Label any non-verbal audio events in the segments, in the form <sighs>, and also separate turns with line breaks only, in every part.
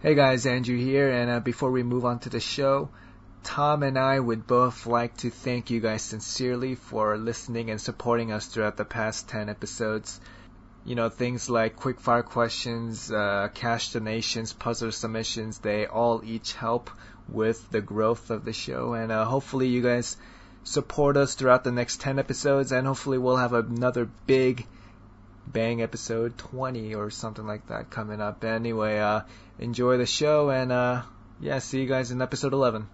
Hey guys, Andrew here, and uh, before we move on to the show, Tom and I would both like to thank you guys sincerely for listening and supporting us throughout the past 10 episodes. You know, things like quickfire questions, uh, cash donations, puzzle submissions, they all each help with the growth of the show, and uh, hopefully you guys support us throughout the next 10 episodes, and hopefully we'll have another big bang episode 20 or something like that coming up. Anyway, uh, enjoy the show and uh, yeah, see you guys in episode 11.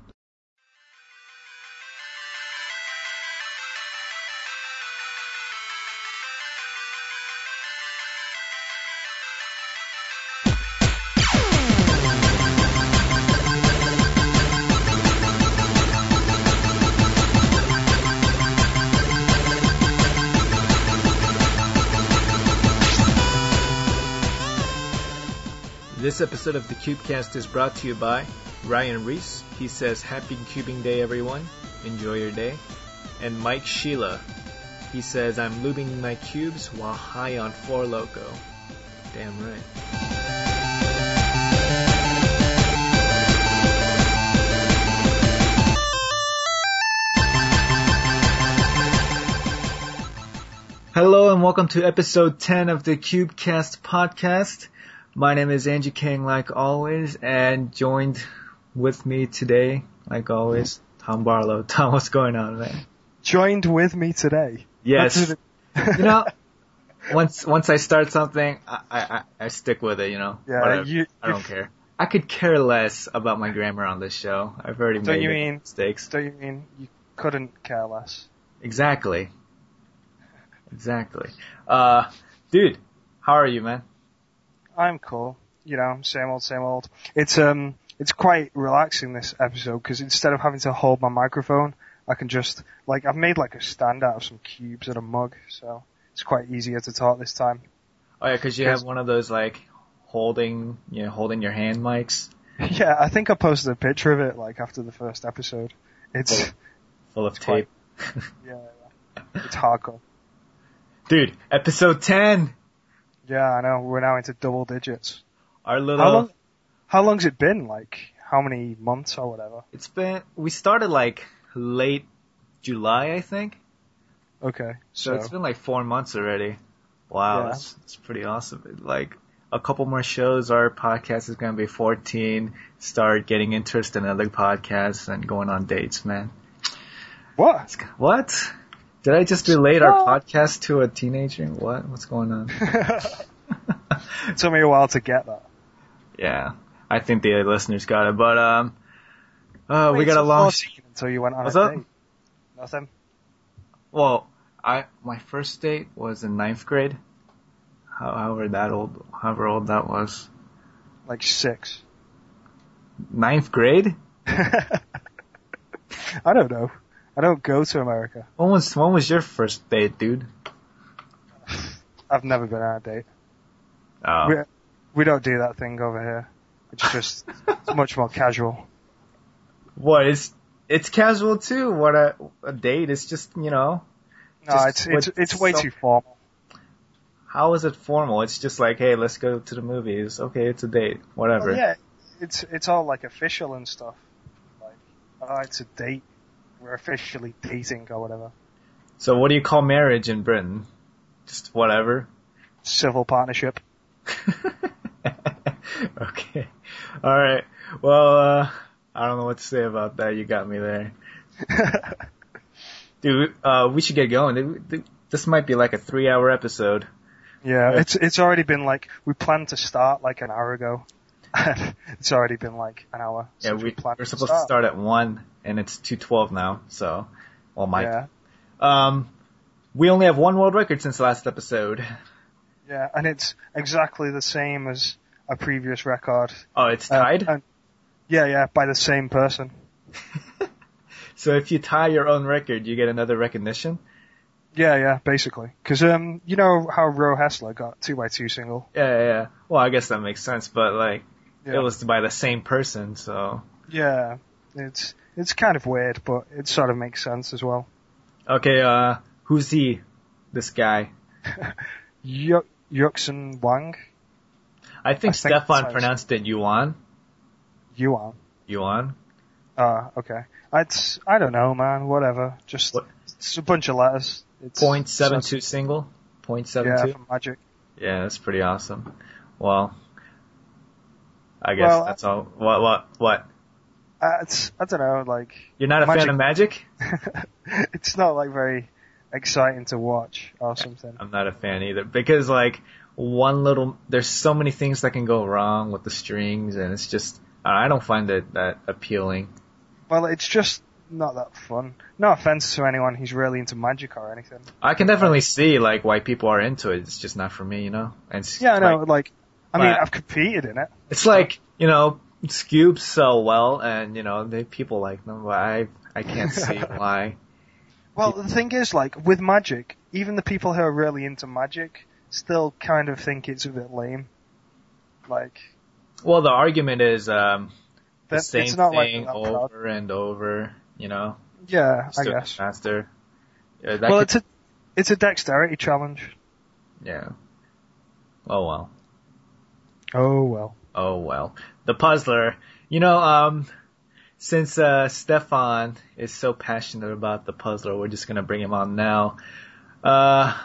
This episode of the CubeCast is brought to you by Ryan Reese. He says, Happy Cubing Day, everyone. Enjoy your day. And Mike Sheila. He says, I'm lubing my cubes while high on Four Loco. Damn right. Hello and welcome to episode 10 of the CubeCast podcast. My name is Angie King, like always, and joined with me today, like always, Tom Barlow. <laughs> Tom, what's going on, man?
joined with me today. That's
Yes,
it.
you know, once once I start something, I I, I I stick with it. You know,
<laughs> Yeah,
Whatever.
you-
I don't
you-
care. I could care less about my grammar on this show. I've already
Don't
made
you
the
mean-
mistakes.
Don't you mean you couldn't care less?
Exactly. Exactly. Uh, dude, how are you, man?
I'm cool. You know, same old, same old. It's um, it's quite relaxing this episode because instead of having to hold my microphone, I can just like I've made like a stand out of some cubes and a mug, so it's quite easier to talk this time. <laughs>
Oh yeah, 'cause you
Yes.
have one of those like holding, you know, holding your hand mics
yeah, I think I posted a picture of it like after the first episode.
Oh.
It's
full of
quite-
tape.
<laughs> yeah, yeah.
<laughs>
it's hardcore.
Dude, episode 10!
Yeah, I know. We're now into double digits.
Our little,
How long? How long's it been? Like how many months or whatever?
it's been, we started like late July, I think.
Okay.
So, it's been like four months already. Wow,
Yeah.
that's, that's pretty awesome. Like, a couple more shows, our podcast is gonna be 14, start getting interest in other podcasts and going on dates, man.
what? <laughs>
What? Did I just relate our
What?
podcast to a teenager? What? What's going on? <laughs>
It took me a while to get that.
yeah, I think the listeners got it, but um, uh, we
Wait,
got a
till
long.
14 until you went on
What's
a
up?
date. Nothing.
Well, I my first date was in ninth grade. How- However, that old, however old that was,
Like six. <laughs>
ninth grade.
I don't know. I don't go to America.
When was when was your first date, dude?
I've never been on a date.
Oh,
We, we don't do that thing over here.
<laughs>
It's just it's much more casual.
what? It's it's casual too. What a a date. It's just you know
No,
Just
it's it's
with
it's way
some-
too formal.
how is it formal? It's just like hey, let's go to the movies. Okay, it's a date. Whatever.
Well, Oh, yeah, it's it's all like official and stuff. Like, oh, it's a date. We're officially dating or whatever.
So what do you call marriage in Britain? Just whatever.
Civil partnership. <laughs>
<laughs> okay. All right. Well, uh, I don't know what to say about that. You got me there, dude. Uh, we should get going. Th- th- This might be like a three-hour episode.
Yeah,
Yeah.
it's it's already been like we planned to start like an hour ago. <laughs> and it's already been like an hour.
Yeah,
since
we,
planned
we're supposed to start at one, and it's two twelve now. So, well, Mike.
Yeah,
Um, we only have one world record since last episode.
yeah, and it's exactly the same as a previous record.
Oh, it's
Uh,
tied.
and- yeah, yeah, by the same person. uh,
<laughs> so if you tie your own record, you get another recognition.
Yeah, yeah, basically. Because um, you know how Ro Hessler got two by two single.
Yeah, yeah, yeah. Well, I guess that makes sense, but like
Yeah,
it was by the same person, so.
yeah, it's it's kind of weird, but it sort of makes sense as well. <laughs>
Okay, uh, who's he? This guy.
Yuk Yuxin Wang.
I think
I think
Stefan
so.
pronounced it Yuan.
Yuan.
Yuan?
Ah, okay. It's I don't know, man. Whatever. Just
What?
it's a bunch of letters. It's
Point seven two single? Point seven
Yeah,
two?
from Magic.
Yeah, that's pretty awesome. Well, I guess
Well,
that's all. What? What? What?
Uh, it's I don't know, like <laughs>
You're not a
Magic-
fan of Magic?
it's not like very exciting to watch or something.
I'm not a fan either because like one little, there's so many things that can go wrong with the strings, and it's just I don't find it that appealing.
Well, it's just not that fun. No offense to anyone who's really into Magic or anything.
I can definitely see like why people are into it. It's just not for me, you know. And it's
Yeah, I know.
like-
Like, I mean,
but-
I've competed in it.
It's like you know, Scoob sell well, and you know, they people like them. But I I can't
<laughs>
see why.
Well, the thing is, like with Magic, even the people who are really into Magic still kind of think it's a bit lame. Like,
Well, the argument is um, the
that,
same
it's not
thing
like they're that proud.
over and over. You know,
Yeah, I
Still
guess.
faster. Yeah, that
Well,
could-
it's a it's a dexterity challenge.
yeah. Oh well.
Oh well.
Oh well. The puzzler. You know, um, since uh, Stefan is so passionate about the puzzler, we're just gonna bring him on now. Uh,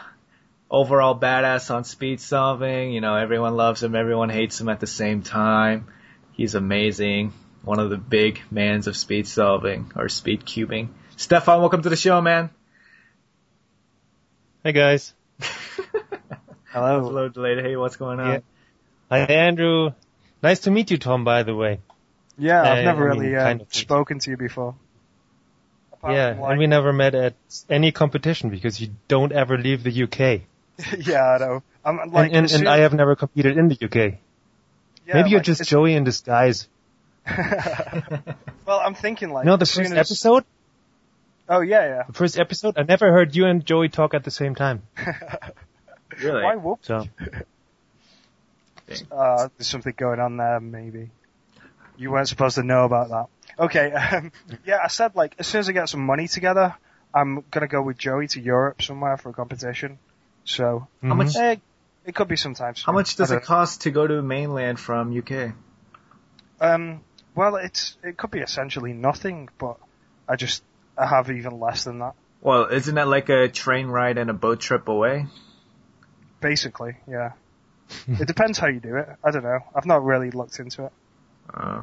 overall badass on speed solving. You know, everyone loves him, everyone hates him at the same time. He's amazing. One of the big mans of speed solving or speed cubing. Stefan, welcome to the show, man.
Hey guys.
Hello.
Hello, Delayed. Hey, what's going on?
Yeah. Hi Andrew. Nice to meet you, Tom, by the way.
Yeah, I've
Uh,
never
I mean,
really uh,
kind of.
spoken to you before. Apart
yeah,
from,
and we never met at any competition because you don't ever leave the UK.
like- <laughs> yeah, I know. I'm like,
and, and,
as soon-
and I have never competed in the UK.
yeah,
Maybe you're
like,
just
as- <laughs>
Joey in disguise.
<laughs>
well, I'm thinking like
no, the
as soon
first
as-
episode?
Oh yeah,
The first episode? I never heard you and Joey talk at the same time.
yeah. <laughs>
Really?
Why whoop?
So
Uh, there's something going on there, maybe. You weren't supposed to know about that. Okay, <laughs> um, yeah, I said like as soon as I get some money together, I'm gonna go with Joey to Europe somewhere for a competition. So
How
Mm-hmm.
much-
eh, it could be sometimes.
How much does it cost to go to mainland from UK?
Um, well, it's it could be essentially nothing, but I just I have even less than that
Well, isn't that like a train ride and a boat trip away?
basically.
<laughs>
Yeah, it depends how you do it. I don't know. I've not really looked into it.
Uh,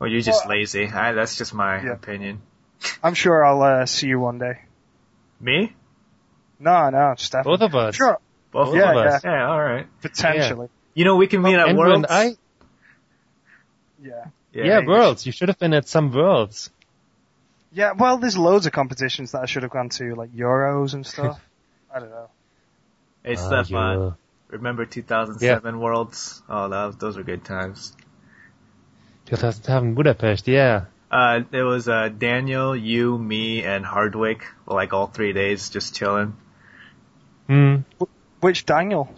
well, you're just
Well,
lazy. I, that's just my
Yeah.
opinion.
I'm sure I'll uh, see you one day.
Me?
No, no, Stefan.
Both of us.
Sure,
Both
Yeah,
of us.
yeah.
Yeah, all right.
potentially.
You know, we can meet at
Andrew
Worlds.
and Oh, I
Yeah.
Yeah, Worlds. You should have been at some Worlds.
Yeah, well, there's loads of competitions that I should have gone to, like Euros and stuff.
<laughs>
I don't know.
Hey,
Ah,
Stefan.
you-
Remember 2007 Worlds? Oh, that was, those were good times.
2007 Budapest, yeah.
Uh, it was uh, Daniel, you, me, and Hardwick, like all three days, just chilling.
Hmm.
Which Daniel?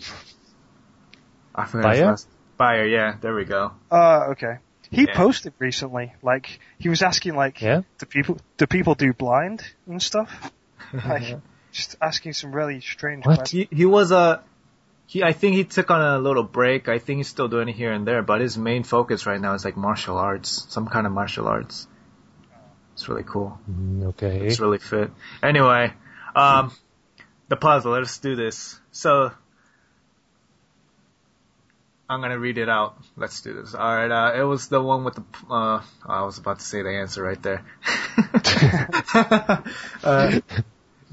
I forgot his
Bayer?
last- Bayer, yeah, there we go.
Uh, okay. He
Yeah.
posted recently, like, he was asking, like,
Yeah.
do people, do people do blind and
<laughs>
stuff? Like, just asking some really strange
What?
questions.
He, he was a he. I think he took on a little break. I think he's still doing it here and there, but his main focus right now is like martial arts, some kind of martial arts. It's really cool.
Mm, Okay.
It's really fit. Anyway, um, the puzzle. Let's do this. So I'm gonna read it out. Let's do this. All right. Uh, it was the one with the. p- Uh, I was about to say the answer right there. <laughs> uh,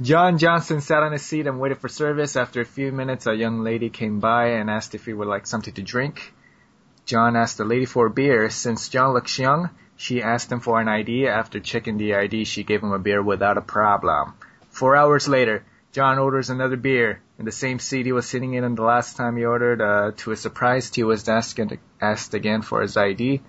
John Johnson sat on his seat and waited for service. After a few minutes, a young lady came by and asked if he would like something to drink. John asked the lady for a beer. Since John looks young, she asked him for an ID. After checking the ID, she gave him a beer without a problem. Four hours later, John orders another beer in the same seat he was sitting in the last time he ordered. Uh, to his surprise, he was asked, asked again for his ID.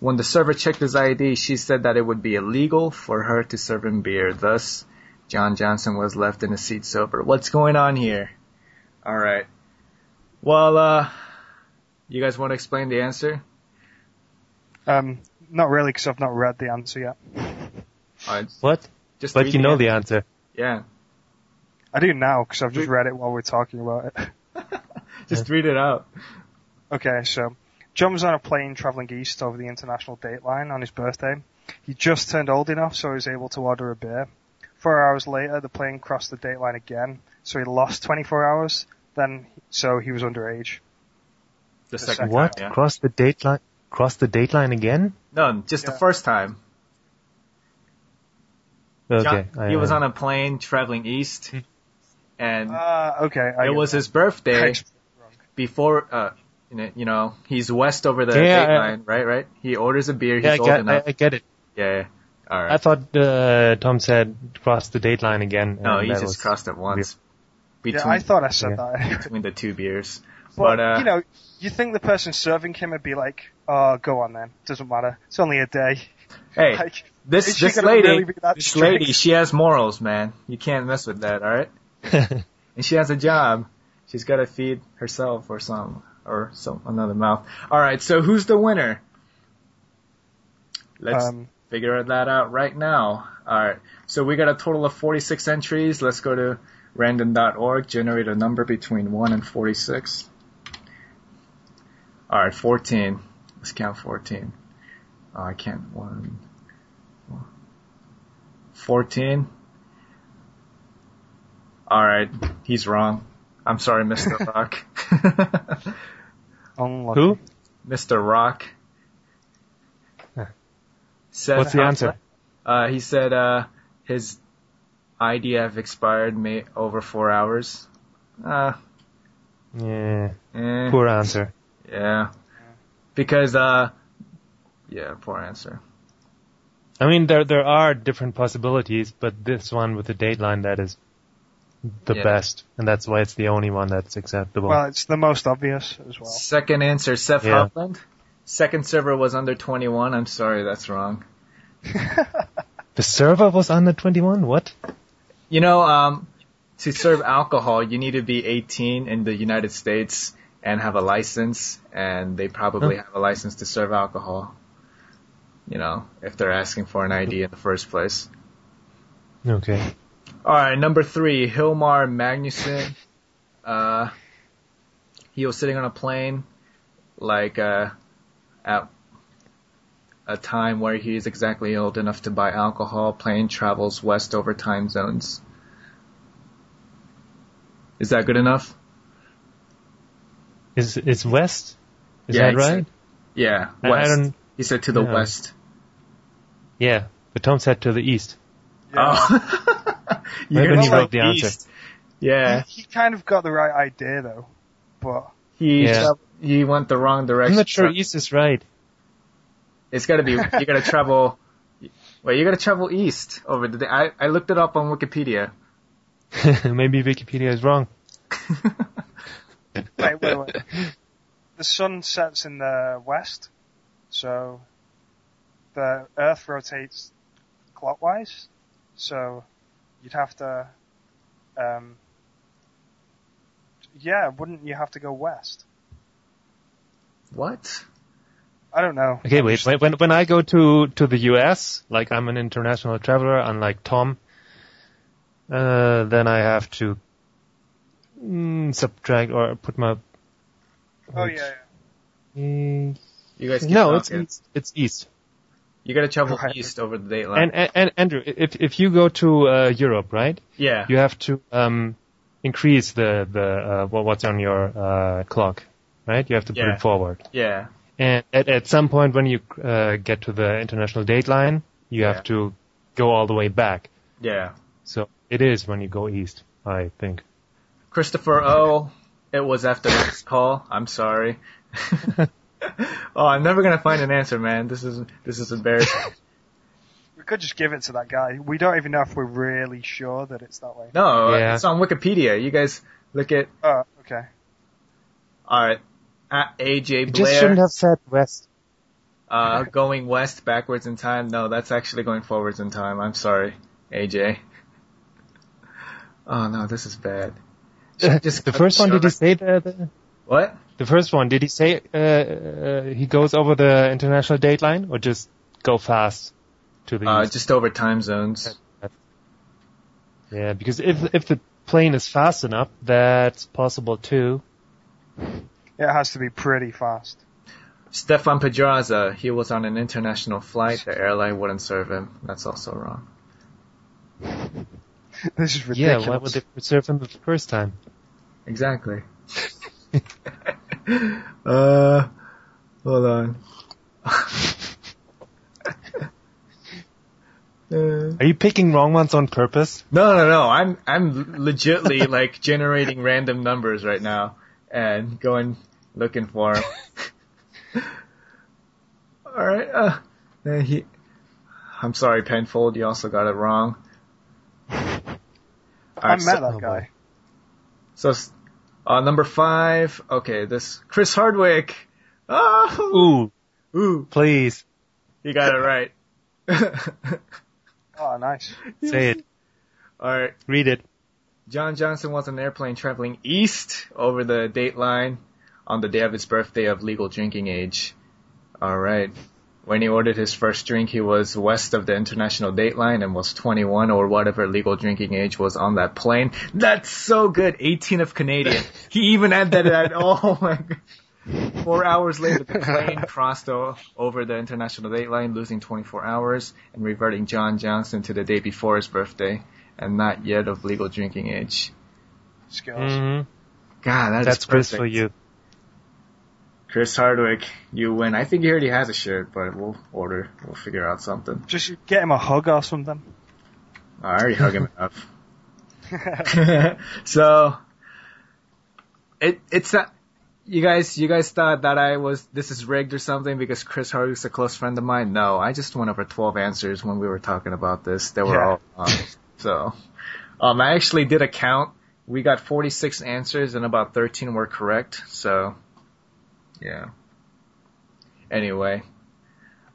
When the server checked his ID, she said that it would be illegal for her to serve him beer. Thus, John Johnson was left in his seat sober. What's going on here? All right. Well, uh, you guys want to explain the answer?
Um, not really, because I've not read the answer yet.
All right.
What?
Uh, Just
But
read
you know the answer.
Yeah.
I do now, because I've just read it while we're talking about it.
Just read it out.
Okay, so John was on a plane traveling east over the international date line on his birthday. He just turned old enough, so he was able to order a beer. Four hours later, the plane crossed the date line again, so he lost 24 hours. Then, so he was underage.
The
second
second
What?
time. yeah.
Cross the date line? Cross the date line again?
No, just the
Yeah.
first time.
Okay.
John- he was
uh,
on a plane traveling east, and
Ah, okay. Hmm. I
it
get
was his birthday
Thanks.
before. Uh, you know- you know, he's west over the
Yeah,
date
I-
line, right? Right. He orders a beer. He's
Yeah, I
old
get, I,
enough.
I get it.
yeah. yeah. All right.
I thought uh, Tom said cross the date line again.
no,
and
he
that
just
was- <laughs>
crossed it once
Yeah,
between
I thought I said
yeah.
that.
<laughs> between the two beers.
But,
But, uh,
you know, you think the person serving him would be like, "Oh, go on then. Doesn't matter. It's only a day."
Hey,
<laughs> Like, is
this
she
this
gonna
lady,
really be that
this
strict?
lady, she has morals, man. You can't mess with that, all right? And she has a job. She's got to feed herself or some or some another mouth. All right, so who's the winner? Let's
um,
figure that out right now. All right, so we got a total of 46 entries. Let's go to random.org, generate a number between 1 and 46. All right, 14. Let's count 14. Oh, I can't. 1. 14. All right, he's wrong. I'm sorry,
<laughs>
Mr. Rock. <laughs>
unlucky.
Who?
Mr. Rock.
Huh.
Said-
What's the answer?
Uh, he said uh, his IDF expired may over four hours. Uh,
Yeah.
eh,
Poor answer.
Yeah. Because, uh, yeah, poor answer.
I mean, there there are different possibilities, but this one with the date line that is the
Yeah.
best, and that's why it's the only one that's acceptable.
Well, it's the most obvious as well.
Second answer, Seth
Yeah.
Hopland. Second server was under 21. I'm sorry, that's wrong.
the server was under 21. What?
You know, um, to serve alcohol, you need to be 18 in the United States and have a license, and they probably have a license to serve alcohol. You know, if they're asking for an ID in the first place.
Okay.
All right, number three, Hilmar Magnuson. Uh, he was sitting on a plane, like uh, at a time where he is exactly old enough to buy alcohol. Plane travels west over time zones. Is that good enough?
Is is West? Is
Yeah,
that
it's-
right?
Yeah,
I-
west.
I don't.
he said to the
yeah.
west.
Yeah, but Tom said to the east.
Yeah.
<laughs> Oh, You
Maybe
gotta
he
go
wrote the answer.
east. Yeah,
He, he kind of got the right idea though, but
he
Yeah.
trav- he went the wrong direction.
I'm not sure east is right.
It's gotta be, you gotta travel, well, you gotta travel east over the, I, I looked it up on Wikipedia. <laughs>
<laughs> Maybe Wikipedia is wrong.
wait, wait,
<laughs>
wait. the sun sets in the west, so the Earth rotates clockwise. So you'd have to, um, yeah, wouldn't you have to go west?
what?
I don't know.
Okay, wait. When when- when I go to to the U.S., like I'm an international traveler, unlike Tom, uh, then I have to mm, subtract or put my.
Oh yeah, yeah.
Mm,
You guys keep
No, it's
talking.
it's, it's east.
You gotta travel
Right.
east over the date line.
And, and and Andrew, if if you go to uh, Europe, right,
yeah.
you have to um increase the the uh, what- what's on your uh, clock, right? You have to put
Yeah.
it forward.
yeah.
And at, at some point when you uh, get to the international date line, you
Yeah.
have to go all the way back.
Yeah.
So it is when you go east, I think.
Christopher O. It was after this call. I'm sorry. <laughs> oh, I'm never gonna find an answer, man. This is, this is embarrassing.
We could just give it to that guy. We don't even know if we're really sure that it's that way.
No,
<laughs> Yeah.
it's on Wikipedia. You guys look at,
Oh, okay.
alright, at AJ
You
Blair.
just shouldn't have said west.
Uh, going west backwards in time. No, that's actually going forwards in time. I'm sorry, AJ. Oh no, this is bad. <laughs> Just
the first one, did he say the, the,
What?
the first one, did he say uh, uh, he goes over the international date line or just go fast to the
Uh,
east?
just over time zones.
Yeah, because if, if the plane is fast enough, that's possible too.
It has to be pretty fast. <laughs>
Stefan Pedraza, he was on an international flight. The airline wouldn't serve him. That's also wrong.
This is
Yeah,
ridiculous.
why would they preserve him the first time?
Exactly. uh, hold on. Uh,
Are you picking wrong ones on purpose?
No, no, no. I'm I'm legitly <laughs> like generating random numbers right now and going looking for 'em. <laughs> All right. Uh, uh, he, I'm sorry, Penfold. You also got it wrong. All
I
right,
met
so,
that guy.
so s- uh, number five. Okay, this Chris Hardwick. Oh,
Ooh,
ooh,
please
you got it right. <laughs>
Oh, nice.
say it.
All right.
Read it.
John Johnson was on an airplane traveling east over the date line on the day of his birthday of legal drinking age. All right. When he ordered his first drink, he was west of the international date line and was 21 or whatever legal drinking age was on that plane. That's so good. 18 of Canadian. He even had that at all. <laughs> Oh Four hours later, the plane crossed o- over the international date line, losing 24 hours and reverting John Johnson to the day before his birthday and not yet of legal drinking age.
Skills.
hmm
God, that is
That's Chris
perfect.
for you.
Chris Hardwick, you win. I think he already has a shirt, but we'll order. We'll figure out something.
Just get him a hug or
<laughs>
something.
I already hug him up. <laughs> so it it's not you guys you guys thought that I was this is rigged or something because Chris Hardwick's a close friend of mine. No, I just went over twelve answers when we were talking about this. They were
Yeah.
all wrong. so um I actually did a count. We got forty six answers and about thirteen were correct, so yeah. Anyway.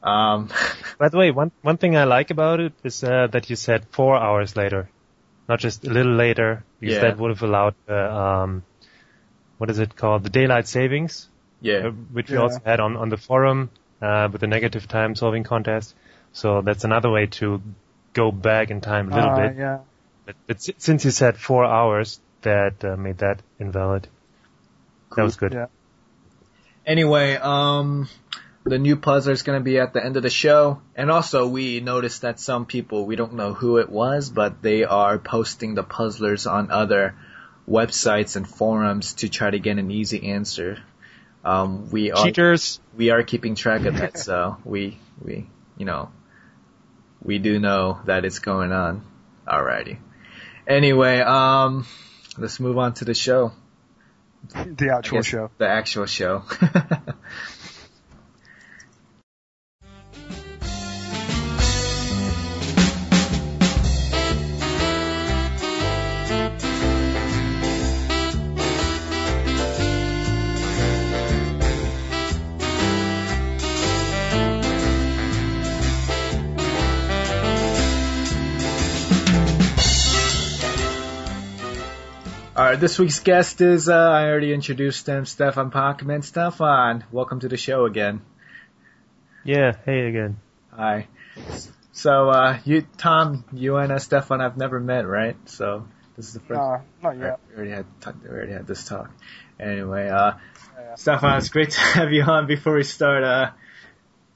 Um <laughs>
By the way, one one thing I like about it is uh, that you said four hours later, not just a little later, because
Yeah.
that would have allowed uh, um, what is it called, the daylight savings, uh,
yeah.
which we
Yeah.
also had on on the forum uh, with the negative time solving contest. So that's another way to go back in time a little
Uh,
bit.
Yeah.
But, but s- since you said four hours, that uh, made that invalid. That was good.
Yeah.
anyway, um, the new puzzler is going to be at the end of the show. And also, we noticed that some people, we don't know who it was, but they are posting the puzzlers on other websites and forums to try to get an easy answer. Um, we are
Cheaters.
we are keeping track of that, so we we you know we do know that it's going on. Alrighty. Anyway, um, let's move on to the show.
<laughs> The actual
Yes,
show.
The actual show. <laughs> All right, this week's guest is, uh, I already introduced him, Stefan Parkman. Stefan, welcome to the show again.
Yeah. Hey again.
Hi. So, uh, you, Tom, you and uh, Stefan, I've never met, right? So, this is the first.
Nah, not yet.
We already had t- we already had this talk. Anyway, uh,
Yeah.
Stefan, it's great to <laughs> have you on. Before we start, uh,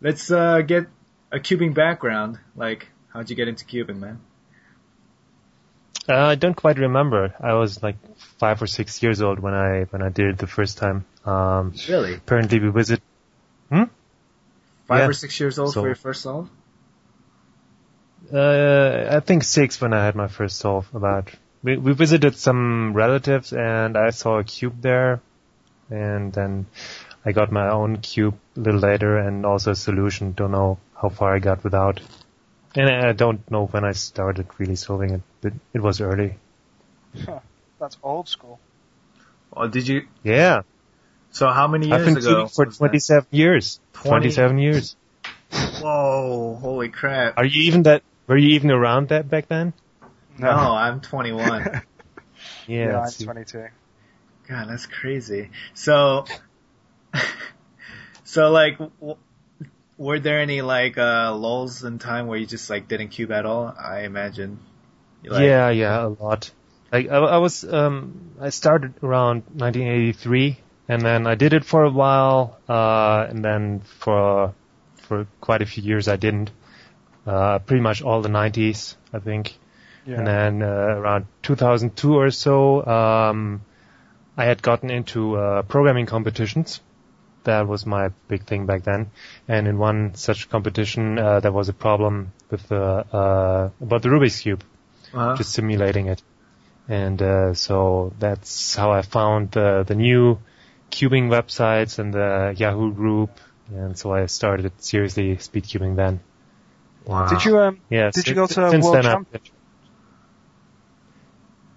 let's uh, get a cubing background. Like, how'd you get into cubing, man?
Uh, I don't quite remember. I was like five or six years old when I when I did it the first time. Um,
Really?
apparently we visit.
Five
Yeah.
or six years old
So-
for your first solve?
Uh, I think six when I had my first solve. About we, we visited some relatives and I saw a cube there, and then I got my own cube a little later and also a solution. Don't know how far I got without, and I I don't know when I started really solving it. But it was early.
That's old school.
Or Oh, did you?
Yeah,
So, how many years
I've been
ago?
cubing for
was that?
27 years.
20?
27 years.
Whoa! Holy crap!
Are you even that? Were you even around that back then?
No, Oh, I'm
<laughs>
21.
<laughs> Yeah.
Yeah, I'm
see.
22.
God, that's crazy. So, <laughs> so like, w- were there any like uh lulls in time where you just like didn't cube at all? I imagine. Like,
yeah, yeah, a lot. Like I, I was, um, I started around 1983 And then I did it for a while, uh, and then for for quite a few years I didn't. Uh, pretty much all the 90s, I think.
Yeah.
And then uh, around 2002 or so, um, I had gotten into uh, programming competitions. That was my big thing back then. And in one such competition, uh, there was a problem with the uh, about the Rubik's cube,
Uh-huh.
just simulating it. And uh, so that's how I found the the new cubing websites and the Yahoo group. And so I started seriously speed cubing then.
wow.
Did you um?
Yeah.
Did you
since-
go to
since
World
then I've-
Championship?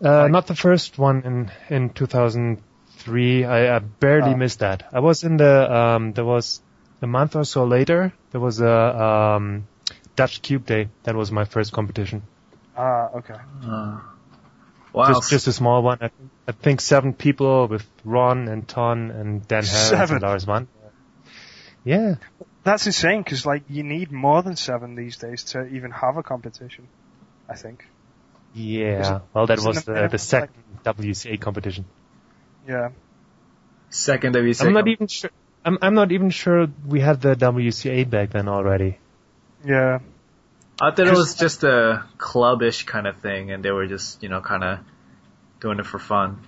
Uh,
Like-
not the first one in in 2003. I, I barely
Oh.
missed that. I was in the um. There was a month or so later. There was a um Dutch Cube Day. That was my first competition.
Ah, okay.
Uh, wow.
Just just a small one. I, I think seven people with Ron and Ton and Dan Harris
Seven.
and Lars Mann. Yeah.
That's insane because like you need more than seven these days to even have a competition. I think.
Yeah. Well, that
is it
was
the
the, the
minimum,
second WCA competition.
Yeah.
Second WC.
I'm not even sure. I'm I'm not even sure we had the WCA back then already.
Yeah.
I thought it was just a clubbish kind of thing, and they were just you know kind of doing it for fun.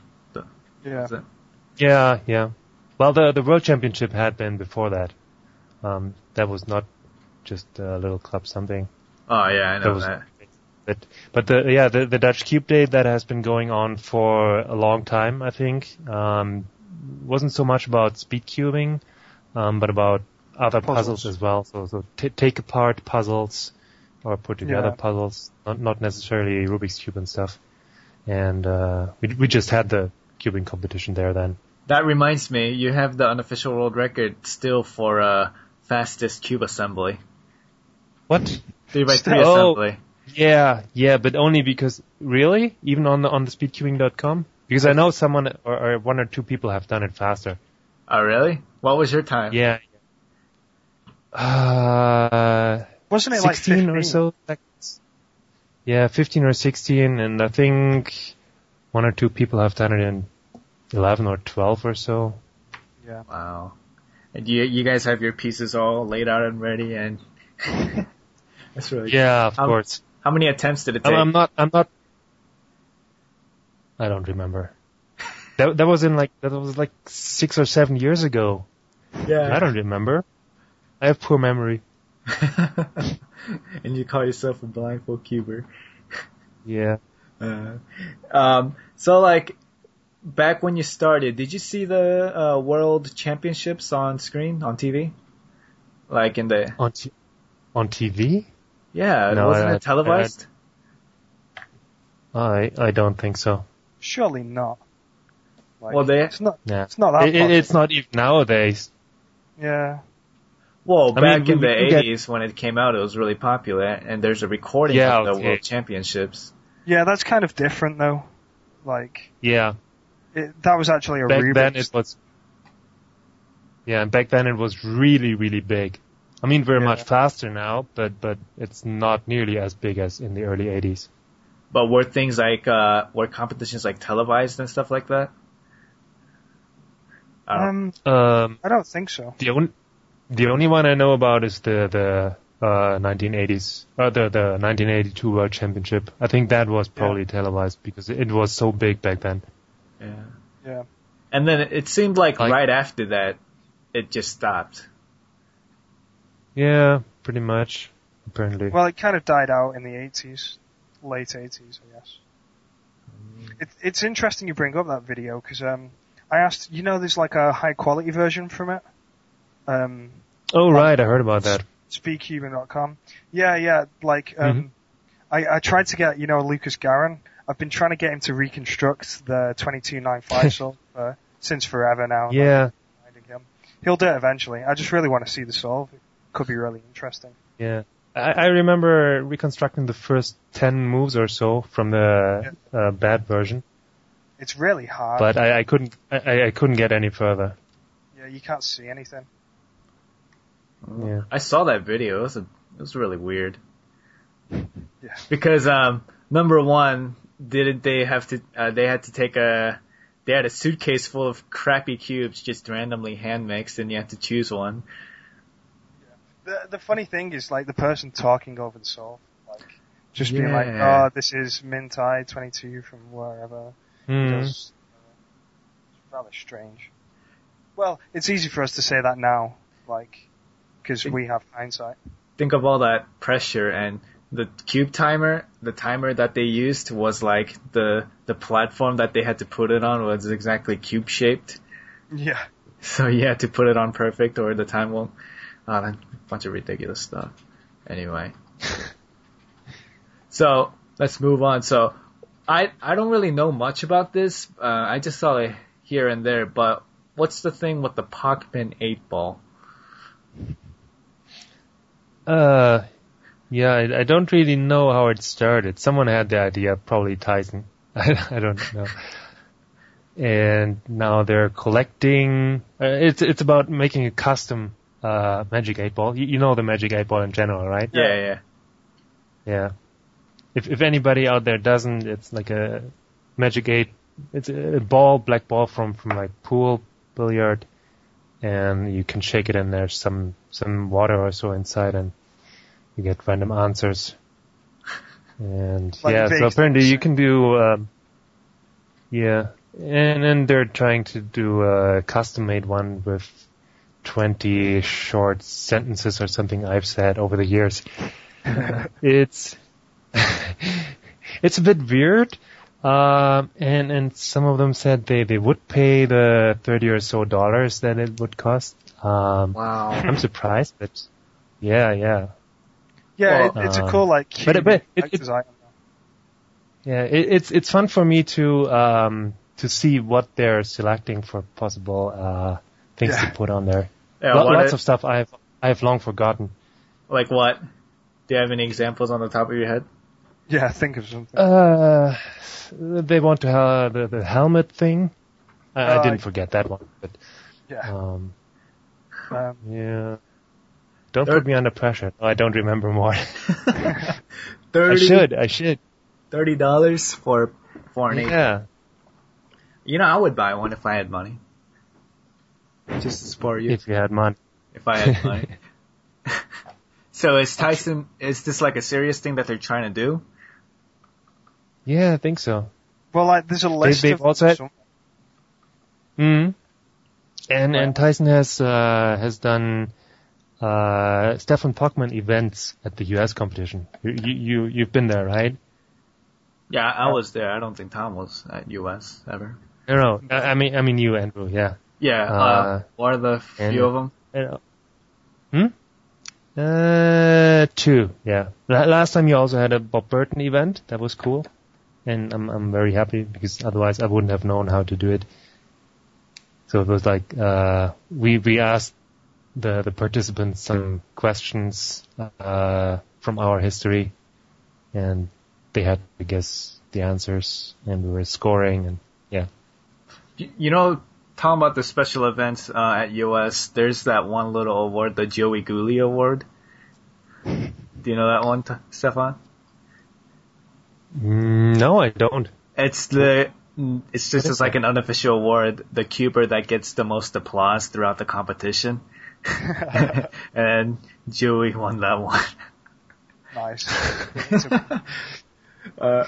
Yeah.
Is it-
Yeah, yeah. Well, the the world championship had been before that. Um, that was not just a little club something.
Oh yeah, I
That
know
was-
that.
But but the yeah the the Dutch Cube Day that has been going on for a long time. I think um, wasn't so much about speed cubing, um, but about other puzzles,
Puzzles.
as well. So so t- take apart puzzles or put together
Yeah.
puzzles, not not necessarily Rubik's cube and stuff. And uh, we we just had the cubing competition there then.
That reminds me, you have the unofficial world record still for uh, fastest cube assembly,
What?
three by three
Oh.
assembly.
Yeah, yeah, but only because really, even on the on the speedcubing.com, because I know someone or, or one or two people have done it faster.
Oh really? What was your time?
Yeah. Uh,
Wasn't it like
16
15?
or so seconds. Yeah, 15 or 16, and I think one or two people have done it in 11 or 12 or so.
Yeah.
Wow. And you you guys have your pieces all laid out and ready, and <laughs> that's really.
Yeah, Um, of
Um,
course.
How many attempts did it
I'm,
take?
I'm not. I'm not. I don't remember. That that was in like that was like six or seven years ago.
yeah.
I don't remember. I have poor memory.
<laughs> and you call yourself a blindfold cuber.
Yeah.
Uh, um, so like back when you started, did you see the uh, world championships on screen on TV? Like in the
On t- on TV?
yeah,
No,
wasn't
I- I-
it televised?
I I don't think so.
Surely not. Like,
Well, they-
it's not.
Yeah.
It's not that.
It- it- it's not even nowadays.
possible. yeah.
well,
I
back
mean,
in
we-
the
we do get-
'80s when it came out, it was really popular, and there's a recording
Yeah,
of the
okay.
world championships.
Yeah, that's kind of different though. Like
Yeah.
it, that was actually a
back
remix.
then it was yeah and back then it was really really big i mean we're
Yeah.
much faster now but but it's not nearly as big as in the early 80s
But were things like uh, were competitions like televised and stuff like that? I don't-
um,
um
I don't think so.
the only the only one i know about is the the uh 1980s or the the 1982 world championship i think that was probably televised because it was so big back then
yeah.
Yeah.
And then it seemed like,
Like-
right after that, it just stopped.
yeah pretty much apparently
Well, it kind of died out in the 80s, late 80s, I guess. It, it's interesting you bring up that video because um, I asked, you know, there's like a high quality version from it. Um,
oh right i heard about that
speakhuman.com. Yeah, yeah. Like, um, I, I tried to get, you know, Lucas Garin. I've been trying to get him to reconstruct the 2295 song uh, since forever now.
yeah
Finding him. He'll do it eventually. I just really want to see the solve. It could be really interesting.
Yeah. I, I remember reconstructing the first 10 moves or so from the uh, bad version,
It's really hard.
but I, I couldn't, I, I couldn't get any further.
yeah, you can't see anything.
Yeah.
I saw that video. It was a, it was really weird.
Yeah.
Because um, number one, didn't they have to? Uh, they had to take a. they had a suitcase full of crappy cubes just randomly hand mixed, and you had to choose one.
The, the funny thing is, like, the person talking over the solve, like, just being like,
Yeah.
oh, this is Mintai 22 from wherever.
Hmm.
Just, uh, rather strange. Well, it's easy for us to say that now, like, because we have hindsight.
Think of all that pressure and the cube timer. The timer that they used was like the the platform that they had to put it on was exactly cube shaped,
Yeah.
<laughs> so you had to put it on perfect or the time won't. Uh, a bunch of ridiculous stuff.
<laughs>
Anyway, so let's move on. So I I don't really know much about this. Uh, I just saw it here and there. But what's the thing with the Pacman eight ball?
Uh, yeah, I, I don't really know how it started. Someone had the idea, probably Tyson. <laughs> I, I don't know. And now they're collecting. Uh, it's it's about making a custom uh magic eight ball. You, you know the magic eight ball in general, right?
Yeah, yeah.
Yeah. If if anybody out there doesn't, it's like a magic eight. It's a ball, black ball from from like pool billiard, and you can shake it, and there's some some water or so inside, and you get random answers. And
Like
yeah, so
vague
apparently you
things.
can do. Um, yeah, and then they're trying to do a custom-made one with 20 short sentences or something I've said over the years. it's <laughs> it's a bit weird. Um, and and some of them said they they would pay the 30 or so dollars that it would cost. Um,
<laughs> Wow.
I'm surprised, but yeah, yeah,
Yeah,
Well,
it, it's a
um,
cool, like,
but it- but
cute
it-
characters item.
yeah. It, it's it's fun for me to um to see what they're selecting for possible uh things
Yeah.
to put on there.
Yeah,
Lo-
what
lots
it-
of stuff I've I've long forgotten.
Like what? Do you have any examples on the top of your
<laughs>
head? <laughs>
Yeah, think of something.
Uh, they want to have the, the helmet thing. I, I
Uh,
didn't forget that one, but
Yeah.
um,
Um,
yeah. Don't
There-
put me under pressure. I don't remember more. <laughs> I
30,
should. I should.
Thirty dollars for for an eight.
Yeah.
You know, I would buy one if I had money. Just to support you, if,
If you had money.
I had money.
<laughs>
so is Tyson? Is this like a serious thing that they're trying to do?
Yeah, I think so.
well, like, there's a list
they've
of
also had-
some-
Hmm. And and Tyson has uh has done uh Stefan Pockman events at the U.S. competition. You you, you you've been there, right?
Yeah, I was there. I don't think Tom was at US ever.
No, no. I, I mean I mean you, Andrew. Yeah.
Yeah, uh,
Uh,
what are the
and-
few of them?
Uh, Hmm? Uh, two, yeah. La- Last time you also had a Bob Burton event. That was cool. And I'm, I'm very happy because otherwise I wouldn't have known how to do it. So it was like, uh, we, we asked the, the participants some questions, uh, from our history and they had to guess the answers and we were scoring and yeah.
You, you know, talking about the special events uh, at US, there's that one little award, the Joey Gulli Award. Do you know that one, T- Stefan?
Mm, No, I don't.
It's the it's just
What is
it's like an unofficial award, the cuber that gets the most applause throughout the
<laughs>
competition. and Joey won that one.
Nice.
Uh,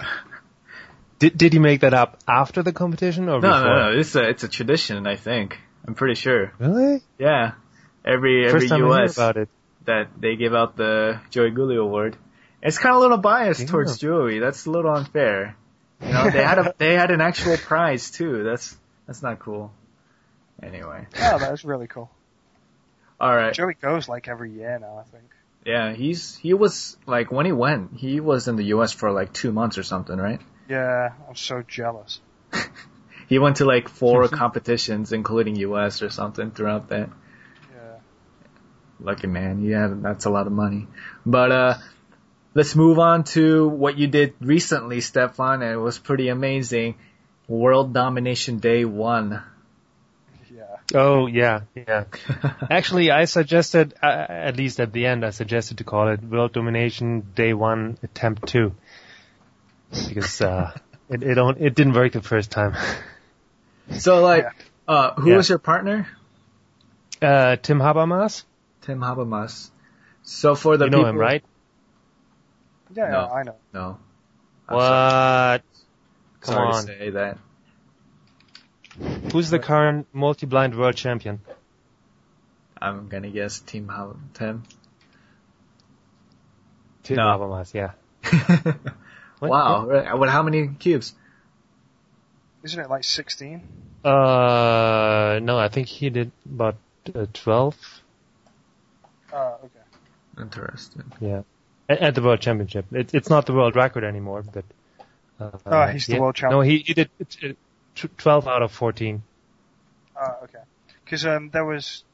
Did, did you make that up after the competition
no,
or before?
no, no. It's a it's a tradition, I think. I'm pretty sure.
Really?
Yeah, every every
First time I heard
U.S.
about it.
that they give out the Joey Gulli Award. It's kind of a little biased
Yeah.
towards Joey. That's a little unfair. You know, they had a they had an actual prize too. That's that's not cool. Anyway,
oh, that was really cool.
all right.
Joey goes, like, every year now, I think.
Yeah, he's he was like when he went, he was in the U.S. for like two months or something, right?
Yeah, I'm so jealous.
He went to like
<laughs>
four competitions, including U.S. or something, throughout that.
Yeah.
Lucky man, yeah, that's a lot of money. But uh, let's move on to what you did recently, Stefan, and it was pretty amazing. World Domination Day One. <laughs>
Yeah.
Oh yeah, yeah. Actually, I suggested, uh, at least at the end, I suggested to call it World Domination Day One Attempt Two, <laughs> because uh, it it, on, it didn't work the first time.
So like, uh, who
Yeah.
was your partner?
Uh, Tim Habermas,
Tim Habermas. So for the
you know
people,
him, right?
Yeah,
No.
yeah, I know.
No. I'm
What?
sorry-
Come
sorry
on.
to say that.
Who's the current multi-blind world champion?
I'm gonna guess Tim Hab- Tim.
Tim
No.
Habermas, yeah.
<laughs>
What?
wow. right. What? How many cubes?
Isn't it like 16?
Uh, no, I think he did about uh, 12.
Uh, okay.
Interesting.
Yeah. At, at the World Championship. It, it's not the world record anymore, but. Uh,
Oh, he's the
yeah.
world champ.
No, he, he did uh, tw- 12 out of 14.
Uh, okay. Because um, there was,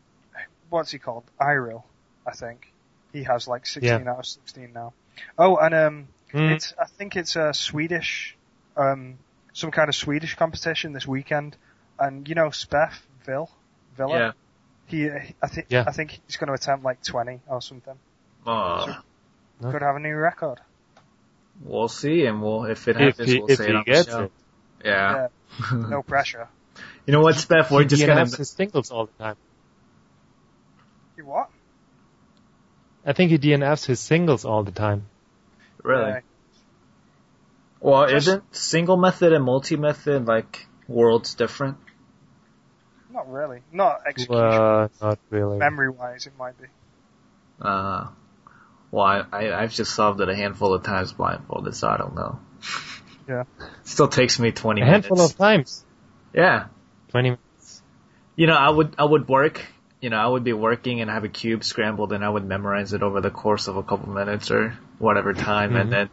what's he called? Iril, I think. He has like 16 out of 16 now. Oh, and um,
Hmm.
Mm.
it's I think it's a Swedish, um, some kind of Swedish competition this weekend. And you know Spef Vill, Villa.
Yeah.
He, I think,
Yeah.
I think he's going to attempt like 20 or something.
Uh,
Okay.
Could have a new record.
we'll see, and we'll if it
if
happens,
he,
we'll
if
say it
he
on
gets
the show.
it.
Yeah. <laughs>
No
Hmm.
pressure.
You know what, Steph? We're just
he
gonna.
DNFs his singles all the time.
You what?
I think he DNFs his singles all the time.
Really?
Yeah.
Well,
Just-
isn't single method and multi method like worlds different?
not really. Not execution.
Uh, not really.
Memory wise, it might be.
Uh, well, I, I, I've just solved it a handful of times blindfolded, so I don't know.
Yeah.
Still takes me 20
A handful
minutes.
of times.
yeah.
20 minutes.
You know, I would, I would work, you know, I would be working and have a cube scrambled and I would memorize it over the course of a couple minutes or whatever time and
Mhm.
then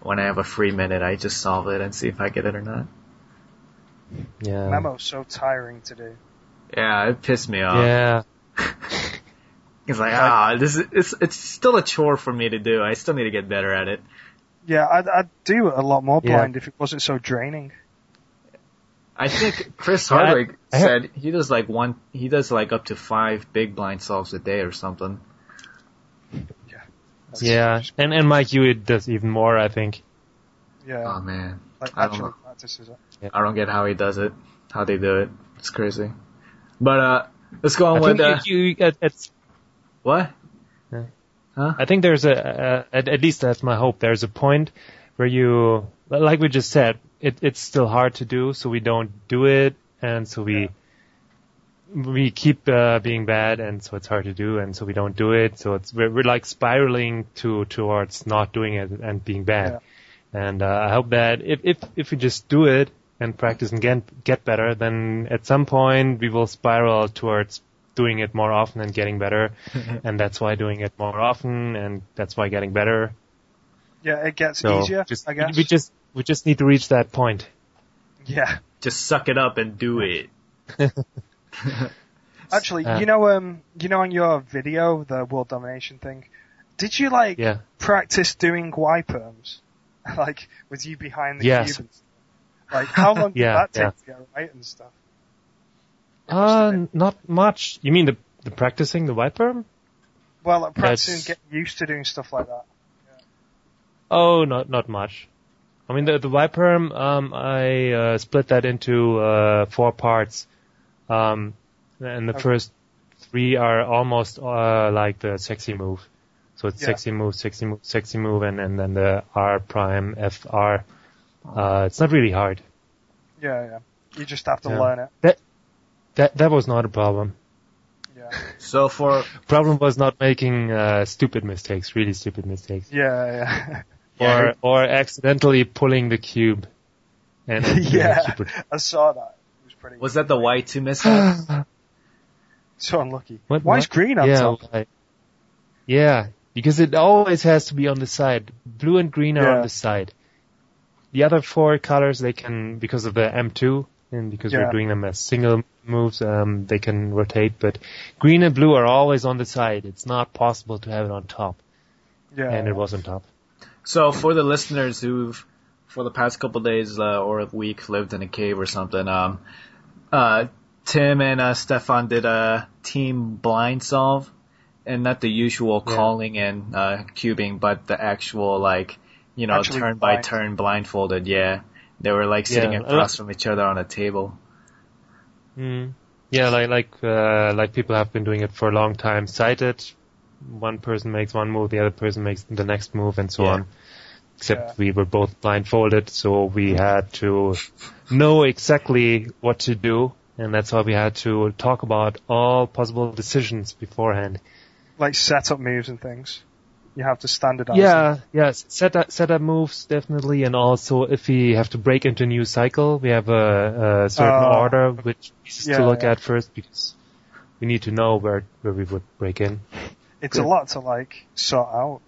when I have a free minute, I just solve it and see if I get it or not.
Yeah.
Memo's so tiring to do.
Yeah, it pissed me off.
Yeah.
It's like, ah, this is, it's, it's still a chore for me to do. I still need to get better at it.
Yeah, I'd, I'd do a lot more
Yeah.
blind if it wasn't so draining.
I <laughs> think Chris
Yeah, I-
Hardwick
I have-
said he does like one, he does like up to five big blind solves a day or something.
That's-
Yeah. And, and Mike Hewitt does even more, I think.
Yeah.
Oh man,
like
I don't
actually
know.
practices it.
I don't get how he does it, how they do it. It's crazy. But uh, let's go on
I
with
think,
uh,
you, you- at, at,
what?
I think there's a, a at, at least that's my hope, there's a point where you, like we just said, it, it's still hard to do, so we don't do it, and so we, we keep uh, being bad, and so it's hard to do, and so we don't do it, so it's, we're, we're like spiraling to, towards not doing it and being bad. And uh, I hope that if, if, if we just do it and practice and get, get better, then at some point we will spiral towards doing it more often and
<laughs>
getting better. and that's why doing it more often and that's why getting better.
Yeah, it gets
So
easier,
just,
I guess.
we just, we just need to reach that point.
<laughs>
<laughs>
yeah.
Just suck it up and do it.
Actually,
Uh,
you know, um, you know, on your video, the world domination thing, did you like
Yeah.
practice doing Y perms? <laughs> like, was you behind the
Yes.
cube? and stuff? Like, how
<laughs>
long
Yeah,
did that take to get right and stuff?
Uh, not much. You mean the, the practicing the white perm?
Well, like, practicing
That's-
getting used to doing stuff like that.
Oh, not not much. I mean, the the Viperm, um, I uh, split that into uh, four parts, um, and the
Okay.
first three are almost uh, like the sexy move. So it's
Yeah.
sexy move, sexy move, sexy move, and, and then the R prime FR. Uh, it's not really hard.
Yeah, yeah. You just have to
Yeah.
learn it.
That that was not a problem.
Yeah.
So for
Problem was not making uh, stupid mistakes, really stupid mistakes,
Yeah,
<laughs>
yeah.
Yeah.
or or accidentally pulling the cube.
<laughs>
And and doing a
yeah.
cupid.
I saw that. It was pretty
was that the Y two mishap?
so unlucky.
What-
Why is
what?
<laughs> green on
yeah,
top?
why- yeah, because it always has to be on the side. Blue and green are
Yeah.
on the side. The other four colors they can because of the M2 and because
Yeah.
we're doing them as single moves, um, they can rotate. But green and blue are always on the side. It's not possible to have it on top,
Yeah.
and it was on top.
so for the listeners who've for the past couple days uh, or a week lived in a cave or something, um, uh, Tim and uh, Stefan did a team blind solve, and not the usual
Yeah.
calling and uh, cubing, but the actual like you know
Actually
turn by
blind.
turn blindfolded. Yeah, they were like sitting
Yeah.
across from each other on a table.
Mm. Yeah, like like uh, like people have been doing it for a long time. Sighted, one person makes one move, the other person makes the next move, and so
Yeah.
on. Except
Yeah.
we were both blindfolded, so we had to know exactly what to do, and that's why we had to talk about all possible decisions beforehand.
Like setup moves and things. You have to standardize.
Yeah, yes. Set up, set up moves definitely, and also if we have to break into a new cycle, we have a, a certain
Uh,
order which is
yeah,
to look
yeah.
at first because we need to know where where we would break in.
It's a lot to like sort out.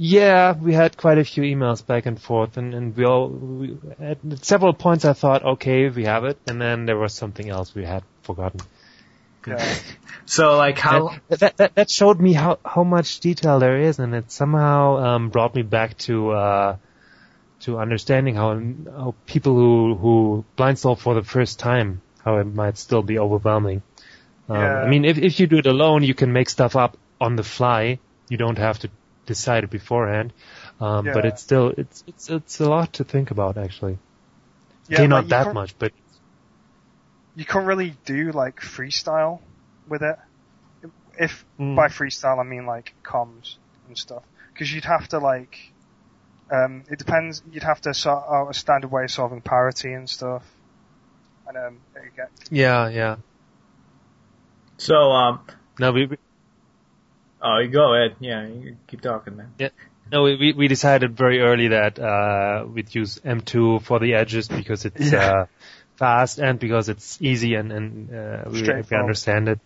Yeah, we had quite a few emails back and forth, and and we all we, at several points I thought, okay, we have it, and then there was something else we had forgotten.
Yeah.
So like how
That, that, that, that showed me how, how much detail there is, and it somehow um, brought me back to uh, to understanding how, how people who who blindfold for the first time how it might still be overwhelming. Um,
Yeah.
I mean, if if you do it alone, you can make stuff up on the fly. You don't have to decide it beforehand. Um, But
Yeah.
it's still it's it's it's a lot to think about actually.
Yeah,
okay,
like,
not
you
that
can't-
much, but
You can't really do like freestyle with it. If
Mm.
by freestyle I mean like comms and stuff, because you'd have to like, um, it depends. You'd have to sort out a standard way of solving parity and stuff. And um, again,
yeah, yeah.
So um,
No, we, we
uh,
oh, you go ahead. Yeah, you keep talking, man.
No, we- we, we decided very early that uh, we'd use M2 for the edges because it's
Yeah.
uh, fast and because it's easy and, and uh, we, we
Straightforward.
understand it.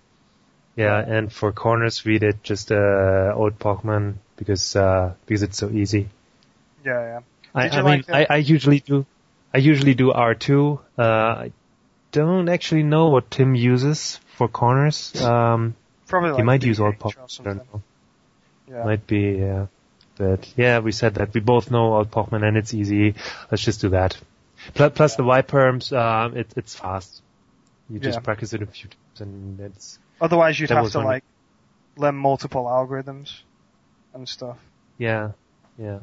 Yeah, and for corners we did just uh, old Pokemon because uh, because it's so easy.
yeah, yeah.
I,
Did you
I mean,
like the-
I, I usually do I usually do R2. Uh, I don't actually know what Tim uses for corners. Um,
Probably like
he might use old
DH or
Pokemon. I
something.
don't know.
Yeah.
Might be, yeah. But yeah, we said that we both know Alt Pochman and it's easy. Let's just do that. Plus, plus the Y perms, um, it, it's fast. You just
Yeah.
practice it a few times and it's
Otherwise, you'd
That
have
was
to
one-
like learn multiple algorithms and stuff.
yeah, yeah.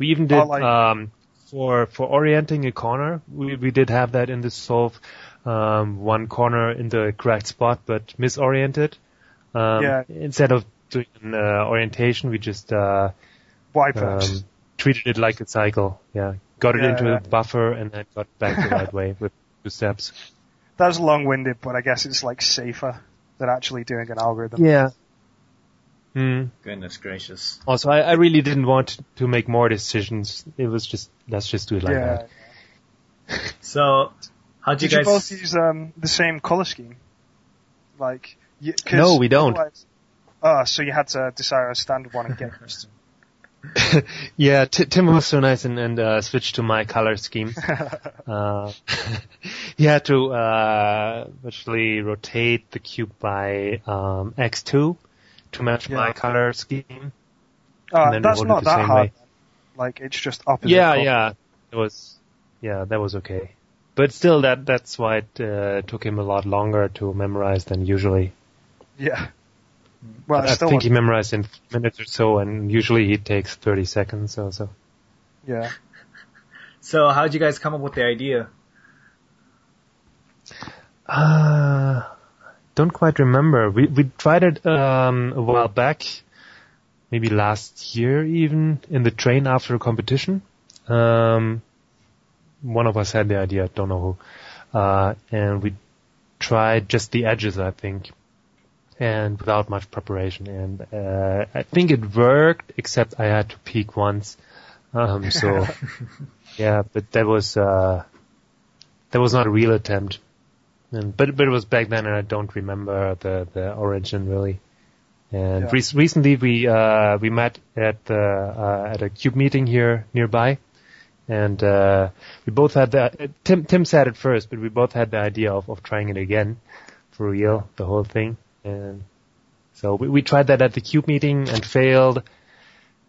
We even did
like-
um, for for orienting a corner. We we did have that in the solve um, one corner in the correct spot but misoriented. Um,
Yeah.
Instead of doing an uh, orientation, we just uh,
Why perhaps?
um, treated it like a cycle. Yeah, got it
Yeah,
into
yeah.
the buffer and then got back the right way with two steps.
that was long-winded, but I guess it's like safer than actually doing an algorithm.
Yeah. Hmm.
Goodness gracious.
Also, I, I really didn't want to make more decisions. It was just let's just do it like
Yeah.
that.
So how'd you
Did you
guys?
both use um, the same color scheme? Like, you, 'cause
No, we don't.
otherwise- Oh, so you had to decide on a standard one
<laughs>
and get used
<laughs>
to.
<laughs> Yeah, Ti- Tim was so nice and, and uh, switched to my color scheme. uh, <laughs> he had to uh, virtually rotate the cube by um, x2 to match
Yeah.
my color scheme.
Uh,
And then
that's
we
not
ordered
that
the same
hard.
way.
then. Like, it's just opposite.
yeah,
color.
yeah, it was, yeah, that was okay. But still, that that's why it uh, took him a lot longer to memorize than usually.
Yeah. Well,
I
it's still
think he
wasn't-
memorized in minutes or so, and usually he takes thirty seconds or so.
yeah.
So how'd you guys come up with the idea?
Uh, don't quite remember. We we tried it um, a while back, maybe last year even in the train after a competition. Um, one of us had the idea. Don't know who, uh, and we tried just the edges, I think, and without much preparation. And uh, I think it worked, except I had to peek once. Um, so yeah, but that was uh, that was not a real attempt. And, but but it was back then, and I don't remember the the origin really. And
Yeah.
rec- recently we uh, we met at the uh, at a cube meeting here nearby, and uh, we both had the Tim Tim said it first, but we both had the idea of of trying it again for real, the whole thing. And so we, we tried that at the cube meeting and failed.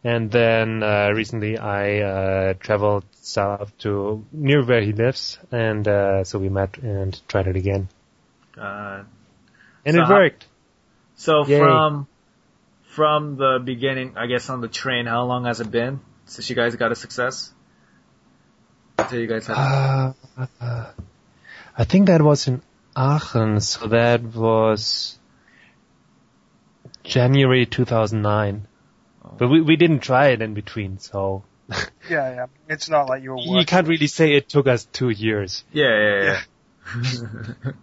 And then uh, recently I uh, traveled south to near where he lives, and uh, so we met and tried it again,
Uh,
and
So
it
how-
worked.
so
Yay.
from from the beginning, I guess on the train, how long has it been since you guys got a success? Until you guys had
Uh, uh, I think that was in Aachen, so that was January 2009. But we, we didn't try it in between, so
Yeah, yeah. It's not like you were
you
working.
can't really say it took us two years.
Yeah, yeah, yeah. <laughs>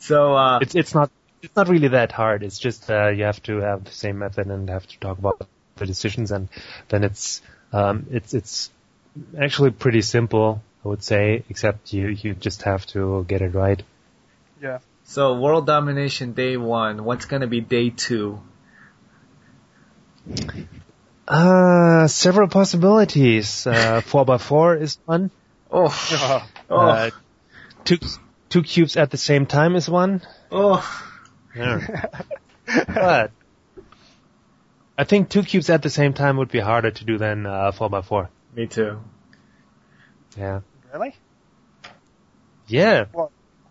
so, uh,
It's it's not it's not really that hard. It's just uh, you have to have the same method and have to talk about the decisions, and then it's um, it's it's actually pretty simple, I would say. Except you you just have to get it right.
Yeah.
so world domination day one. What's gonna be day two?
Uh, several possibilities. Uh, four by four is one.
Oh, oh,
Uh, two two cubes at the same time is one.
oh.
Yeah. <laughs> but I think two cubes at the same time would be harder to do than uh, four by four.
Me too.
Yeah.
Really?
Yeah,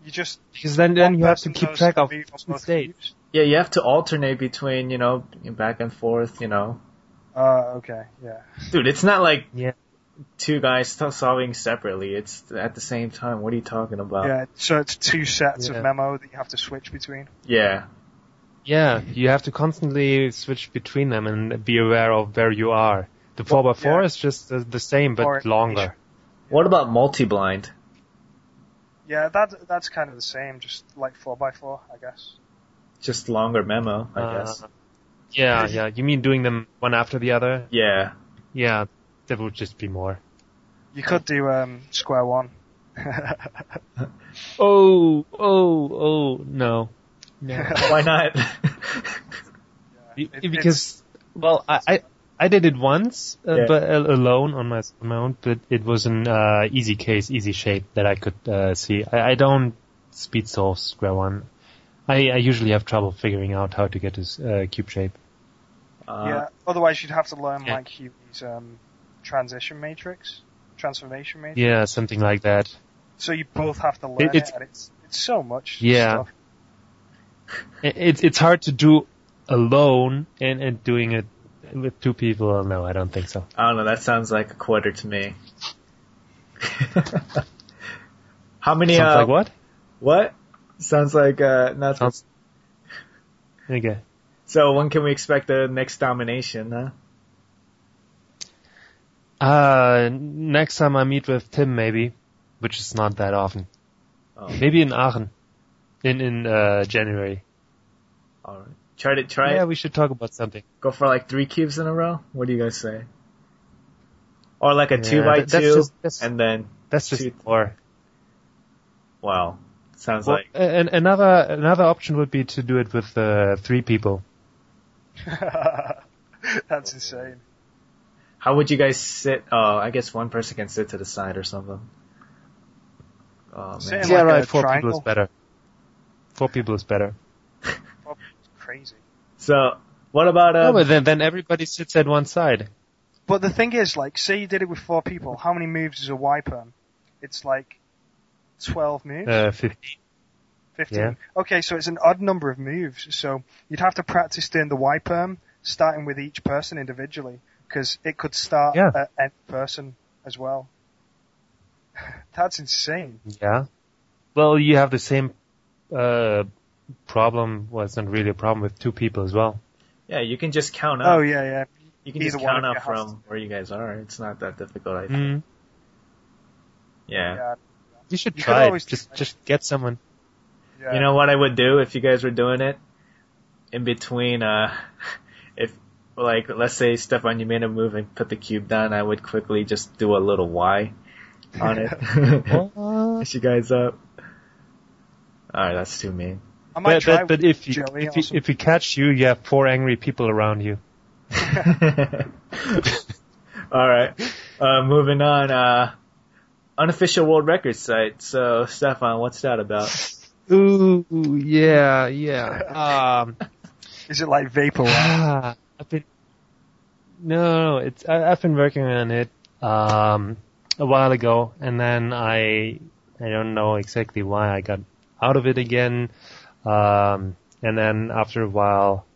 You just
because then then
one
you have to
person
keep
knows
track of
three or
each
both
state.
cubes?
Yeah, you have to alternate between, you know, back and forth, you know.
Uh, okay, yeah.
Dude, it's not like
Yeah.
two guys t- solving separately. It's at the same time. What are you talking about?
yeah, so it's two sets
Ah. Yeah.
of memo that you have to switch between.
Yeah.
Yeah, you have to constantly switch between them and be aware of where you are. The four by four
yeah.
is just uh, the same but
Or-
longer.
What about multi-blind?
Yeah, that that's kind of the same, just like 4x4, I guess.
Just longer memo, I
Uh,
guess.
Yeah, yeah. You mean doing them one after the other?
Yeah.
Yeah, that would just be more.
You could do um, square one. <laughs>
Oh, oh, oh, no. No.
Why not?
<laughs>
<laughs>
Be-
It-
because well I, I I did it once uh,
Yeah.
but al- alone on my on my own but it was an uh, easy case easy shape that I could uh, see I, I don't speed solve square one I, I usually have trouble figuring out how to get this uh, cube shape
uh,
yeah, otherwise you'd have to learn
yeah.
like Huey's um, transition matrix, transformation matrix.
yeah something like that
So you both have to learn it,
it's-
and it's it's so much.
Yeah.
Stuff.
I- it's it's hard to do alone and and doing it with two people no I don't think so
I don't know. That sounds like a quarter to me. <laughs> How many?
sounds
uh,
like what
What? Sounds like uh, not.
Sounds- okay
So when can we expect the next domination? Huh?
Uh, next time I meet with Tim, maybe, which is not that often.
Oh.
Maybe in Aachen, in in uh, January.
All right. Try to try
Yeah,
it.
we should talk about something.
Go for like three cubes in a row. What do you guys say? Or like a two
Yeah,
by
that- that's
two,
just- that's-
and then
That's just
Shoot.
more.
wow, sounds
Well,
like
and another another option would be to do it with uh, three people.
<laughs> that's insane.
how would you guys sit? Oh, I guess one person can sit to the side or something. Oh man,
Sit in
yeah,
like
right.
a
uh, Four
triangle.
people is better. Four people is better.
Crazy.
so what about
Oh,
uh?
but then then everybody sits at one side.
But the thing is, like, say you did it with four people, how many moves is a Y perm? It's like twelve moves.
Uh, fifteen.
15.
Yeah.
Okay, so it's an odd number of moves. So you'd have to practice doing the Y perm, starting with each person individually, because it could start
Yeah.
at any person as well. <sighs> That's insane.
Yeah. Well, you have the same uh, problem. Well, it's not really a problem with two people as well.
Yeah, you can just count up.
Oh yeah, yeah.
you can
either
just
one
count up
of you has
from where you guys are. It's not that difficult. I think.
Mm-hmm.
Mm.
Yeah.
Yeah,
You should
You could
try it.
always
Just
try.
just get
<laughs>
someone.
yeah.
You know what I would do if you guys were doing it? In between, uh, <laughs> if, like, let's say, Stefan, you made a move and put the cube down, I would quickly just do a little Y on <laughs>
<laughs>
it. Push you guys up. Alright, that's too mean. <laughs>
I might
But,
try
but, but if you,
Joey
if, you,
also.
if you catch you, you have four angry people around you.
Alright, uh, moving on, uh, unofficial world record site. So, Stefan, what's that about?
Ooh, yeah, <laughs> yeah. Um,
Is it like vaporware?
ah, I've been no, no, it's I, I've been working on it um a while ago, and then I I don't know exactly why I got out of it again. Um, and then after a while,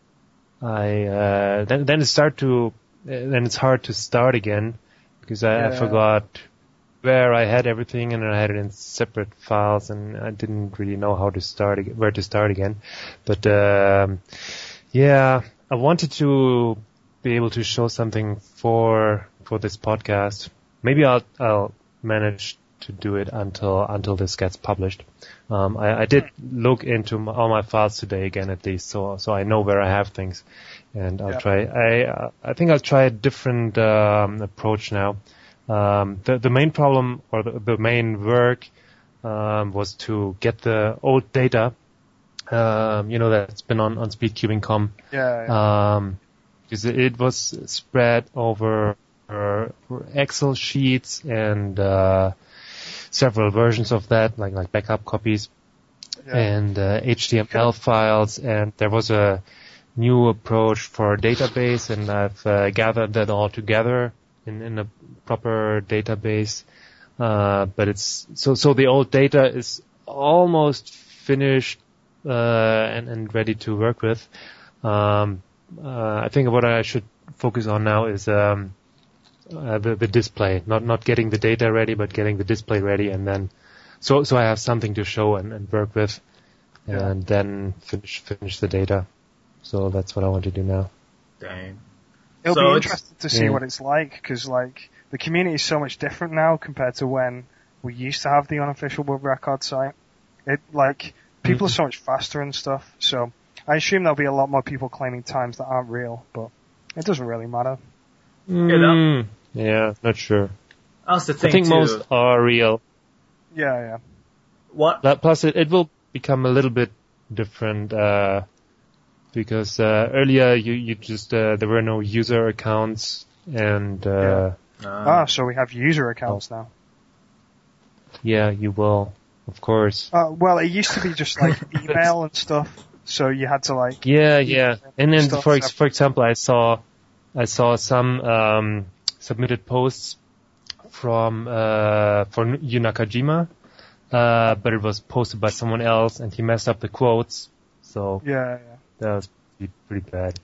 I uh, then then it start to then it's hard to start again because I, I
Yeah.
forgot where I had everything and I had it in separate files and I didn't really know how to start ag- where to start again. But um, yeah, I wanted to be able to show something for for this podcast. Maybe I'll I'll manage to do it until until this gets published. Um, I, I did look into my, all my files today again at least, so so I know where I have things, and I'll
Yeah.
try. I uh, I think I'll try a different um, approach now. Um, the the main problem or the, the main work um, was to get the old data, um, you know, that's been on on speedcubing.com
Yeah, yeah.
um, because it- it was spread over uh, Excel sheets and uh, several versions of that, like like backup copies
yeah.
and uh, HTML files, and there was a new approach for database, and I've uh, gathered that all together in, in a proper database. Uh, but it's so so the old data is almost finished uh, and and ready to work with. Um, uh, I think what I should focus on now is um, uh, the the display, not not getting the data ready, but getting the display ready, and then so so I have something to show and, and work with,
Yeah.
and then finish finish the data. So that's what I want to do now.
Dang.
It'll
So
be
it's-
interesting to see
Yeah.
what it's like because like the community is so much different now compared to when we used to have the unofficial world record site. It like people are so much faster and stuff. So I assume there'll be a lot more people claiming times that aren't real, but it doesn't really matter.
Mm, yeah, not sure.
That's the thing
I think
too.
most are real.
Yeah, yeah.
what
That- Plus, it, it will become a little bit different uh, because uh, earlier you you just uh, there were no user accounts and uh,
Um,
ah, so we have user accounts now.
yeah, you will of course.
Uh, well, it used to be just like email and stuff. So you had to like
Yeah, yeah. And then
Stuff
for ex-
happens.
for example, I saw I saw some um, submitted posts from uh, from Yu Nakajima, uh, but it was posted by someone else, and he messed up the quotes, so
yeah, yeah.
that was pretty, pretty bad.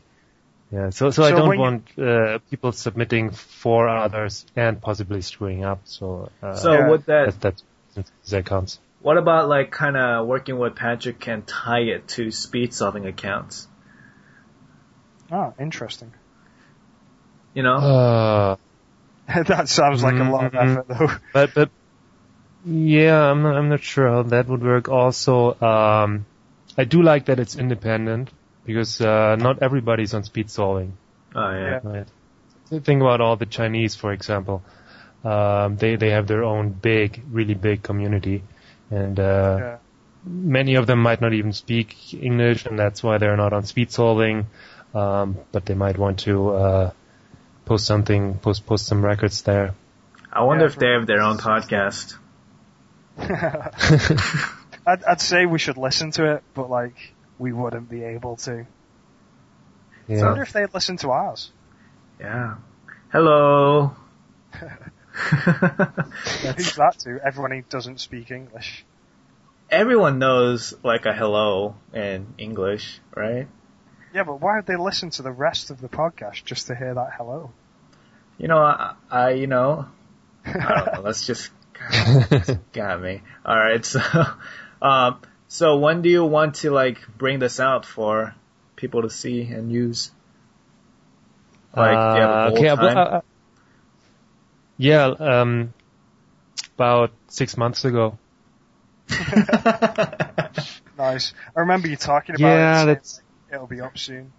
Yeah, so so, I
So
don't
when you-
want uh, people submitting for others and possibly screwing up. So uh,
so
Yeah.
with that,
that's that's that counts.
what about like kind of working with Patrick can tie it to speed solving accounts?
Ah, interesting. <laughs>
You know,
Uh,
that sounds like a lot of
Mhm.
effort though.
but but yeah, I'm not, I'm not sure how that would work. Also, um, I do like that it's independent because uh, not everybody's on speed solving.
oh yeah.
yeah.
Right? Think about all the Chinese, for example. Um, they they have their own big, really big community, and
<laughs>
uh,
Yeah.
many of them might not even speak English, and that's why they're not on speed solving. Um, but they might want to uh, post something, post post some records there. <laughs>
I wonder
Yeah,
if they have their own podcast.
<laughs> I'd, I'd say we should listen to it, but like we wouldn't be able to. I wonder
Yeah.
if they'd listen to ours.
Yeah. Hello.
Who's that to? Everyone who doesn't speak English.
Everyone knows like a hello in English, right?
Yeah, but why would they listen to the rest of the podcast just to hear that hello?
You know, I, I you know, I
Oh.
don't know, let's just
<laughs>
got me. All right, <laughs> so um, so when do you want to like bring this out for people to see and use? Like yeah, the
Uh,
whole
okay, I-
time?
I- I- yeah, um, about six months ago.
<laughs> nice. I remember you talking about it.
Yeah,
saying,
that's-
like, it'll be up soon,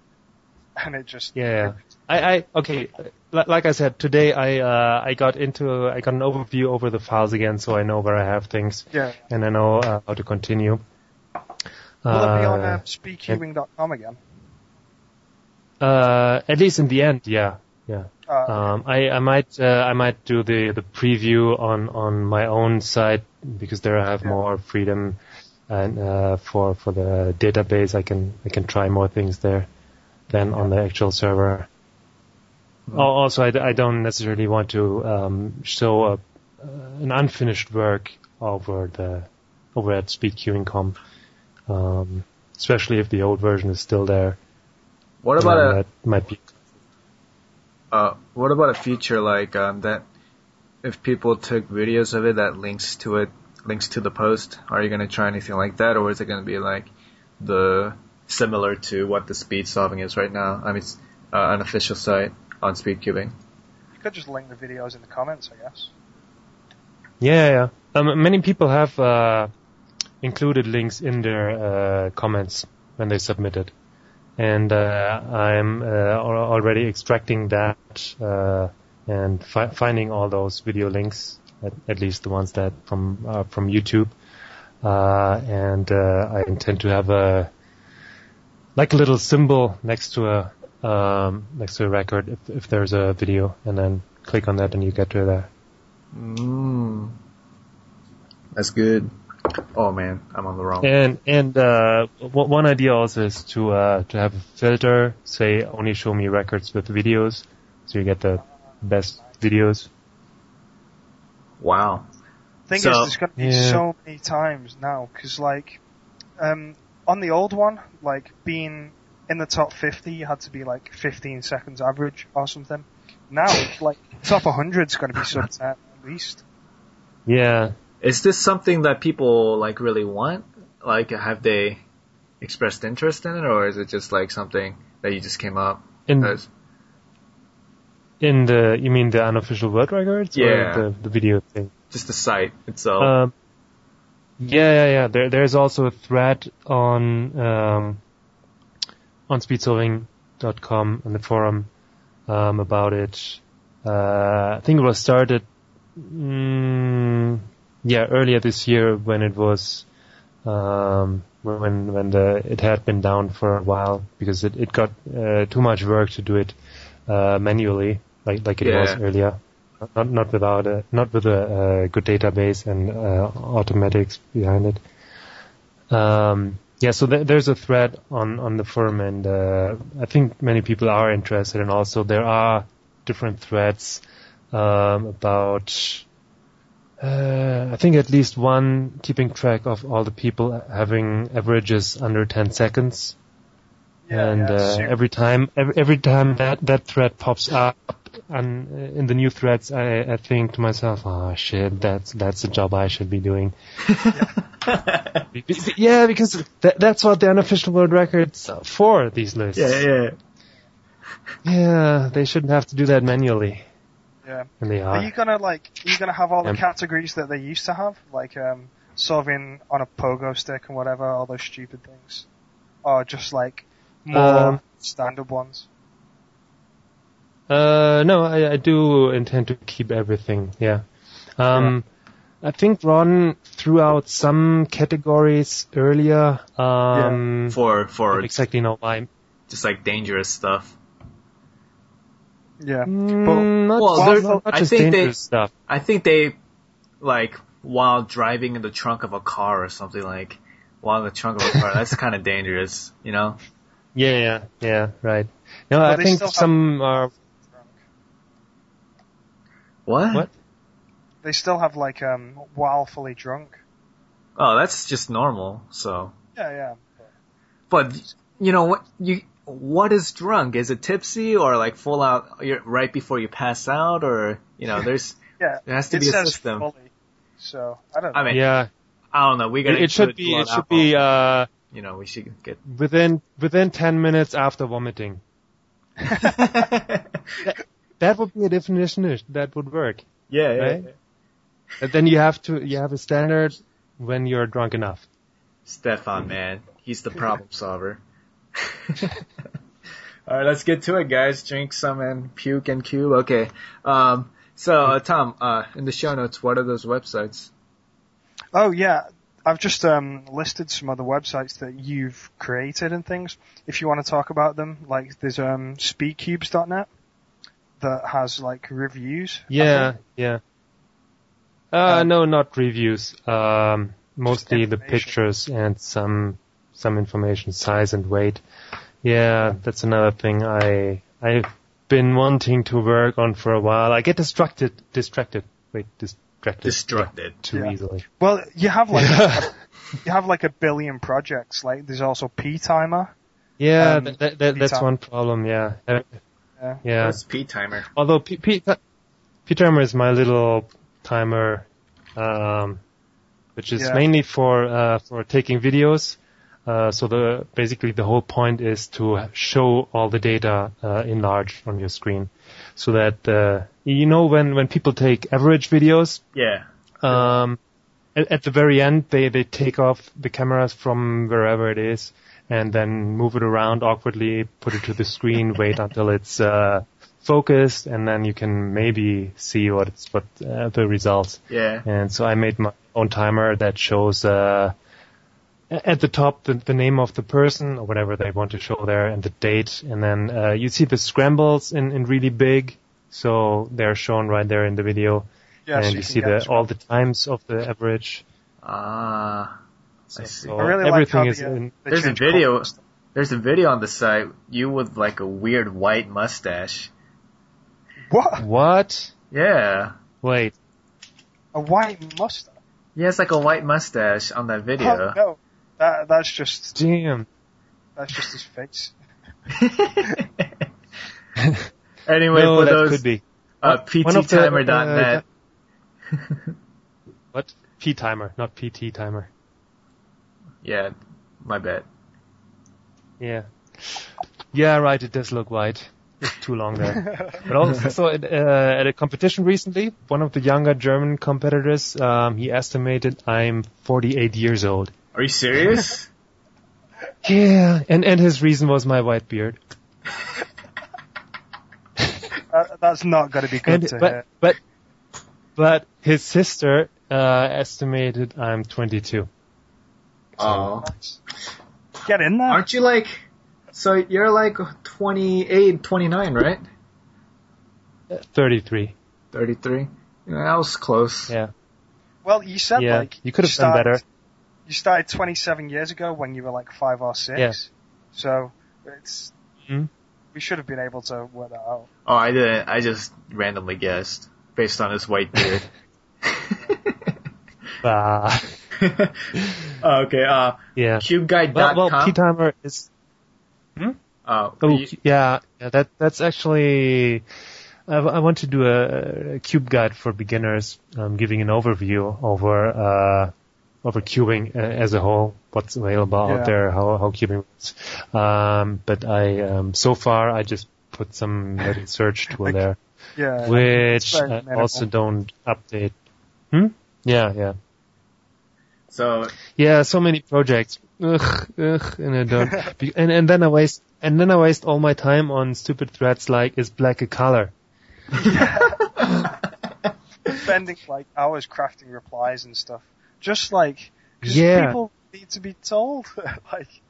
and it just
Yeah, I, I okay. li- Like I said, today I uh, I got into I got an overview over the files again, so I know where I have things
yeah.
and I know uh, how to continue.
Will it be on
Uh,
uh, speakhuman.com again?
Uh, at least in the end, yeah, yeah.
Uh,
Um, I, I might uh, I might do the, the preview on, on my own site because there I have
Yeah.
more freedom and uh, for for the database I can I can try more things there than on the actual server.
Mm-hmm.
Al Also, I, d- I don't necessarily want to um, show a, uh, an unfinished work over the over at speedqueuing.com, um, especially if the old version is still there.
<laughs> What about
Um,
a
that might be
uh, what about a feature like um, that if people took videos of it that links to it, links to the post? Are you going to try anything like that, or is it going to be like the similar to what the speed solving is right now? I mean, it's uh, an official site on speed cubing.
You could just link the videos in the comments, I guess.
Yeah, yeah. Um, many people have uh, included links in their uh, comments when they submitted, and uh, I'm uh, al- already extracting that uh, and fi- finding all those video links, at, at least the ones that from uh, from YouTube, uh, and uh, I intend to have a like a little symbol next to a um, next to a record if, if there's a video, and then click on that and you get to there.
Mm. That's good. Oh man, I'm on the wrong.
And and uh, w- one idea also is to uh, to have a filter, say only show me records with videos, so you get the best videos.
Wow.
Thing
So-
is, there's going to be
Yeah.
so many times now because, like, um, on the old one, like being in the top 50, you had to be like 15 seconds average or something. Now, like top 100 is going to be sub 10 at least.
Yeah,
Is this something that people like really want? Like, have they expressed interest in it, or is it just like something that you just came up?
in
as?
in the you mean the unofficial world records
Yeah. Oh.
or the, the video thing?
Just the site itself.
Um, yeah, yeah, yeah. There, there's also a thread on um, on speedsolving.com in the forum um, about it. Uh, I think it was started, mm, yeah, earlier this year when it was um, when when the it had been down for a while because it it got uh, too much work to do it uh, manually like like it was
Yeah.
earlier not not without a not with a, uh good database and uh, automatics behind it. Um, yeah, so there there's a thread on on the forum, and uh, I think many people are interested, and also there are different threads um, about. Uh, I think at least one keeping track of all the people having averages under 10 seconds and uh,
so-
every time every, every time that that thread pops up and uh, in the new threads I, I think to myself oh shit that's that's the job I should be
<laughs>
doing Be- be- yeah because that, that's what the unofficial world records are for these lists
Yeah, yeah.
Yeah, they shouldn't have to do that manually
yeah.
and they are
Are you gonna like? Are you gonna have all the
Um,
categories that they used to have, like um, solving on a pogo stick and whatever, all those stupid things, or just like more
Um,
standard ones?
Uh, no, I, I do intend to keep everything. Yeah. Um, I think Ron threw out some categories earlier. Um,
for
I
for
don't exactly know why.
just like dangerous stuff.
Yeah.
Mm, not
Well,
well,
there's-
not
I
just
think they-
dangerous stuff.
I think they like while driving in the trunk of a car or something like while in the trunk of a car. that's kind of dangerous, you know.
Yeah, yeah, yeah, right. No, I
they
think
still have-
some are.
What?
What?
They still have like um, while fully drunk.
Oh, that's just normal. So,
Yeah, yeah.
but you know what you. What is drunk? Is it tipsy or like full out you're right before you pass out or you know there's
<laughs> Yeah.
there has to
it
be a
says
system.
fully, so I don't.
I
know.
mean,
Yeah,
I don't know. We
it,
gotta.
it should
include
be.
blood
It should be
alcohol.
uh,
you know, we should
<laughs>
get.
within within ten minutes after vomiting.
yeah,
That would be a definition. That would work.
Yeah, yeah.
Right? And then you have to you have a standard when you're drunk enough.
Stefan, man, he's the
<laughs>
problem solver. <laughs> All right, let's get to it, guys. Drink some and puke and cube. Okay. Um. So, uh, Tom, uh, in the show notes, what are those websites?
Oh yeah, I've just um, listed some other websites that you've created and things. If you want to talk about them, like there's um, speedcubes.net that has like reviews. I
Yeah, yeah. Uh,
Um,
no, not reviews. Um, mostly the
information.
pictures and some some information, size and weight. Yeah, that's another thing I I've been wanting to work on for a while. I get distracted, distracted. Wait, distracted.
Destructed.
too
Yeah.
easily.
Well, you have like you have like a billion projects. Like there's also P Timer.
Yeah,
Um,
th- th- th- that's
pizza.
one problem. Yeah, Uh,
Yeah.
yeah.
That's P timer.
Although P P Qtimer is my little timer, um, which is
Yeah.
mainly for uh, for taking videos. Uh, so the basically the whole point is to show all the data uh, enlarged on your screen, so that uh, you know when when people take average videos,
Yeah.
um, at, at the very end, they, they take off the cameras from wherever it is and then move it around awkwardly, put it to the screen, wait until it's uh, focused, and then you can maybe see what it's, what uh, the results.
Yeah.
And so I made my own timer that shows uh, a- at the top the, the name of the person or whatever they want to show there and the date. And then uh, you see the scrambles in, in really big. So they're shown right there in the video.
Yeah,
and
so
you,
can
see
get
the,
this-
all the times of the average.
Ah. I see.
So
I really like
everything
how
is
the, uh,
in.
they
There's a
change
video.
colors.
There's a video on the site. You with like a weird white mustache.
What?
What?
Yeah.
Wait.
A white mustache?
Yeah, it's like a white mustache on that
Oh,
video.
no, that that's just <laughs>
Damn.
that's just his face.
<laughs>
<laughs>
anyway,
no,
for
that
those
could be.
uh,
One of the,
pttimer.net.
<laughs> uh, What? P timer, not PT timer.
yeah, my bad.
Yeah. Yeah, right. It does look white. It's too
<laughs>
long there. but also at, uh, at a competition recently, one of the younger German competitors, um, he estimated I'm 48 years old.
Are you serious? <laughs>
Yeah, and and his reason was my white beard.
That, that's not going to be good
And-
to
but
hear.
but but his sister uh, estimated I'm 22.
oh,
Get in there.
aren't you like? So you're like 28, 29, right?
Uh, 33.
33. Yeah, that was close.
Yeah.
well, you said
yeah.
like
you could have done
started-
better.
You started 27 years ago when you were like five or six.
Yeah.
So it's
Mhm.
we should have been able to work that out.
Oh, I didn't. I just randomly guessed based on his white beard. <laughs>
Bah. <laughs>
okay. Uh,
yeah.
cubeguide.com.
Well, well, P timer is
oh,
Oh,
you-
cu- yeah, yeah, that that's actually. I, w- I want to do a, a cube guide for beginners, um, giving an overview over uh, over cubing uh, as a whole, what's available
Yeah.
out there, how how cubing works. Um, but I um, so far I just put some little search tool
Like,
there,
Yeah.
which
very
I
minimal.
also don't update. Hmm? Yeah, yeah, <laughs>
so
yeah. So many projects. Ugh, ugh, and I don't. be- and and then I waste and then I waste all my time on stupid threads like is black a color.
spending like hours crafting replies and stuff. Just like, just
Yeah.
people need to be told. <laughs> like,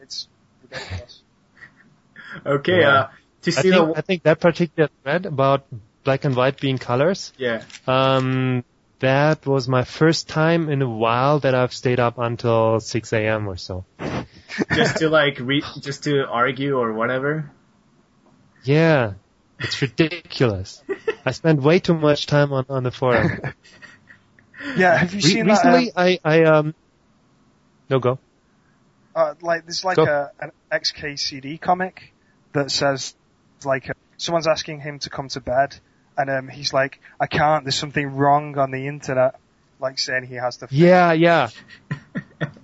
it's ridiculous.
okay.
Yeah.
Uh, to
I
see the
think, I think that particular thread about black and white being colors,
yeah.
um, that was my first time in a while that I've stayed up until 6 a.m. or so.
just to like re- just to argue or whatever.
Yeah, it's
<laughs>
ridiculous. I spent way too much time on, on the
<laughs>
<laughs>
forum.
yeah, have you
Re-
seen that? um,
recently, I, I, um, no go.
Uh, like there's like
Go.
a, an XKCD comic that says like uh, someone's asking him to come to bed, and um, he's like, I can't. There's something wrong on the internet. Like saying he has the
Yeah, yeah.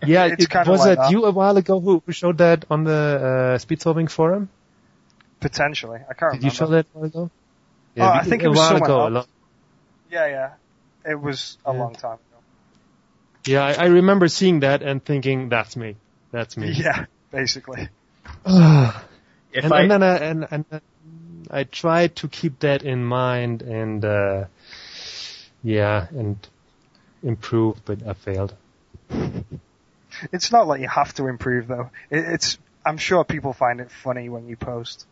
Yeah,
It's
it,
kinda
was
like
that
that.
you a while ago who, who showed that on the uh, Speedsolving forum?
potentially. I can't
Did
remember.
you show that a while ago?
Oh, I think it
a
was
while
someone
ago. a
else.
long-
Yeah, yeah. It was a
Yeah.
long time ago.
Yeah, I, I remember seeing that and thinking, that's me. That's me.
<laughs>
<sighs>
Yeah, basically.
Ugh.
If
and,
I
and then I, and, and then I tried to keep that in mind and, uh, yeah, and improve, but I failed.
It's not like you have to improve though. It, it's I'm sure people find it funny when you post.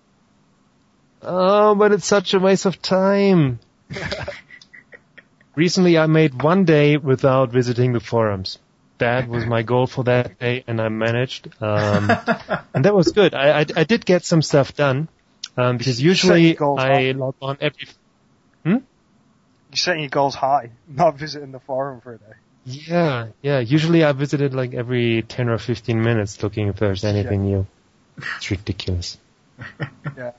Oh, but it's such a waste of time. Recently I made one day without visiting the forums. That was my goal for that day and I managed.
<laughs>
<laughs>
Um, and that was good. I, I, I did get some stuff done. Um, because usually
goals,
I log on every
You're setting your goals high, <laughs> not visiting the forum for a day.
Yeah, yeah. Usually I visited like every 10 or <laughs> 15 minutes looking if there's anything new. It's ridiculous.
Yeah.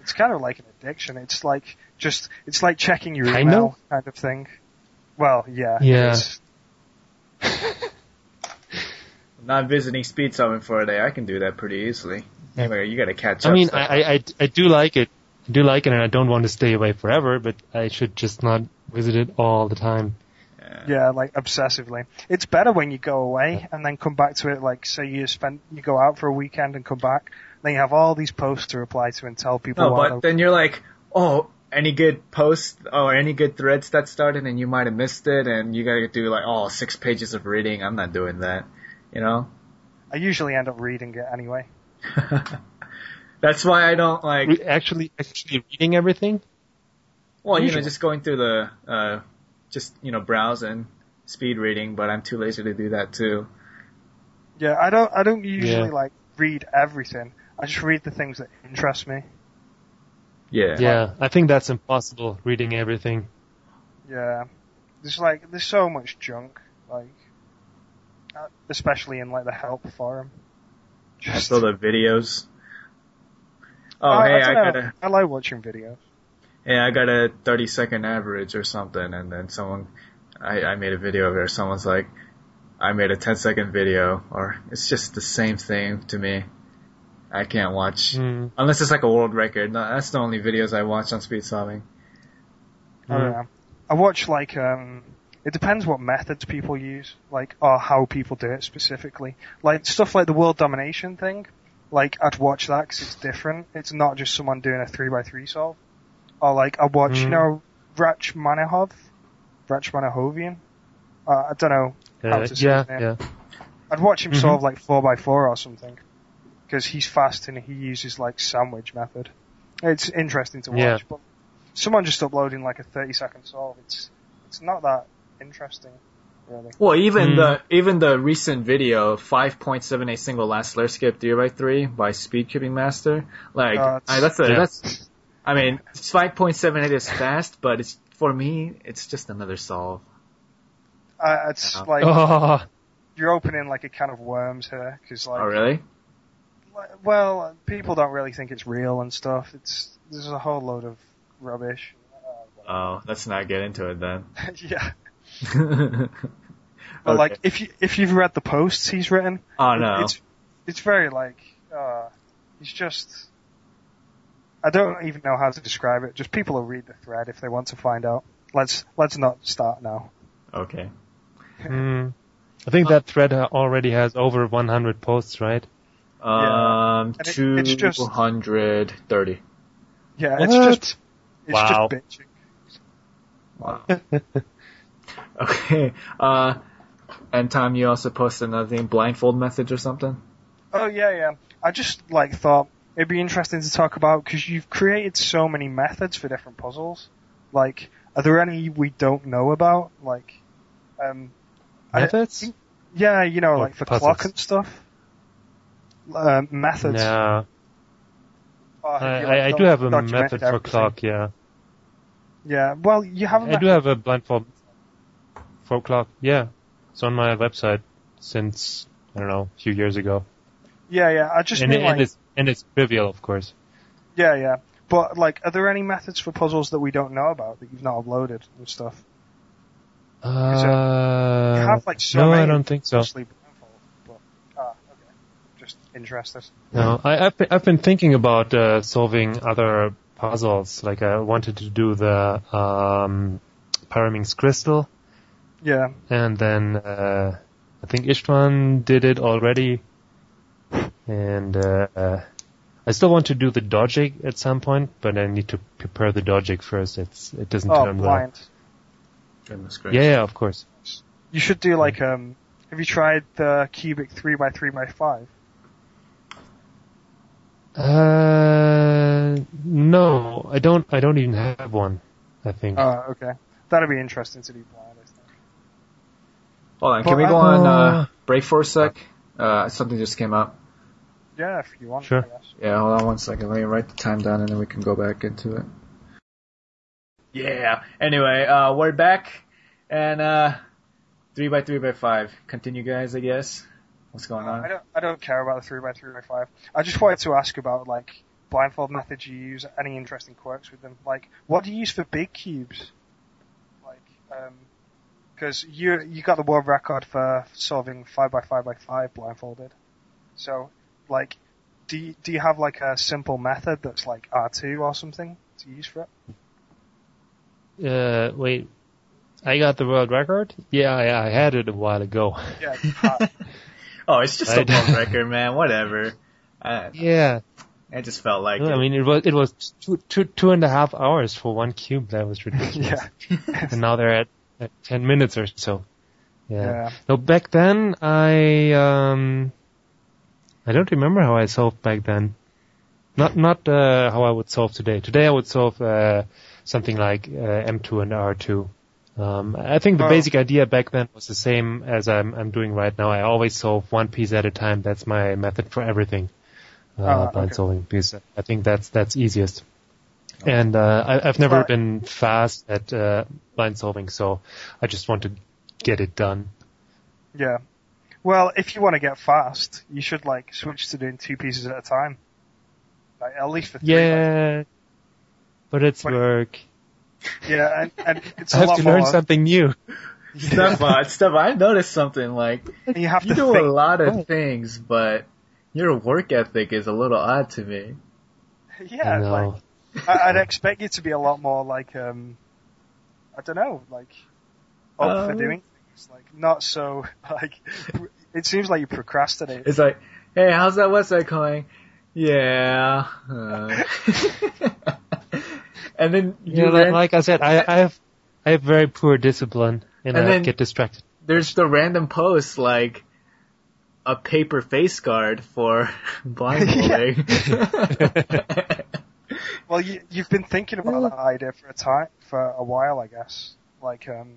It's kind of like an addiction. It's like just it's like checking your
Kind
email kind of thing. Well, yeah.
Yeah.
it's-
Not visiting speed summon for a day. I can do that pretty easily. Anyway, you got to catch up.
I mean,
so-
I, I, I, I do like it. I do like it, and I don't want to stay away forever, but I should just not visit it all the time.
Yeah, like obsessively. It's better when you go away and then come back to it. Like, say you spend, you go out for a weekend and come back, then you have all these posts to reply to and tell people.
No,
while
but
they're-
then you're like, oh, any good posts or any good threads that started and you might have missed it and you gotta do like, oh, six pages of reading. I'm not doing that. You know? <laughs>
I usually end up reading it anyway.
That's why I don't like,
Re- actually, actually reading everything.
well, you know,
usually.
just going through the, uh, just, you know, browse and speed reading, but I'm too lazy to do that too.
Yeah, I don't. I don't usually
Yeah.
like read everything. I just read the things that interest me.
Yeah.
Yeah, I think that's impossible. Reading everything.
Yeah, there's like there's so much junk, like uh, especially in like the help forum. Just
So the videos. Oh,
I,
hey,
I,
I,
don't know.
got a,
I like watching videos.
hey, I got a 30 second average or something and then someone, I, I made a video of it or someone's like, I made a 10 second video or it's just the same thing to me. I can't watch.
Mm.
Unless it's like a world record. No, that's the only videos I watch on speed solving.
I
Mm-hmm.
don't know. I watch like um it depends what methods people use, like or how people do it specifically. Like stuff like the world domination thing, like I'd watch that 'cause it's different. It's not just someone doing a three by three solve. Or like I watch you
Mm-hmm.
Mm.
know Rachmaninoff, Rachmaninovian. Uh, I don't know. How
Uh,
to say
yeah,
his name.
yeah.
I'd watch him
Mhm.
solve like four by four or something because he's fast and he uses like sandwich method. It's interesting to watch,
Yeah.
but someone just uploading like a thirty second solve, it's it's not that interesting, really.
Well, even
Hmm.
the even the recent video, 5.78 single last layer skip 3x3 by Speed Cubing Master, like
Uh,
I, that's a,
yeah. <laughs>
that's I mean, 5.78 is fast, but it's for me, it's just another solve.
Uh, it's
Oh.
like
Oh,
you're opening like a can of worms here because like,
oh, really?
like, well, people don't really think it's real and stuff. It's there's a whole load of rubbish. <laughs>
Oh, let's not get into it then.
yeah,
oh
<laughs> but
Okay. Oh,
like if you if you've read the posts he's written,
no.
It's it's very like uh it's just I don't even know how to describe it. Just people will read the thread if they want to find out. Let's let's not start now.
Okay.
mm. I think that thread uh, already has over 100
<laughs>
posts, right?
Um,
And it- it's just-
230.
Yeah, it's
What?
just it's
Wow.
just bitching.
Wow. <laughs> okay. Uh, and Tom, you also posted another thing, blindfold method or something?
Oh yeah, yeah. I just like thought it'd be interesting to talk about because you've created so many methods for different puzzles. Like, are there any we don't know about? Like, um, I-
Methods?
yeah, you know,
Or
like for
puzzles.
clock and stuff. Uh, methods.
No,
Or
I,
have uh, you,
I, I
like,
do have a
documented
method for
everything?
clock. Yeah,
Yeah, well, you have a
I do
method.
have a blindfold for clock. Yeah, it's on my website since I don't know a few years ago,
Yeah, yeah. I just
and,
mean
it- and
like,
it's and it's trivial, of course.
yeah, yeah. But like, are there any methods for puzzles that we don't know about that you've not uploaded and stuff?
Uh,
you have like so
no,
many.
I don't think so.
mostly blindfold, but, ah, okay. Just interested.
No, I, I've been, I've been thinking about uh, solving other puzzles. Like I wanted to do the um, Pyraminx crystal,
Yeah,
and then uh, I think Istvan did it already, and uh, uh, I still want to do the dodging at some point, but I need to prepare the dodging first. It's it doesn't
oh,
turn
blind.
Goodness
well. Yeah,
gracious.
yeah, of course.
You should do like um. Have you tried the cubic three by three by five?
Uh, no, I don't. I don't even have one. I think.
Oh, okay. That'd be interesting to do blind. I think.
Hold on, can we
Well,
go
I-
on
uh,
uh, break for a sec? Uh, something just came up.
Yeah, if you want.
Sure.
I guess.
Yeah, hold on one second. Let me write the time down and then we can go back into it. Yeah. Anyway, uh, we're back and uh, three by three by five. Continue, guys. I guess. What's going
I
on?
<laughs> don't. I don't care about the three by three by five. I just wanted to ask about like blindfold methods you use, any interesting quirks with them. Like, what do you use for big cubes? Like, because you you got the world record for solving five by five by five blindfolded. So, like, do you, do you have like a simple method that's like R two or something to use for it?
Uh, wait, I got the world record. Yeah, I, I had it a while ago. <laughs>
Yeah, <laughs> uh,
Oh, it's just a
I don't-
world record, man. Whatever. I,
Yeah,
I just felt like
I
it.
mean it was it was two two two and a half hours for one cube. That was ridiculous.
yeah,
and now they're at, at 10 minutes or so. Yeah.
Yeah.
No, back then I um I don't remember how I solved back then. Not not uh, how I would solve today. Today I would solve uh, something like uh, M2 and R2. Um, I think the
Oh.
basic idea back then was the same as I'm I'm doing right now. I always solve one piece at a time. That's my method for everything uh,
Ah,
blind
okay.
solving because I think that's that's easiest. And uh, I, I've never
Right.
been fast at uh, blind solving, so I just want to get it done.
yeah. Well, if you want to get fast, you should like switch to doing two pieces at a time. Like at least for three.
Yeah, but it's
Wait.
work.
like- yeah, and,
<laughs>
and it's
I
a
have
lot
to
more.
learn something new.
stuff, uh, stuff. I noticed something like
and you have
you
to
do
think.
a lot of
Right.
things, but your work ethic is a little odd to me.
<laughs> Yeah,
I know.
like I, I'd expect you to be a lot more like, um, I don't know, like up for
Um,
doing things, like not so <laughs> like. It seems like you procrastinate.
It's like, hey, how's that website going? Yeah. uh." <laughs> and then you
yeah, like,
ran-
like I said, I, I have I have very poor discipline, and,
And
I
then-
get distracted.
there's the random posts like a paper face guard for <laughs>
<laughs>
blindfolding.
Well, you, you've been thinking about that idea for a time, for a while, I guess. Like, um,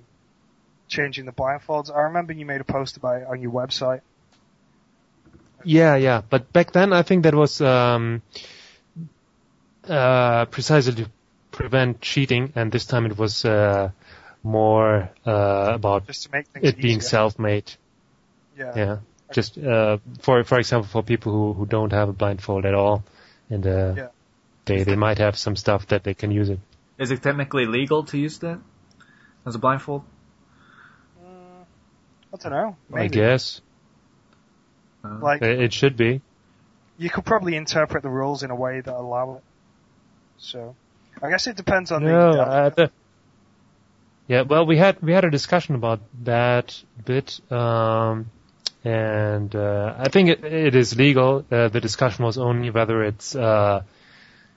changing the blindfolds. I remember you made a post about it on your website.
Yeah, yeah. But back then, I think that was um, uh, precisely to prevent cheating, and this time it was uh, more uh, about
Just to make things
it being
easier.
self-made.
Yeah.
Yeah. Just uh, for for example, for people who, who don't have a blindfold at all, and uh,
Yeah.
they they might have some stuff that they can use it.
<laughs> Is it technically legal to use that as a blindfold?
Mm, I don't know.
I
Maybe.
guess
Uh,
Like,
it it should be.
you could probably interpret the rules in a way that allow it. So, I guess it depends on
No,
the.
uh, the- yeah. Well, we had we had a discussion about that bit, um, and uh, I think it, it is legal. Uh, the discussion was only whether it's uh,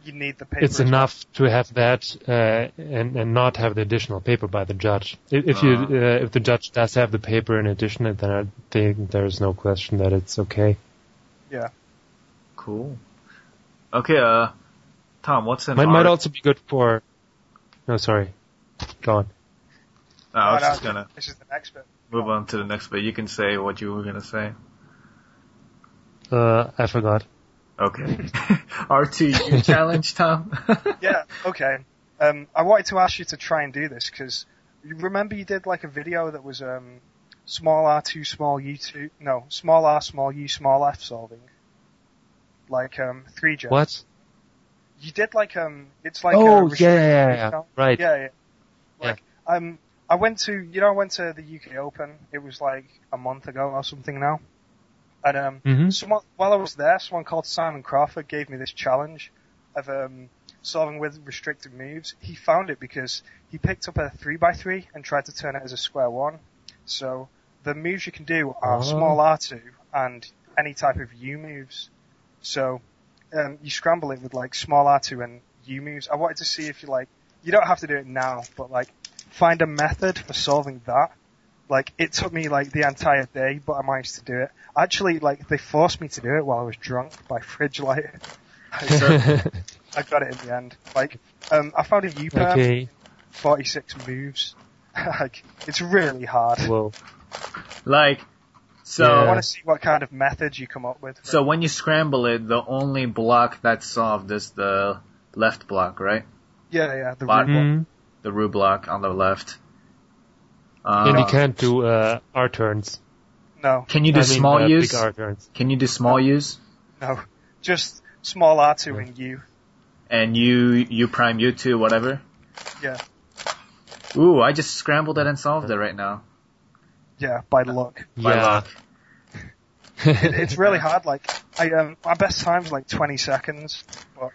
you need the paper.
it's enough to have that uh, and and not have the additional paper by the judge. If, if
Ah.
you uh, if the judge does have the paper in addition, then I think there is no question that it's okay.
Yeah.
cool. Okay, uh, Tom, what's an
Might
R-
might also be good for. No, sorry. Go on.
Oh, I was
Right
just
on.
gonna
This is the next bit.
move on to the next bit. You can say what you were gonna say.
Uh, I forgot.
Okay. <laughs> RTU challenge, Tom? <laughs>
Yeah. Okay. Um, I wanted to ask you to try and do this because you remember you did like a video that was um, small r two small u two no small r small u small f solving like um three J.
What?
you did like um it's like a
oh yeah,
restriction
yeah, yeah, yeah.
account.
right.
yeah yeah like um I went to you know I went to the UK Open it was like a month ago or something now and um
Mm-hmm.
someone while I was there, someone called Simon Crawford gave me this challenge of um, solving with restricted moves. He found it because he picked up a three by three and tried to turn it as a square one. So the moves you can do are
Oh.
small R two and any type of U moves. So um, you scramble it with like small R two and U moves. I wanted to see if you like you don't have to do it now, but like find a method for solving that. Like it took me like the entire day, but I managed to do it. Actually, like they forced me to do it while I was drunk by fridge light. <laughs> So I got it in the end. Like um, I found a U perm
<laughs> okay.
46 moves. <laughs> like it's really hard.
Well,
like, so,
I
Yeah.
want to see what kind of methods you come up with.
so when you scramble it, the only block that's solved is the left block, right?
yeah, yeah, the
Lot-
root one.
mm,
The root block on the left.
and you
Uh,
can't do uh, R turns.
No,
can you do
I mean,
small
uh,
use?
Big R turns.
Can you do small use?
no, just small R2 and U.
and you you prime U two whatever.
Yeah.
Ooh, I just scrambled it and solved it right now.
Yeah, by luck.
By luck.
It's really hard. Like I, um, my best time's like 20 seconds, but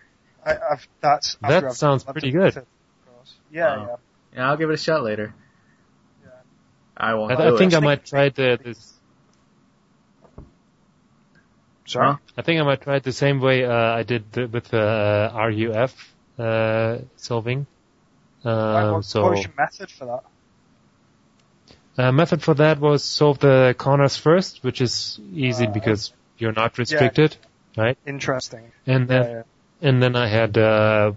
I, I've that's
That
after I've-
sounds
I've
pretty
done
good.
it, of course. Yeah,
Wow.
yeah.
Yeah, I'll give it a shot later.
Yeah.
I won't.
<laughs> I,
do
I think
it.
I might try the this.
Sorry.
Huh?
I think I might try it the same way uh, I did the, with the uh, RUF uh, solving.
Like,
Um,
what,
so
what was your method for that?
Uh, method for that was solve the corners first, which is easy
Uh,
because you're not restricted, right?
Interesting.
And then,
yeah,
and then I had uh,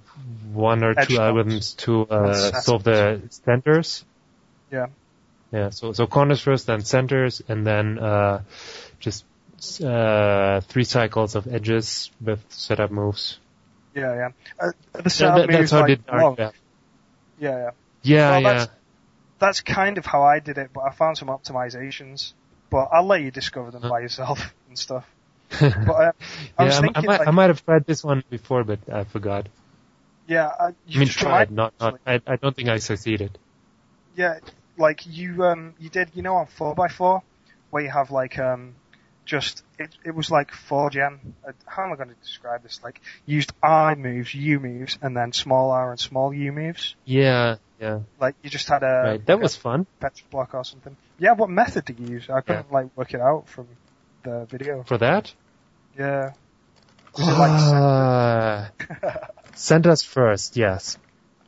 one or
Edge
two
problems.
algorithms to uh,
That's-
solve the centers.
Yeah.
Yeah. So so corners first, then centers, and then uh, just uh, three cycles of edges with setup moves.
yeah, yeah. yeah. Uh, the
So
sound
that- that's
moves
how I
like
did.
long.
RGF.
Yeah, yeah.
Yeah,
Well,
yeah.
that's- That's kind of how I did it, but I found some optimizations. But I'll let you discover them by yourself <laughs> and stuff. But uh, I
<laughs>
was
yeah, I, I,
thinking,
might,
like,
I might have tried this one before, but I forgot.
yeah, uh,
I
you
mean,
just remind-
tried, not, not. I, I don't think I succeeded.
Yeah, like you um you did you know on four by four where you have like um just it it was like four gen. uh, How am I going to describe this? Like you used I moves, U moves, and then small R and small U moves.
Yeah, yeah.
Like you just had a
right. That was fun
a petrol block or something. Yeah, what method did you use? I couldn't like work it out from the video.
for that.
Yeah, Was it like-
Uh, send us first, yes.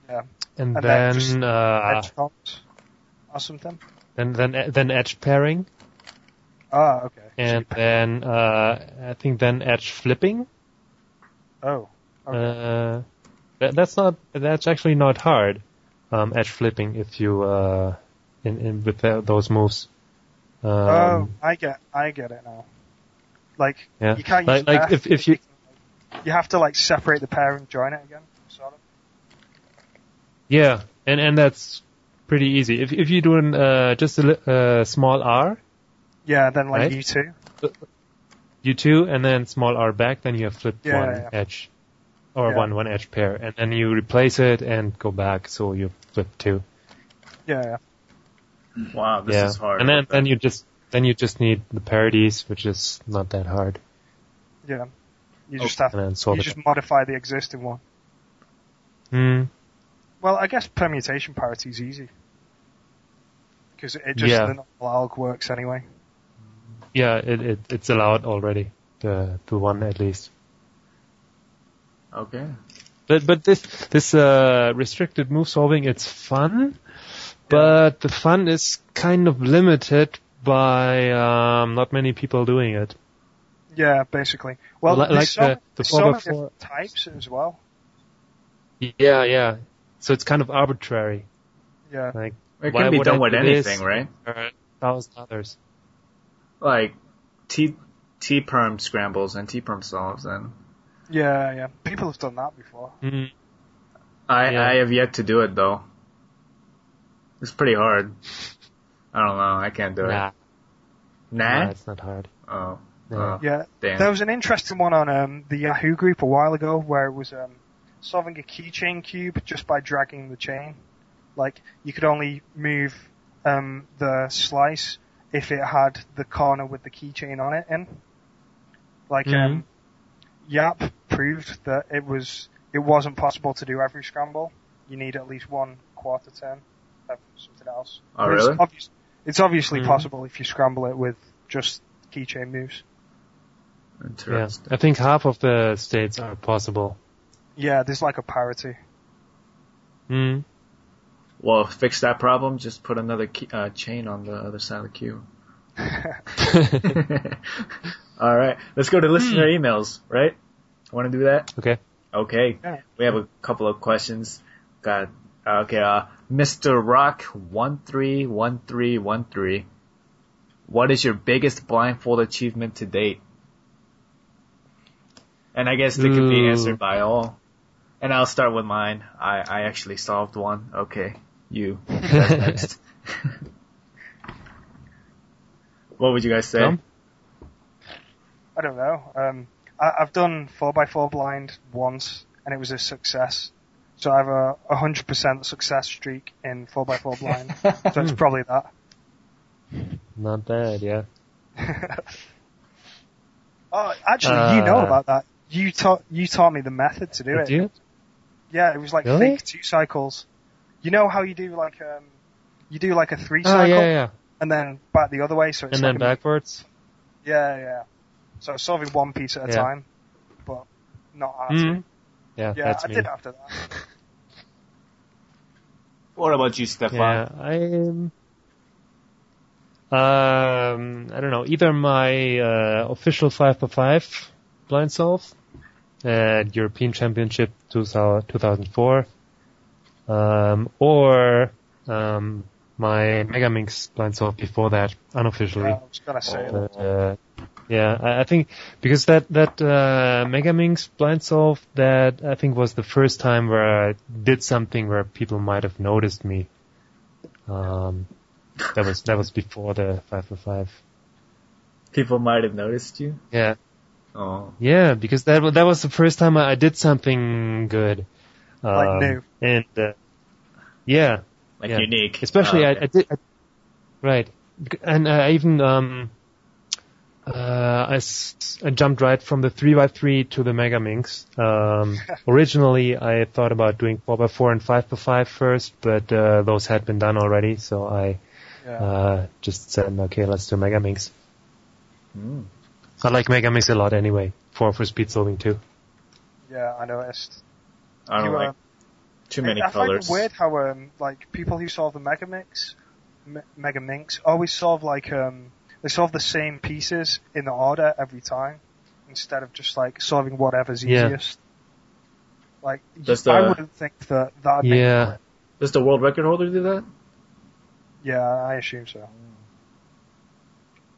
Yeah.
And,
And then
then,
just
uh,
edge comps or something.
then, then, then edge pairing,
Ah, okay.
and then, uh, I think then edge flipping.
Oh, okay.
Uh, that, that's not, that's actually not hard, um, edge flipping if you, uh, in, in with tho- those moves. Um,
oh, I get I get it now. Like
yeah.
you can't use
Like, like
math.
if, if you,
You have to like separate the pair and join it again, sort of.
yeah, and, and that's pretty easy. If, if you're doing, uh, just a li- uh, small r,
Yeah, then like
Right.
you two.
you two and then small r back, then you have flipped
Yeah,
one
yeah,
edge or
Yeah.
one one edge pair, and then you replace it and go back, so you flip two.
Yeah, yeah.
Wow, this
yeah,
is hard.
and then
What the-
then you just then you just need the parodies, which is not that hard,
yeah. You
Oh,
just have
and then solve
you
it.
just modify the existing one.
Hmm,
Well, I guess permutation parity is easy because it just
Yeah.
the normal alg works anyway.
yeah, it, it it's allowed already the the one at least.
okay.
But but this this uh, restricted move solving it's fun, but the fun is kind of limited by um, not many people doing it.
Yeah, basically. Well,
Li-
there's
like
so,
the- the
there's
four
so
by
many
four-
different types as well.
Yeah, yeah. So it's kind of arbitrary.
Yeah,
Like
It
Why
can be
would
done
I
with
do
anything,
this?
right?
there are a thousand others.
Like T T perm scrambles and T perm solves, and
yeah, yeah. People have done that before.
Mm,
I
Yeah.
I have yet to do it though. It's pretty hard. I don't know. I can't do
nah,
it.
nah,
Nah.
it's not hard.
Oh.
Nah.
Oh,
Yeah,
damn.
There was an interesting one on um, the Yahoo group a while ago where it was um, solving a keychain cube just by dragging the chain. Like you could only move um, the slice if it had the corner with the keychain on it in. Like
Mm-hmm.
um, Yap proved that it was it wasn't possible to do every scramble. You need at least one quarter turn of something else.
Oh,
But it's
really? Mm-hmm.
obvious- it's obviously
Mhm.
possible if you scramble it with just keychain moves.
Yeah,
Interesting.
I think half of the states are possible.
Yeah, there's like a parity.
<laughs> Mm.
Well, fix that problem. Just put another key, uh, chain on the other side of the queue. <laughs> All right, let's go to listener emails. Right? Want to do that?
Okay.
Okay.
Yeah.
We have a couple of questions. Got okay. Uh, Mr. Rock one three one three one three. What is your biggest blindfold achievement to date? And I guess it could be
Ooh.
answered by all. And I'll start with mine. I I actually solved one. Okay,
<laughs>
you. That's next. <laughs> what would you guys say?
Tom?
I don't know. Um, I, I've done 4x4 blind once, and it was a success. So I have a 100% success streak in 4x4 blind. so
Hmm.
it's probably that.
Not bad, yeah.
oh, actually, you know
Uh,
about that. You taught you taught me the method to do
Did
it.
you?
Yeah, it was like
Really?
fake two cycles. You know how you do like um, you do like a three
Oh,
cycle
yeah, yeah.
and then back the other way. So it's like
And then
a-
backwards?
Yeah, yeah. So it's solving one piece at a
Yeah.
time, but not
Mm.
actually.
Yeah,
Yeah,
that's
I
me. <laughs>
did after that.
<laughs>
What about you, Stefan?
Yeah, I'm. Um, I don't know. Either my uh, official five x five blind solve at European Championship 2000 2004, um, or um, my Megaminx blind solve before that, unofficially.
I was gonna say. that.
But, uh, yeah, I, I think because that that uh, Megaminx blind solve that I think was the first time where I did something where people might have noticed me. Um, that was that was before the five for five.
People might have noticed you.
Yeah,
Oh.
yeah, because that wa- that was the first time I, I did something good. Um,
Like new.
and uh, yeah,
Like
Yeah.
unique.
Especially,
Oh,
I,
okay.
I did, I, right, and uh, I even um, uh, I, s- I jumped right from the three x three to the Mega Minx. Um, originally, I thought about doing four x four and five x five first, but uh, those had been done already, so I
Yeah.
uh, just said, okay, let's do Mega Minx.
Hmm.
I like Mega Minx a lot anyway. For for speed solving too.
yeah, I noticed.
I don't
You, uh,
like too many
I, I find it
colors.
weird how um like people who solve the mega mix, me- mega minx, always solve like um they solve the same pieces in the order every time instead of just like solving whatever's
Yeah.
easiest. Like you-
Just,
I
uh,
wouldn't think that that.
Yeah.
Does the world record holder do that?
Yeah, I assume so.
Yeah,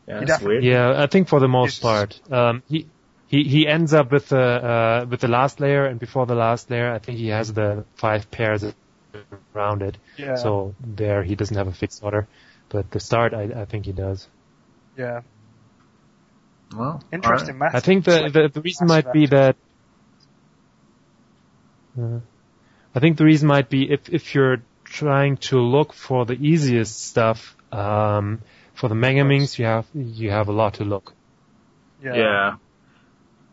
You
that's
definitely-
weird.
Yeah, I think for the most
It's-
part, um, he he he ends up with the uh, with the last layer, and before the last layer, I think he has the five pairs around it.
Yeah.
So there, he doesn't have a fixed order, but the start, I, I think he does.
Yeah.
Well,
Interesting method.
I think the
It's
the, the reason might be
aspect.
that. Uh, I think the reason might be if if you're trying to look for the easiest stuff um, for the megaminx, you have you have a lot to look.
Yeah.
Yeah.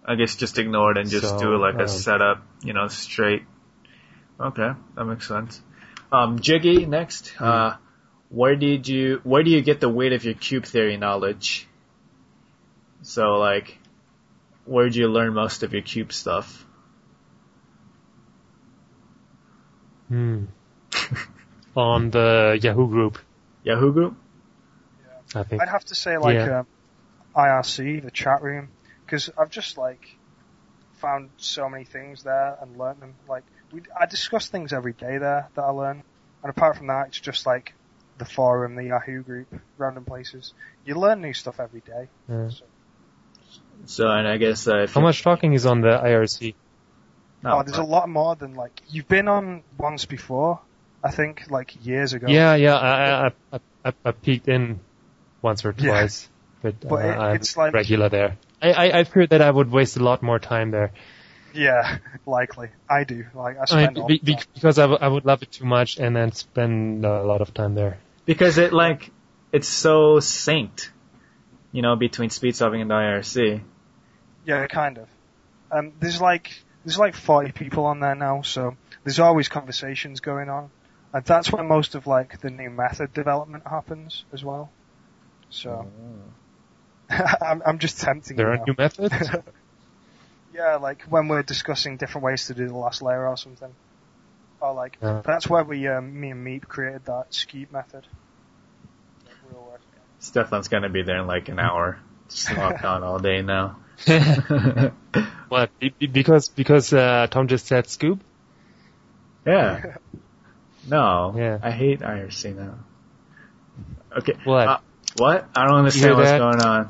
I guess just ignore it and just
So,
do like a
um,
setup, you know, straight. Okay, that makes sense. Um, Jiggy, next. Uh, where did you, where do you get the weight of your cube theory knowledge? So like, where did you learn most of your cube stuff? <laughs>
Hmm. On the Yahoo group,
Yahoo group?
I think.
I'd have to say like
Yeah.
um, IRC, the chat room, because I've just like found so many things there and learned them. Like we, I discuss things every day there that I learn, and apart from that, it's just like the forum, the Yahoo group, random places. You learn new stuff every day.
Yeah.
So,
So, and I guess, uh, if
How
you- uh,
much talking is on the IRC?
no,
oh, there's a lot more than like you've been on once before. I think like years ago.
Yeah, yeah, I, I, I, I, I peeked in once or
Yeah.
twice, but,
But
uh,
it-
I'm
it's like-
regular there. I, I, I feared that I would waste a lot more time there
Yeah, <laughs> likely. I do. Like I
I mean,
spend all
be,
the
be,
time.
because I, w- I would love it too much and then spend a lot of time there.
because it like it's so synced, you know, between speed solving and the IRC.
Yeah, kind of. Um, there's like there's like 40 people on there now, so there's always conversations going on, and that's where most of like the new method development happens as well. So <laughs> I'm, I'm just tempting
Mm-hmm. There
you.
are
now.
new methods.
<laughs> yeah, like when we're discussing different ways to do the last layer or something, or like
Yeah.
that's where we um, me and Meep created that skeet method. that we were working on.
Stefan's gonna be there in like an hour, just locked on all day
<laughs>
now.
what? Be, be- because because uh, Tom just said scoop.
<laughs>
yeah. No.
Yeah.
I hate IRC now. Okay.
What?
Uh, what? I don't understand
hear
what's
that?
going on.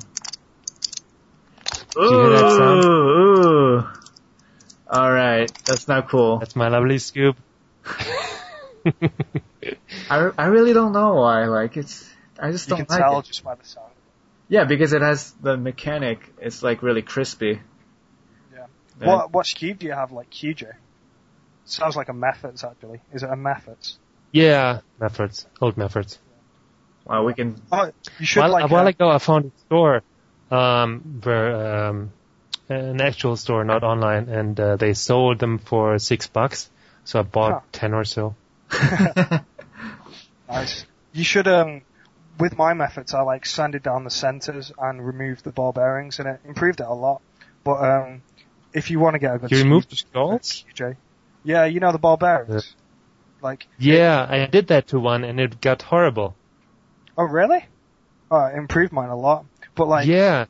Ooh.
you hear that sound?
ooh. All right. That's not cool.
That's my lovely scoop. <laughs>
I, I really don't know why. Like it's. I just
You
don't
can
like
tell
it.
just by the sound.
Yeah, because it has the mechanic. It's like really crispy.
Yeah.
Yeah.
What what skeet do you have? Like QJ? Sounds like a methods actually. Is it a methods?
Yeah, methods, old methods.
Wow, we
<laughs>
can.
Oh, you should
While,
like.
a while
uh,
ago, I found a store um, where um, an actual store, not online, and uh, they sold them for six bucks. So I bought
Huh.
ten or so.
uh, Nice. You should, um, with my methods, I like sanded down the centers and removed the ball bearings and it improved it a lot. But, um, if you want to get a good
You
squeeze,
removed the
just
skulls?
QJ. Yeah, you know the ball bearings. Like,
Yeah, I did that to one, and it got horrible.
oh really? Oh, it improved mine a lot. But like,
yeah,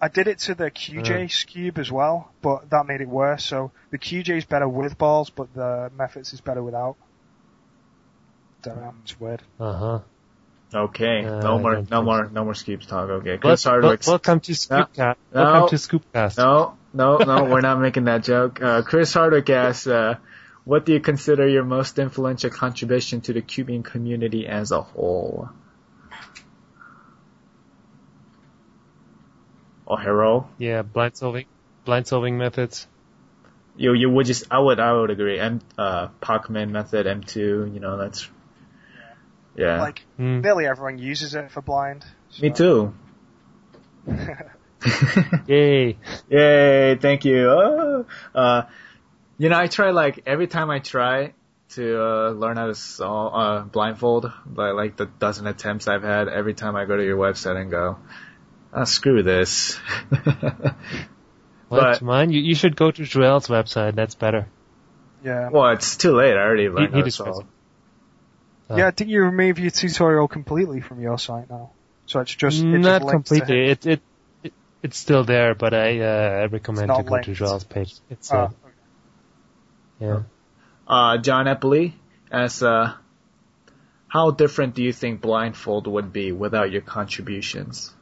I did it to the
Uh.
QJ cube as well, but that made it worse. So the QJ is better with balls, but the methods is better without. Don't know. It's weird.
uh huh.
Okay,
Uh,
no
I
more,
don't
no
think
more, no more Skeeps talk. Okay,
Wel-
Chris
wel-
Hardwick's.
welcome to Scoopcast.
No.
Welcome to Scoopcast.
No, no, no, we're not making that joke. Uh, Chris Hardwick asks, uh, what do you consider your most influential contribution to the Cuban community as a whole? Oh, hero.
Yeah, blind solving, blind solving methods.
You, you would just, I would, I would agree. M, uh, Pacman method, M2, you know, that's, yeah.
Like,
Hmm.
nearly everyone uses it for blind.
Me too.
so-
<laughs>
Yay!
Yay, thank you. Oh. Uh, you know, I try like every time I try to uh, learn how to sol uh, blindfold, but like the dozen attempts I've had, every time I go to your website and go, ah, screw this. <laughs>
Well,
But-
it's mine. You, you should go to Joel's website. That's better.
<laughs> yeah.
well, it's too late. I already learned
he
how to
describes
solve.
Uh,
yeah, did you remove your tutorial completely from your site now? So it's just it just
Not
links to him.
completely. It, it it it's still there, but I uh, I recommend
It's
to
not
go to
linked.
Joel's page. It's
Ah,
uh, yeah.
Uh, John Epley asks, uh, how different do you think blindfold would be without your contributions?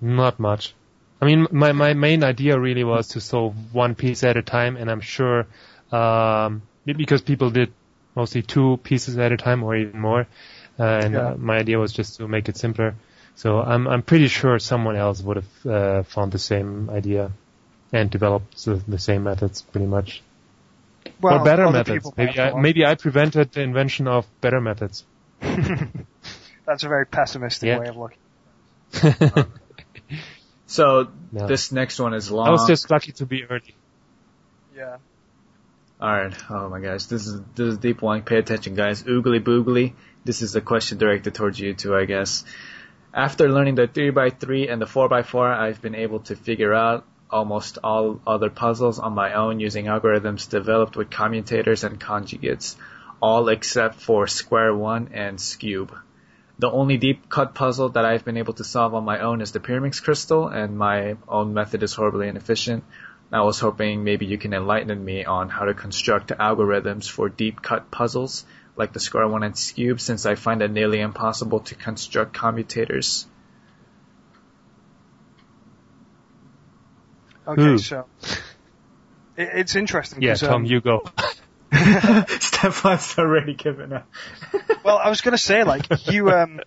Not much. I mean, my, my main idea really was to solve one piece at a time, and I'm sure, um, be- because people did mostly two pieces at a time or even more, uh, and
Yeah.
uh, my idea was just to make it simpler. So I'm, I'm pretty sure someone else would have uh, found the same idea and developed the, the same methods pretty much.
well,
or better
other
methods.
people
Maybe
might have
I, maybe I prevented the invention of better <laughs> methods.
one. <laughs> That's a very pessimistic
Yeah.
way of looking.
I
So
No.
this next one is long.
was just lucky to be early.
Yeah.
All right. Oh my gosh, this is this is a deep one. Pay attention, guys. Oogly boogly. This is a question directed towards you two, I guess. After learning the three by three and the four by four, I've been able to figure out almost all other puzzles on my own using algorithms developed with commutators and conjugates, all except for square one and cube. The only deep cut puzzle that I've been able to solve on my own is the Pyraminx crystal, and my own method is horribly inefficient. I was hoping maybe you can enlighten me on how to construct algorithms for deep cut puzzles like the square one and cube since I find it nearly impossible to construct commutators.
Okay,
Who?
so it, it's interesting.
Yeah,
'cause,
Tom,
um,
you go.
<laughs> Stefan's already given up.
Well, I was gonna say like you um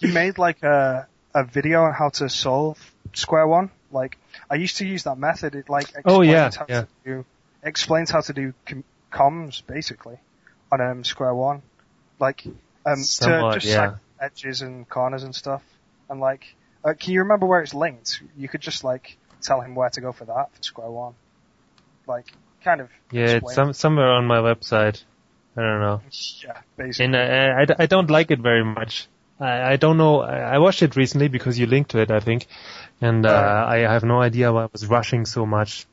you made like a a video on how to solve square one. Like I used to use that method. It like explains
Oh, yeah,
how
yeah.
to do explains how to do com- comms basically on um square one. Like um
Somewhat,
to just
yeah.
sac- edges and corners and stuff. And like uh, can you remember where it's linked? You could just like tell him where to go for that for square one. Like kind of
Yeah, it's
explain-
some, somewhere on my website. I don't know.
yeah basically.
And I, I, I don't like it very much. I, I don't know. I, I watched it recently because you linked to it, I think. And uh,
Uh.
I have no idea why I was rushing so much.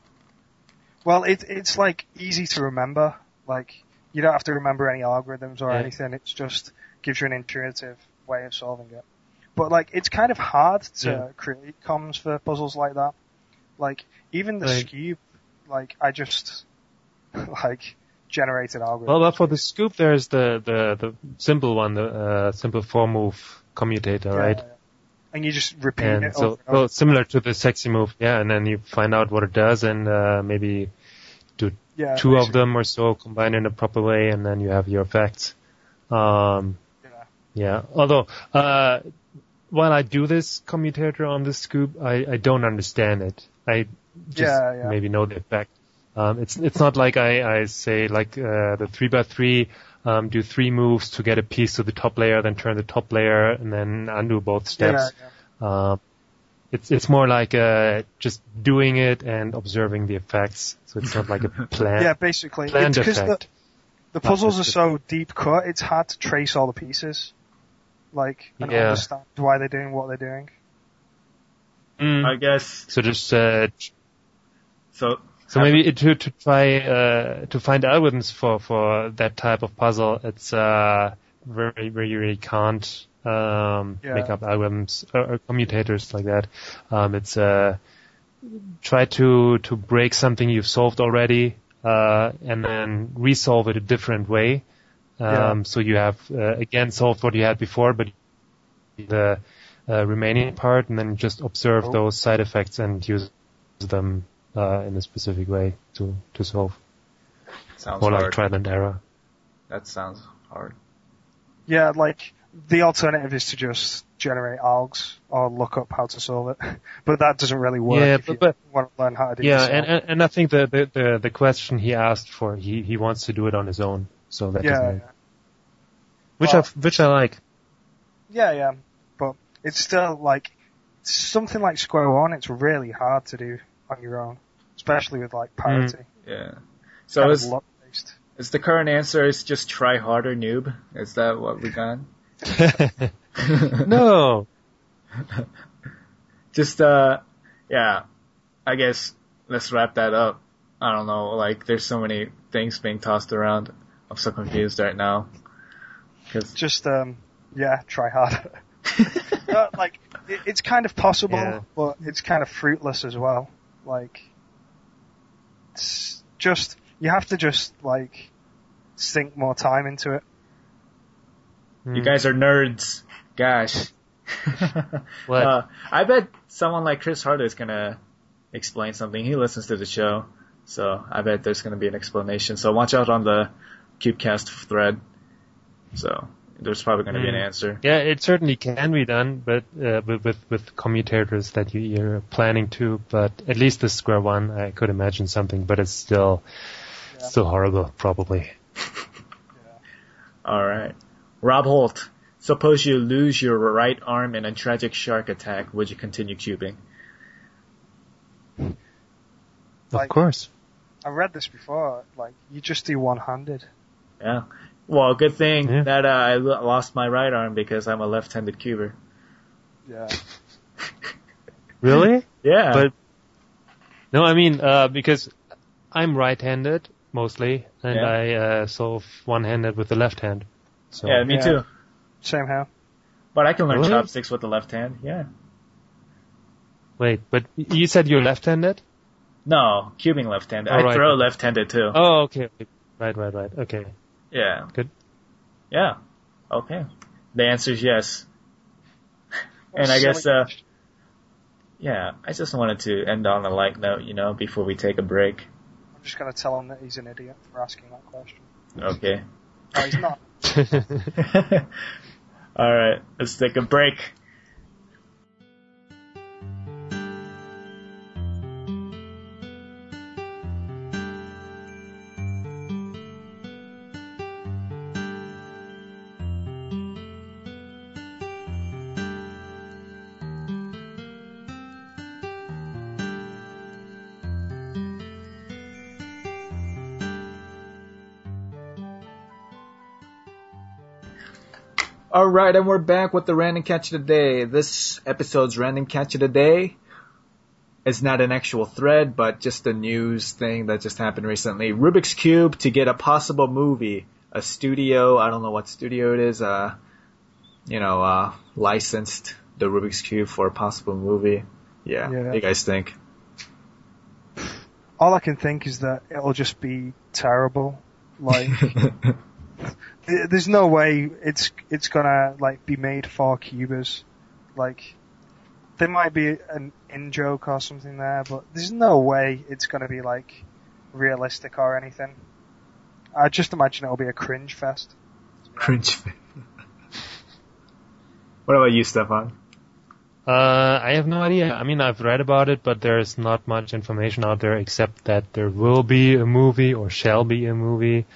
Well, it, it's like easy to remember. Like you don't have to remember any algorithms or
Yeah.
anything. It's just gives you an intuitive way of solving it. But like it's kind of hard to
Yeah.
create comms for puzzles like that. Like even the
Right.
cube, like I just <laughs> like generated algorithms.
Well, but for the scoop, there's the, the, the simple one, the uh, simple four move commutator,
Yeah,
right?
yeah. And you just repeat
And
it
so,
over and
well,
over.
similar to the sexy move, yeah. And then you find out what it does, and uh, maybe
yeah,
two of
basically,
them or so combined in a proper way, and then you have your facts. Um,
yeah.
Yeah. Although, uh, while I do this commutator on this scoop, I, I don't understand it. I just
Yeah, yeah.
maybe know the effect. Um, it's it's not like I, I say like uh, the three by three. Um, do three moves to get a piece to the top layer, then turn the top layer, and then undo both steps.
Yeah,
Um, it's it's more like uh, just doing it and observing the effects. So it's not like
<laughs>
a plan.
yeah, basically.
planned
It's 'cause the,
effect.
the puzzles are so deep cut, it's hard to trace all the pieces. Like, and
Yeah.
understand why they're doing what they're doing.
Mm.
I guess
So just uh, t-
so.
so maybe it, to to try uh, to find algorithms for for that type of puzzle. It's uh, very where you really can't um,
Yeah.
make up algorithms or, or commutators like that. Um, it's uh, try to to break something you've solved already uh, and then resolve it a different way. Um,
Yeah.
So you have uh, again solved what you had before, but the uh, remaining part, and then just observe
Oh.
those side effects and use them uh, in a specific way to to solve,
Sounds
or like
hard.
trial and error.
that sounds hard.
Yeah, like the alternative is to just generate algs or look up how to solve it, <laughs> but that doesn't really work.
Yeah,
if
but-
you
but-
want to learn how to do
Yeah,
it.
and, and and I think the, the the the question he asked for, he he wants to do it on his own, so that doesn't
yeah,
make- which
Well-
I which I
<laughs>
like. <laughs>
yeah, yeah, but it's still like something like Square One. It's really hard to do on your own, especially with
Mm.
like parity.
Yeah. So
Kind of
is
luck based.
is the current answer is just try harder, noob? Is that what we
<laughs>
got?
no,
just uh yeah i guess let's wrap that up i don't know like there's so many things being tossed around i'm so confused right now 'Cause-
Just um, yeah, try harder. No, like it, it's kind of possible,
Yeah.
but it's kind of fruitless as well. Like it's just you have to just like sink more time into it.
you guys are nerds gosh
Hmm. What?
Uh, i bet someone like chris harder is gonna explain something he listens to the show so i bet there's gonna be an explanation so watch out on the cubecast thread so there's probably gonna be an
Mm.
answer
Yeah, it certainly can be done, but uh, with, with with commutators that you, you're planning to. But at least the square one, I could imagine something, but it's still
Yeah.
still horrible, probably.
All right. Rob Holt, suppose you lose your right arm in a tragic shark attack. Would you continue cubing?
Like-
of course.
I read this before. Like you just do one-handed.
Yeah. Well, good thing
Yeah.
that uh, I lo- lost my right arm because I'm a left-handed cuber.
Yeah.
Really?
Yeah.
But no, I mean uh, because I'm right-handed mostly, and
Yeah.
I uh, solve one-handed with the left hand. So
yeah, me
Yeah.
too.
Same here.
But I can learn
Really?
chopsticks with the left hand. Yeah.
wait, but you said you're left-handed?
No, cubing left-handed.
All
I
right.
throw left-handed too.
Oh, okay. Right, right, right. Okay.
Yeah.
Good.
Yeah. Okay. The answer is yes.
What
And
a
I guess,
silly
uh,
question.
Yeah. I just wanted to end on a light note, you know, before we take a break.
I'm just gonna tell him that he's an idiot for asking that question.
Okay.
No, he's
<laughs>
not.
<laughs>
All right, let's take a break.
All right, and we're back with the random catch of the day. This episode's random catch of the day is not an actual thread, but just a news thing that just happened recently. Rubik's Cube to get a possible movie, a studio, I don't know what studio it is, uh, you know, uh, licensed the Rubik's Cube for a possible movie. Yeah,
Yeah.
what do you guys think? <laughs>
All I can think is that it'll just be terrible. Like
<laughs>
th- there's no way it's it's gonna like be made for cubers. Like there might be an in joke or something there, but there's no way it's gonna be like realistic or anything. I just imagine it'll be a cringe fest.
Cringe. what about you, Stefan?
Uh, I have no idea. I mean, I've read about it, but there is not much information out there except that there will be a movie or shall be a movie.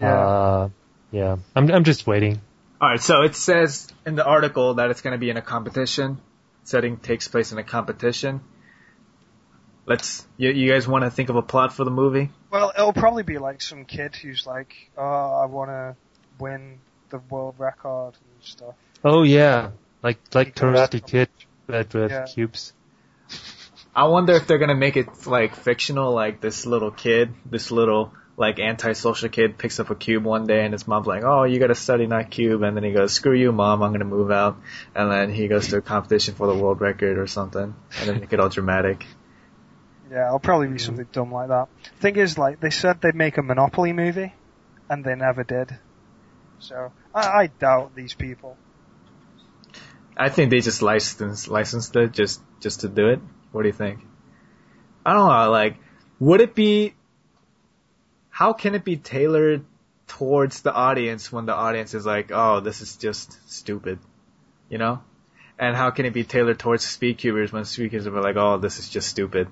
Yeah.
Uh, yeah. I'm I'm just waiting.
All right, so it says in the article that it's going to be in a competition. Setting takes place in a competition. Let's. You, you guys want to think of a plot for the movie?
Well, it'll probably be like some kid who's like, oh, I want to win the world record and stuff.
Oh yeah, like like
Because-
Karate Kid, but with
Yeah.
cubes.
I wonder if they're going to make it like fictional, like this little kid, this little like antisocial kid picks up a cube one day and his mom's like, "Oh, you got to study not cube," and then he goes, "Screw you, mom, I'm going to move out," and then he goes to a competition for the world record or something, and then make it all dramatic.
Yeah, it'll probably be something dumb like that. Thing is, like, they said they'd make a Monopoly movie, and they never did. So, I, I doubt these people.
I think they just licensed licensed it just just to do it. What do you think? I don't know. Like, would it be? How can it be tailored towards the audience when the audience is like, "Oh, this is just stupid," you know? And how can it be tailored towards speed cubers when speed cubers are like, "Oh, this is just stupid"?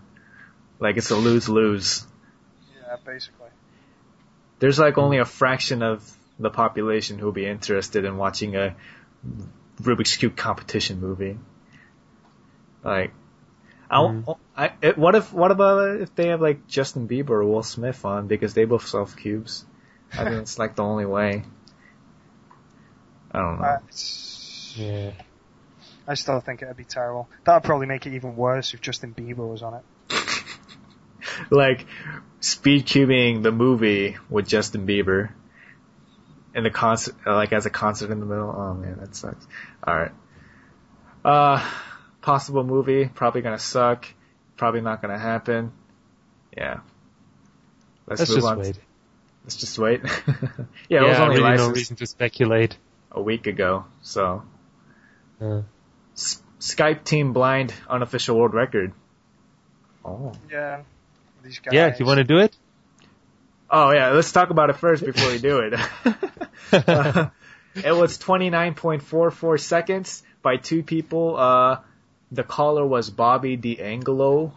Like, it's a lose lose.
Yeah, basically.
There's like only a fraction of the population who'll be interested in watching a Rubik's Cube competition movie. Like, I,
Mhm.
I, it- what if what about if they have like Justin Bieber or Will Smith on because they both solve cubes? I think it's like the only way. I don't know.
I, it's-
Yeah.
I still think it'd be terrible. That'd probably make it even worse if Justin Bieber was on it.
like speed cubing the movie with Justin Bieber in the concert, like as a concert in the middle. Oh man, that sucks. All right. Uh, possible movie, probably gonna suck. Probably not gonna happen. Yeah. Let's,
Let's
move
just
on.
wait.
Let's just wait. <laughs> yeah, it was
yeah,
only
really no
licensed
reason to speculate.
a week ago, so
Uh,
S- Skype team blind unofficial world record. Oh.
Yeah. These guys.
yeah, you want to do it?
Oh yeah, let's talk about it first before we do it. Uh, it was 29.44 seconds by two people. Uh, the caller was Bobby D'Angelo.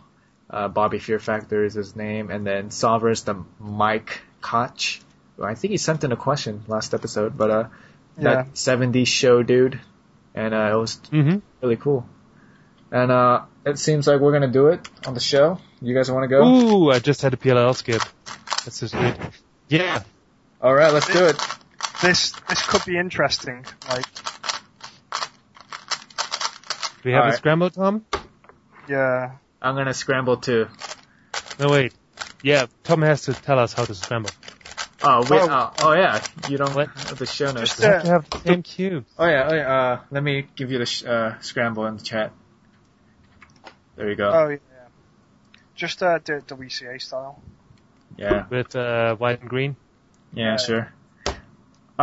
Uh, Bobby Fear Factor is his name, and then solver is the Mike Koch. Well, I think he sent in a question last episode, but uh,
Yeah.
that 70s show dude, and uh, it was
hmm
really cool. And uh, it seems like we're gonna do it on the show. You guys want to go?
Ooh, I just had a PLL skip. That's just weird. Yeah.
All right, let's do it.
This, this could be interesting. Like,
Do we have
All
a
right.
scramble, Tom?
yeah.
I'm gonna scramble too.
No, wait. Yeah, Tom has to tell us how to scramble.
Oh, we,
Oh.
oh, oh yeah, you don't
What?
have the show notes.
We have to have the same cubes.
Oh yeah, oh, yeah uh, let me give you the sh- uh, scramble in the chat. There you go.
Oh, yeah. Just, uh, do it WCA style.
yeah,
With uh, white and green.
yeah, sure. All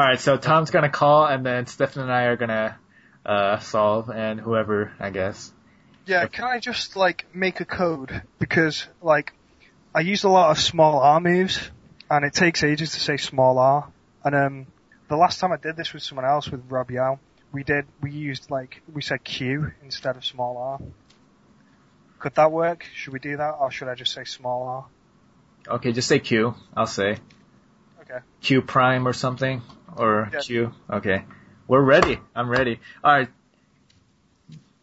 right, so Tom's gonna call, and then Stefan and I are gonna uh, solve, and whoever I guess.
Yeah, can I just like make a code? Because like I use a lot of small R moves and it takes ages to say small R. And um the last time I did this with someone else with Rob Yao, we did we used like we said Q instead of small R. Could that work? Should we do that or should I just say small R?
Okay, just say Q. I'll say
Okay.
Q prime or something or
Yeah.
Q. Okay, we're ready. I'm ready. All right,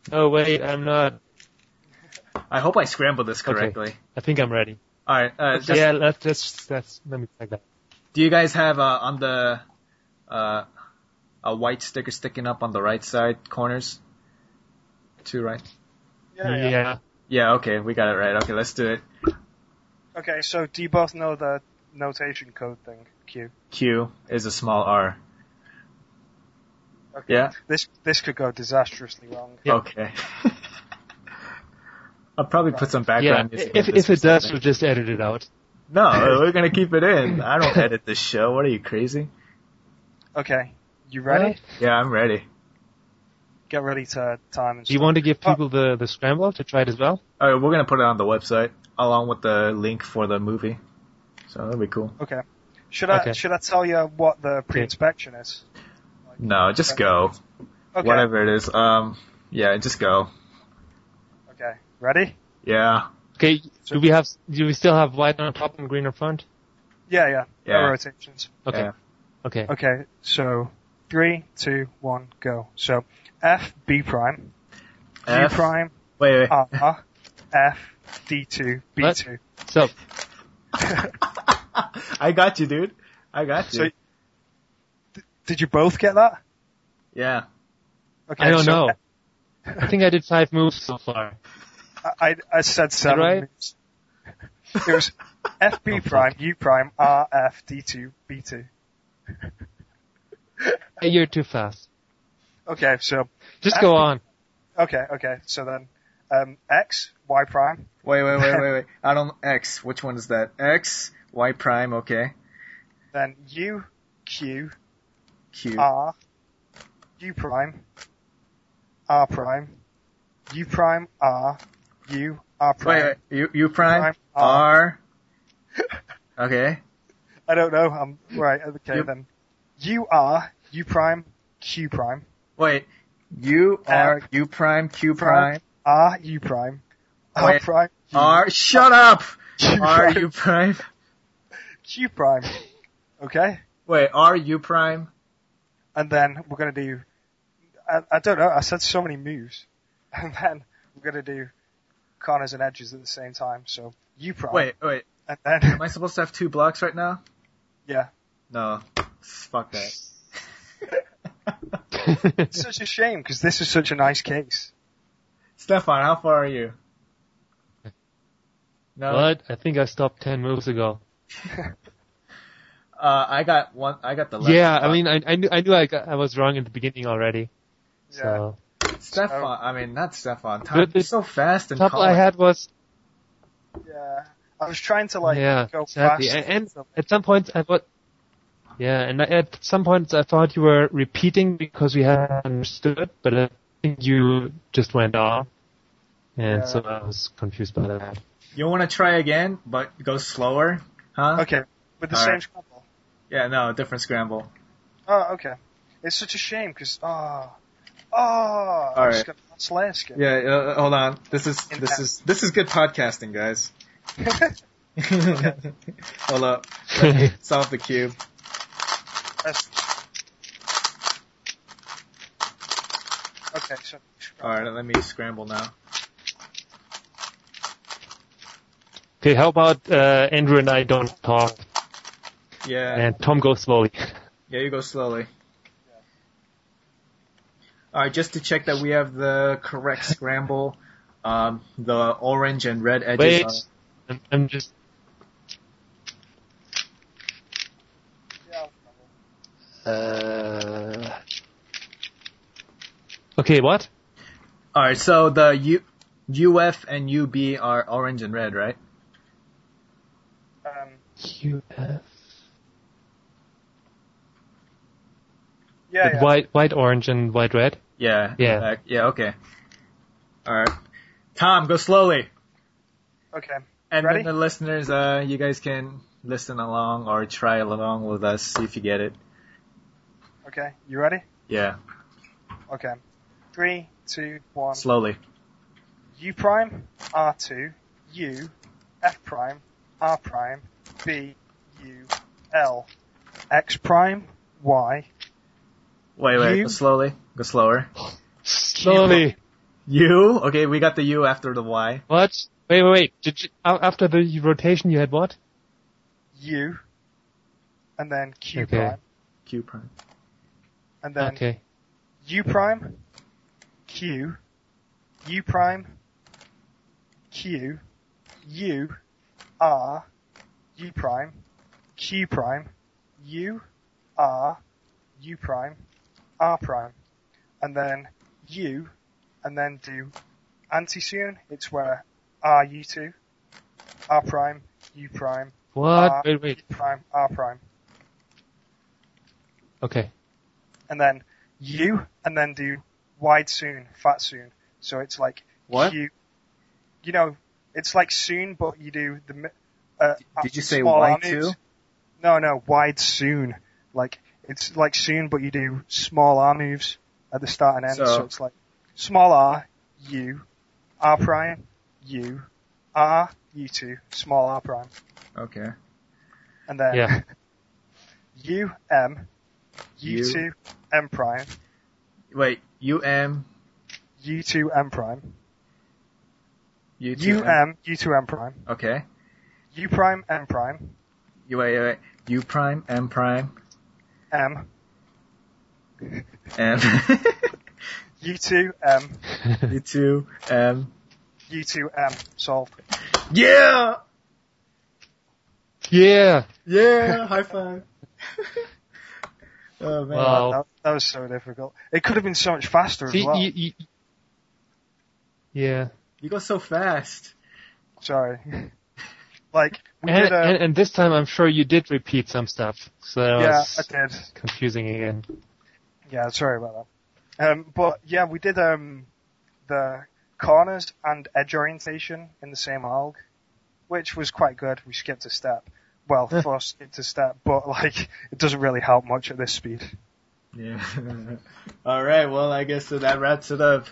Oh, wait, I'm not.
I hope I scrambled this
Okay.
correctly.
I think I'm ready.
All right, uh, just
yeah, let's just, that's, let me check that.
Do you guys have uh, on the uh, a white sticker sticking up on the right side corners? Two right.
Yeah.
Yeah. Okay, we got it right. Okay, let's do it.
Okay, so do you both know the notation code thing? Q.
Q is a small R.
Okay.
Yeah.
This this could go disastrously wrong.
Yeah.
Okay. <laughs> I'll probably put some background music.
If,
on this
if it
or
does, we'll
something.
just edit it out.
no, we're gonna keep it in. I don't edit this show. What are you crazy?
Okay. You ready?
Well,
Yeah, I'm ready.
Get ready to time and
Do you
stuff.
want to give people the, the scramble to try it as well?
All right, we're gonna put it on the website along with the link for the movie. So that'll be cool.
Okay. Should I
Okay.
should I tell you what the pre-inspection is?
No, just go.
Okay.
Whatever it is. Um, yeah, just go.
Ready?
Yeah.
Okay, do we have? Do we still have white on top and green in front?
Yeah, yeah. No
Yeah.
rotations.
Okay.
Yeah.
Okay.
Okay, so three, two, one, go. So F B prime, G
F-
prime,
Wait, wait.
Uh-huh. <laughs>
R, F, D two, B two.
So
I got you, dude. I got you.
So- Did you both get that?
yeah.
Okay,
I don't
so
know. I think I did five moves so far.
<laughs> I, I said seven.
right?
moves.
<laughs>
It was
Oh,
FB prime, U prime, R, F, D2, B2.
Hey, You're too fast.
<laughs> Okay, so,
Just go on.
okay, okay, so then, um, X, Y prime,
Wait, wait, wait, wait, wait. I don't X. Which one is that? X, Y prime. Okay.
then U, Q,
Q.
R, U prime, R prime, U prime, R, U, R prime.
Wait, wait, U, U prime. Uh-huh.
Prime, R.
R. Okay.
I don't know, I'm, right, okay
You-
then. U, R, U prime, Q prime,
Wait. U R
F.
U prime Q prime
Prime. R, U prime, R
Wait.
prime, U,
R. Shut up.
Q
R
prime.
U prime.
Q prime. Okay?
Wait. R U prime.
And then we're gonna do, I, I don't know, I said so many moves. <laughs> And then we're gonna do corners and edges at the same time, so U prime.
Wait, wait.
And
Am
then, <laughs>
I supposed to have two blocks right now?
yeah.
No. Fuck that. <laughs>
It's such a shame, because this is such a nice case. <laughs>
Stefan, how far are you? No.
what? I think I stopped ten moves ago.
Uh, I got one. I got the left.
Yeah, I
block.
mean, I, I knew I knew I, got, I was wrong in the beginning already.
Yeah.
So
Stefan. I mean, not Stefan. Tom,
But the
you're so fast and
top
calm.
I had was
Yeah. I was trying to like,
yeah,
go
exactly.
fast.
And, and at some point I thought, yeah, and I, at some points I thought you were repeating because we hadn't understood, but I think you just went off, and
Yeah.
so I was confused by that. <laughs>
You want to try again, but go slower, huh?
okay, with the
All
same
right.
scramble.
Yeah, no, different scramble.
Oh, okay. It's such a shame, because, oh, oh, All I'm just gonna slayer skin.
Yeah, uh, hold on. This is this
Impact.
is this is good podcasting, guys. <laughs> hold up, solve the cube.
That's- <laughs> Okay, so
All right, let me scramble now.
okay, how about uh, Andrew and I don't talk,
Yeah,
and Tom goes slowly.
yeah, you go slowly. All right, just to check that we have the correct scramble. Um, the orange and red edges.
Wait,
are-
I'm, I'm just
Yeah.
uh, okay. What?
All right, so the U, UF and UB are orange and red, right?
Um,
You have
yeah, yeah.
white, white, orange, and white, red.
Yeah.
Yeah.
in fact. Yeah. Okay. All right. Tom, go slowly.
Okay.
And
Ready?
then the listeners, uh, you guys can listen along or try along with us, see if you get it.
Okay. You ready?
Yeah,
Okay. Three, two, one.
slowly.
U prime, R two, U, F prime, R prime, B, U, L, X prime, Y,
Wait, wait,
You-
go slowly. Go slower.
Slowly.
U? Okay, we got the U after the Y.
What? Wait, wait, wait. Did you, a- after the rotation, you had what?
U, and then Q
Okay.
prime,
Q prime.
and then
okay.
U prime, Q, U prime, Q, U, R, U prime, Q prime, U, R, U prime, R prime, and then U, and then do anti-soon. It's where R U two, R prime, U prime,
What?
Ah.
Uh, wait, wait.
U prime, R prime,
Okay.
and then U, and then do wide soon, fat soon. So it's like
What?
You, you know, it's like soon, but you do the. mi- Uh,
Did you say
small
Y
arm
too?
moves. No, no, wide soon. Like it's like soon, but you do small R moves at the start and end.
So-
So, it's like small R, U, R prime, U, R, U2, small r prime,
Okay.
and then <laughs>
Yeah.
U, M,
U.
U2, M prime,
Wait, UM,
U2, M prime,
U2.
UM, U2, M prime,
Okay.
U prime, M prime,
You wait, wait, wait. U prime, M prime,
M, <laughs>
M. <laughs>
U2, M,
U2, M.
U2, M, solved.
Yeah!
<laughs> yeah.
Yeah! <laughs> High five. oh man.
Wow.
That, that was so difficult. It could have been so much faster as
See,
well.
you- you- yeah.
You go so fast.
Sorry. <laughs> like, we
And,
did a,
and, and this time I'm sure you did repeat some stuff, so that
yeah,
was
I did.
confusing again.
Yeah, sorry about that. Um, but yeah, we did um, the corners and edge orientation in the same ALG, which was quite good. We skipped a step. Well,
Yeah.
first skipped a step, but like it doesn't really help much at this speed.
<laughs> Yeah. Alright, well I guess so that wraps it up.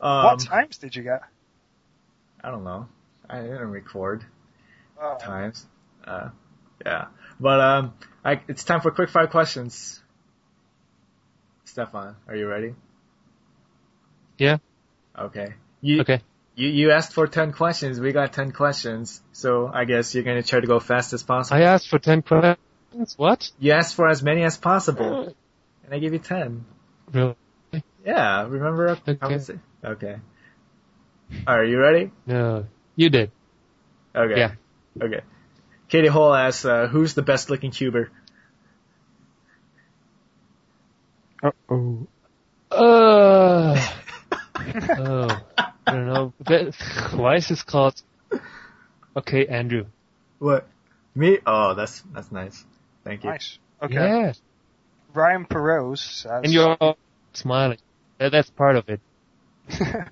Um,
what times did you get?
I don't know. I didn't record
Oh,
times. Uh, yeah. But um, I, it's time for quick five questions. Stefan, are you ready?
Yeah.
Okay. You,
Okay.
You, you asked for 10 questions. We got 10 questions. So I guess you're going to try to go fast as possible.
I asked for 10 questions.
<laughs>
What?
you asked for as many as possible. And I gave you 10.
Really?
Yeah, remember our
Okay.
conversation? Okay. Are you ready?
No. You did.
Okay.
Yeah.
Okay. Katie Hall asks, uh, who's the best looking
<laughs>
cuber? <laughs>
oh.
Uh, oh. I don't know. That, <laughs> why is this called? Okay, Andrew.
<laughs> What? Me? Oh, that's, that's nice. Thank you.
Nice. Okay.
Yeah.
Ryan Perros says.
And <laughs> you're all smiling. That, that's part of it.
<laughs> okay,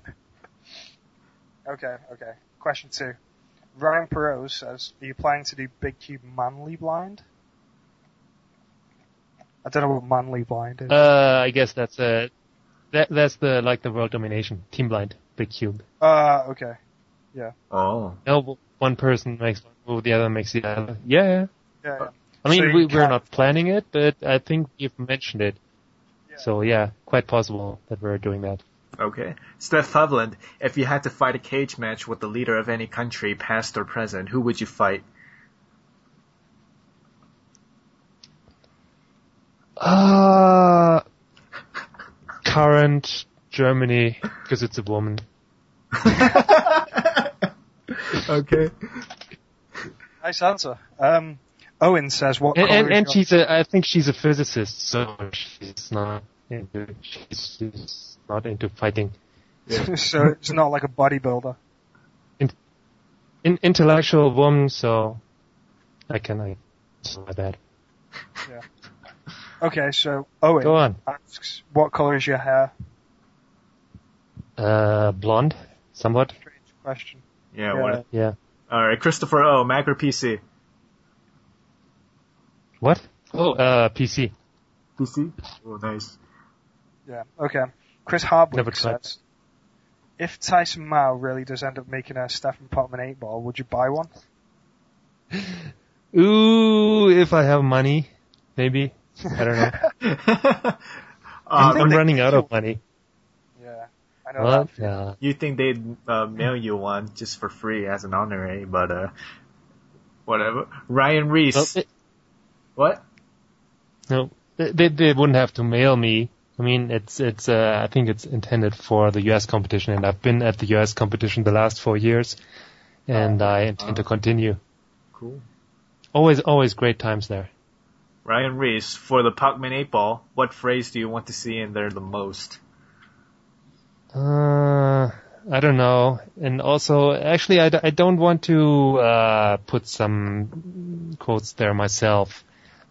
okay. Question two. Ryan Perros says, are you planning to do Big Cube Manly Blind? I don't know what Manly Blind is.
Uh, I guess that's uh that, that's the, like the world domination. Team blind. Big cube.
Uh, okay.
Oh.
No, one person makes one move, the other makes the other. Yeah. yeah.
Yeah, yeah.
I mean,
So you
we, we're
can't-
not planning it, but I think you've mentioned it.
Yeah.
So yeah, quite possible that we're doing that.
Okay. Steph Hovland, if you had to fight a cage match with the leader of any country, past or present, who would you fight? <laughs>
<laughs>
Uh, current Germany, because it's a woman.
okay.
Nice answer. Um, Owen says, what
And,
color
and,
is
and
your-
she's a, I think she's a physicist, so she's not into, she's, she's not into fighting.
<laughs> so it's not like a bodybuilder.
In, intellectual woman, so I can, I, something like that.
Okay, so
Go
Owen
on.
asks, what color is your hair?
Uh, blonde, somewhat.
Strange question.
Yeah,
Yeah.
What,
Yeah.
all right. Christopher O, Mac or PC?
What? Oh, uh, PC.
PC. Oh,
<laughs>
nice.
Yeah, okay. Chris Hardwick
Never tried.
says, if Tyson Mao really does end up making a Stephen Potman 8 ball, would you buy one?
Ooh, if I have money, maybe. I don't know.
Uh,
I'm
they-
running out of money.
Yeah, I know
Well,
that.
yeah.
you think they'd uh, mail you one just for free as an honorary, but uh, whatever. Ryan Reese.
Well, Oh, it-
what?
no, they, they they wouldn't have to mail me. I mean, it's it's. Uh, I think it's intended for the U.S. competition, and I've been at the U.S. competition the last four years, and I intend to continue.
Cool.
Always, always great times there.
Ryan Reese for the Pacman Eight Ball. What phrase do you want to see in there the most?
Uh, I don't know. And also, actually, I, d- I don't want to uh, put some quotes there myself.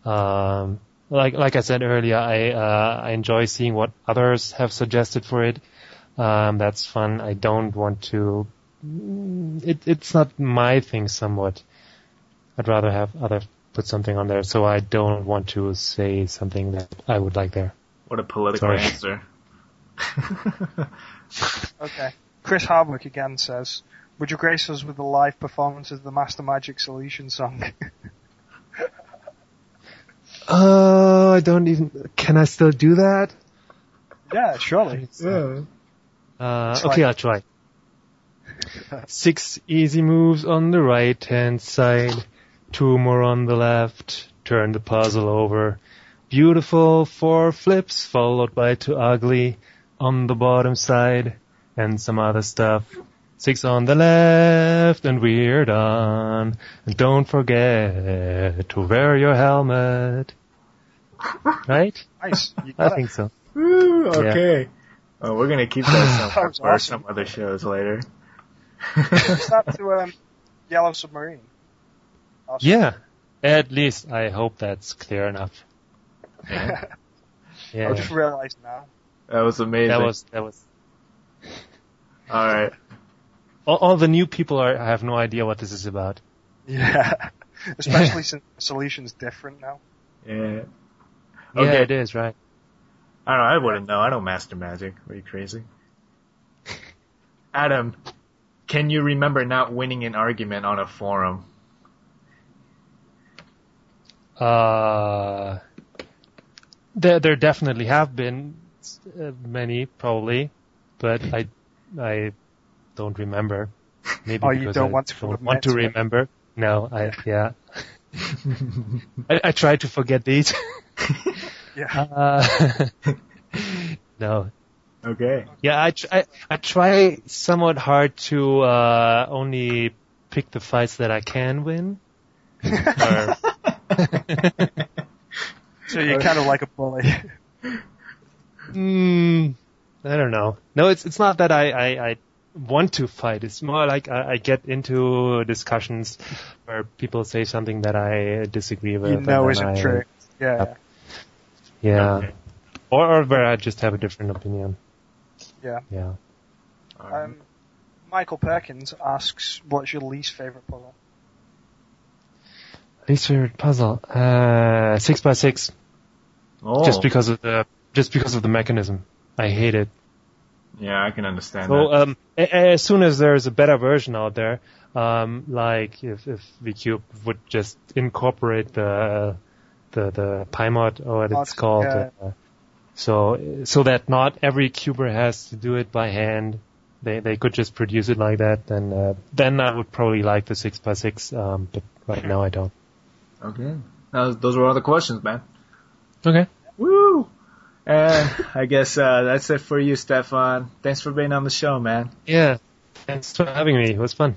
Um, like like I said earlier, I uh, I enjoy seeing what others have suggested for it. Um, that's fun. I don't want to. mm, It it's not my thing. Somewhat, I'd rather have other put something on there. So I don't want to say something that I would like there.
What a political
Sorry.
answer.
Okay. Chris Hardwick again says, Would you grace us with a live performance of the Master Magic Solution song? <laughs>
Oh, I don't even. Can I still do that?
yeah, surely.
Yeah.
Uh,
It's
okay,
like-
I'll try. Six easy moves on the right hand side, two more on the left, turn the puzzle over. Beautiful, four flips followed by two ugly on the bottom side, and some other stuff. Six on the left, and we're done. And don't forget to wear your helmet. Right?
Nice. You
I
got it.
think so.
Woo, okay. Oh, we're gonna keep that
That
some,
was
for
awesome.
some other shows later.
Start to um, Yellow Submarine. Awesome. <laughs>
Yeah. At least I hope that's clear enough.
Yeah.
Yeah.
I just realised now.
<laughs> That was amazing.
That was that was.
All right.
All, all the new people are have no idea what this is about.
Yeah. <laughs> Especially since the solution's different now.
Yeah.
Yeah,
Okay.
it is right.
I don't. know, I wouldn't know. I don't master magic. Are you crazy? Adam, can you remember not winning an argument on a
<laughs>
forum?
Uh, there there definitely have been uh, many probably, but I I don't remember. Maybe
Oh, you
because
don't
I
want to
don't
admit
want to
it.
remember. No, I yeah. I, I try to forget these. <laughs>
Yeah.
Uh, <laughs> no,
Okay.
Yeah, I, tr- I I try somewhat hard to uh only pick the fights that I can win. Or-
<laughs> So
uh,
you're kind of like a bully.
mm, I don't know. No, it's it's not that I I, I want to fight. It's more like I, I get into discussions where people say something that I disagree with.
you
and
know
then
isn't
I-
true. Yeah.
Yeah,
Okay.
or or where I just have a different opinion.
Yeah.
Yeah.
All right.
Um, Michael Perkins asks, "What's your least favorite puzzle?"
Least favorite puzzle. Uh, six by six.
oh,
Just because of the just because of the mechanism. I hate it.
Yeah, I can understand
So
that.
um, a- a- as soon as there's a better version out there, um, like if if VCube would just incorporate the the the PyMod or what
Mod,
it's called,
yeah.
uh, so so that not every cuber has to do it by hand. They they could just produce it like that. Then uh, then I would probably like the six by six, um, but right now I don't.
okay. That was- those were all the questions, man.
Okay.
Woo! And <laughs> I guess uh, that's it for you, Stefan. Thanks for being on the show, man.
Yeah. Thanks for having me. It was fun.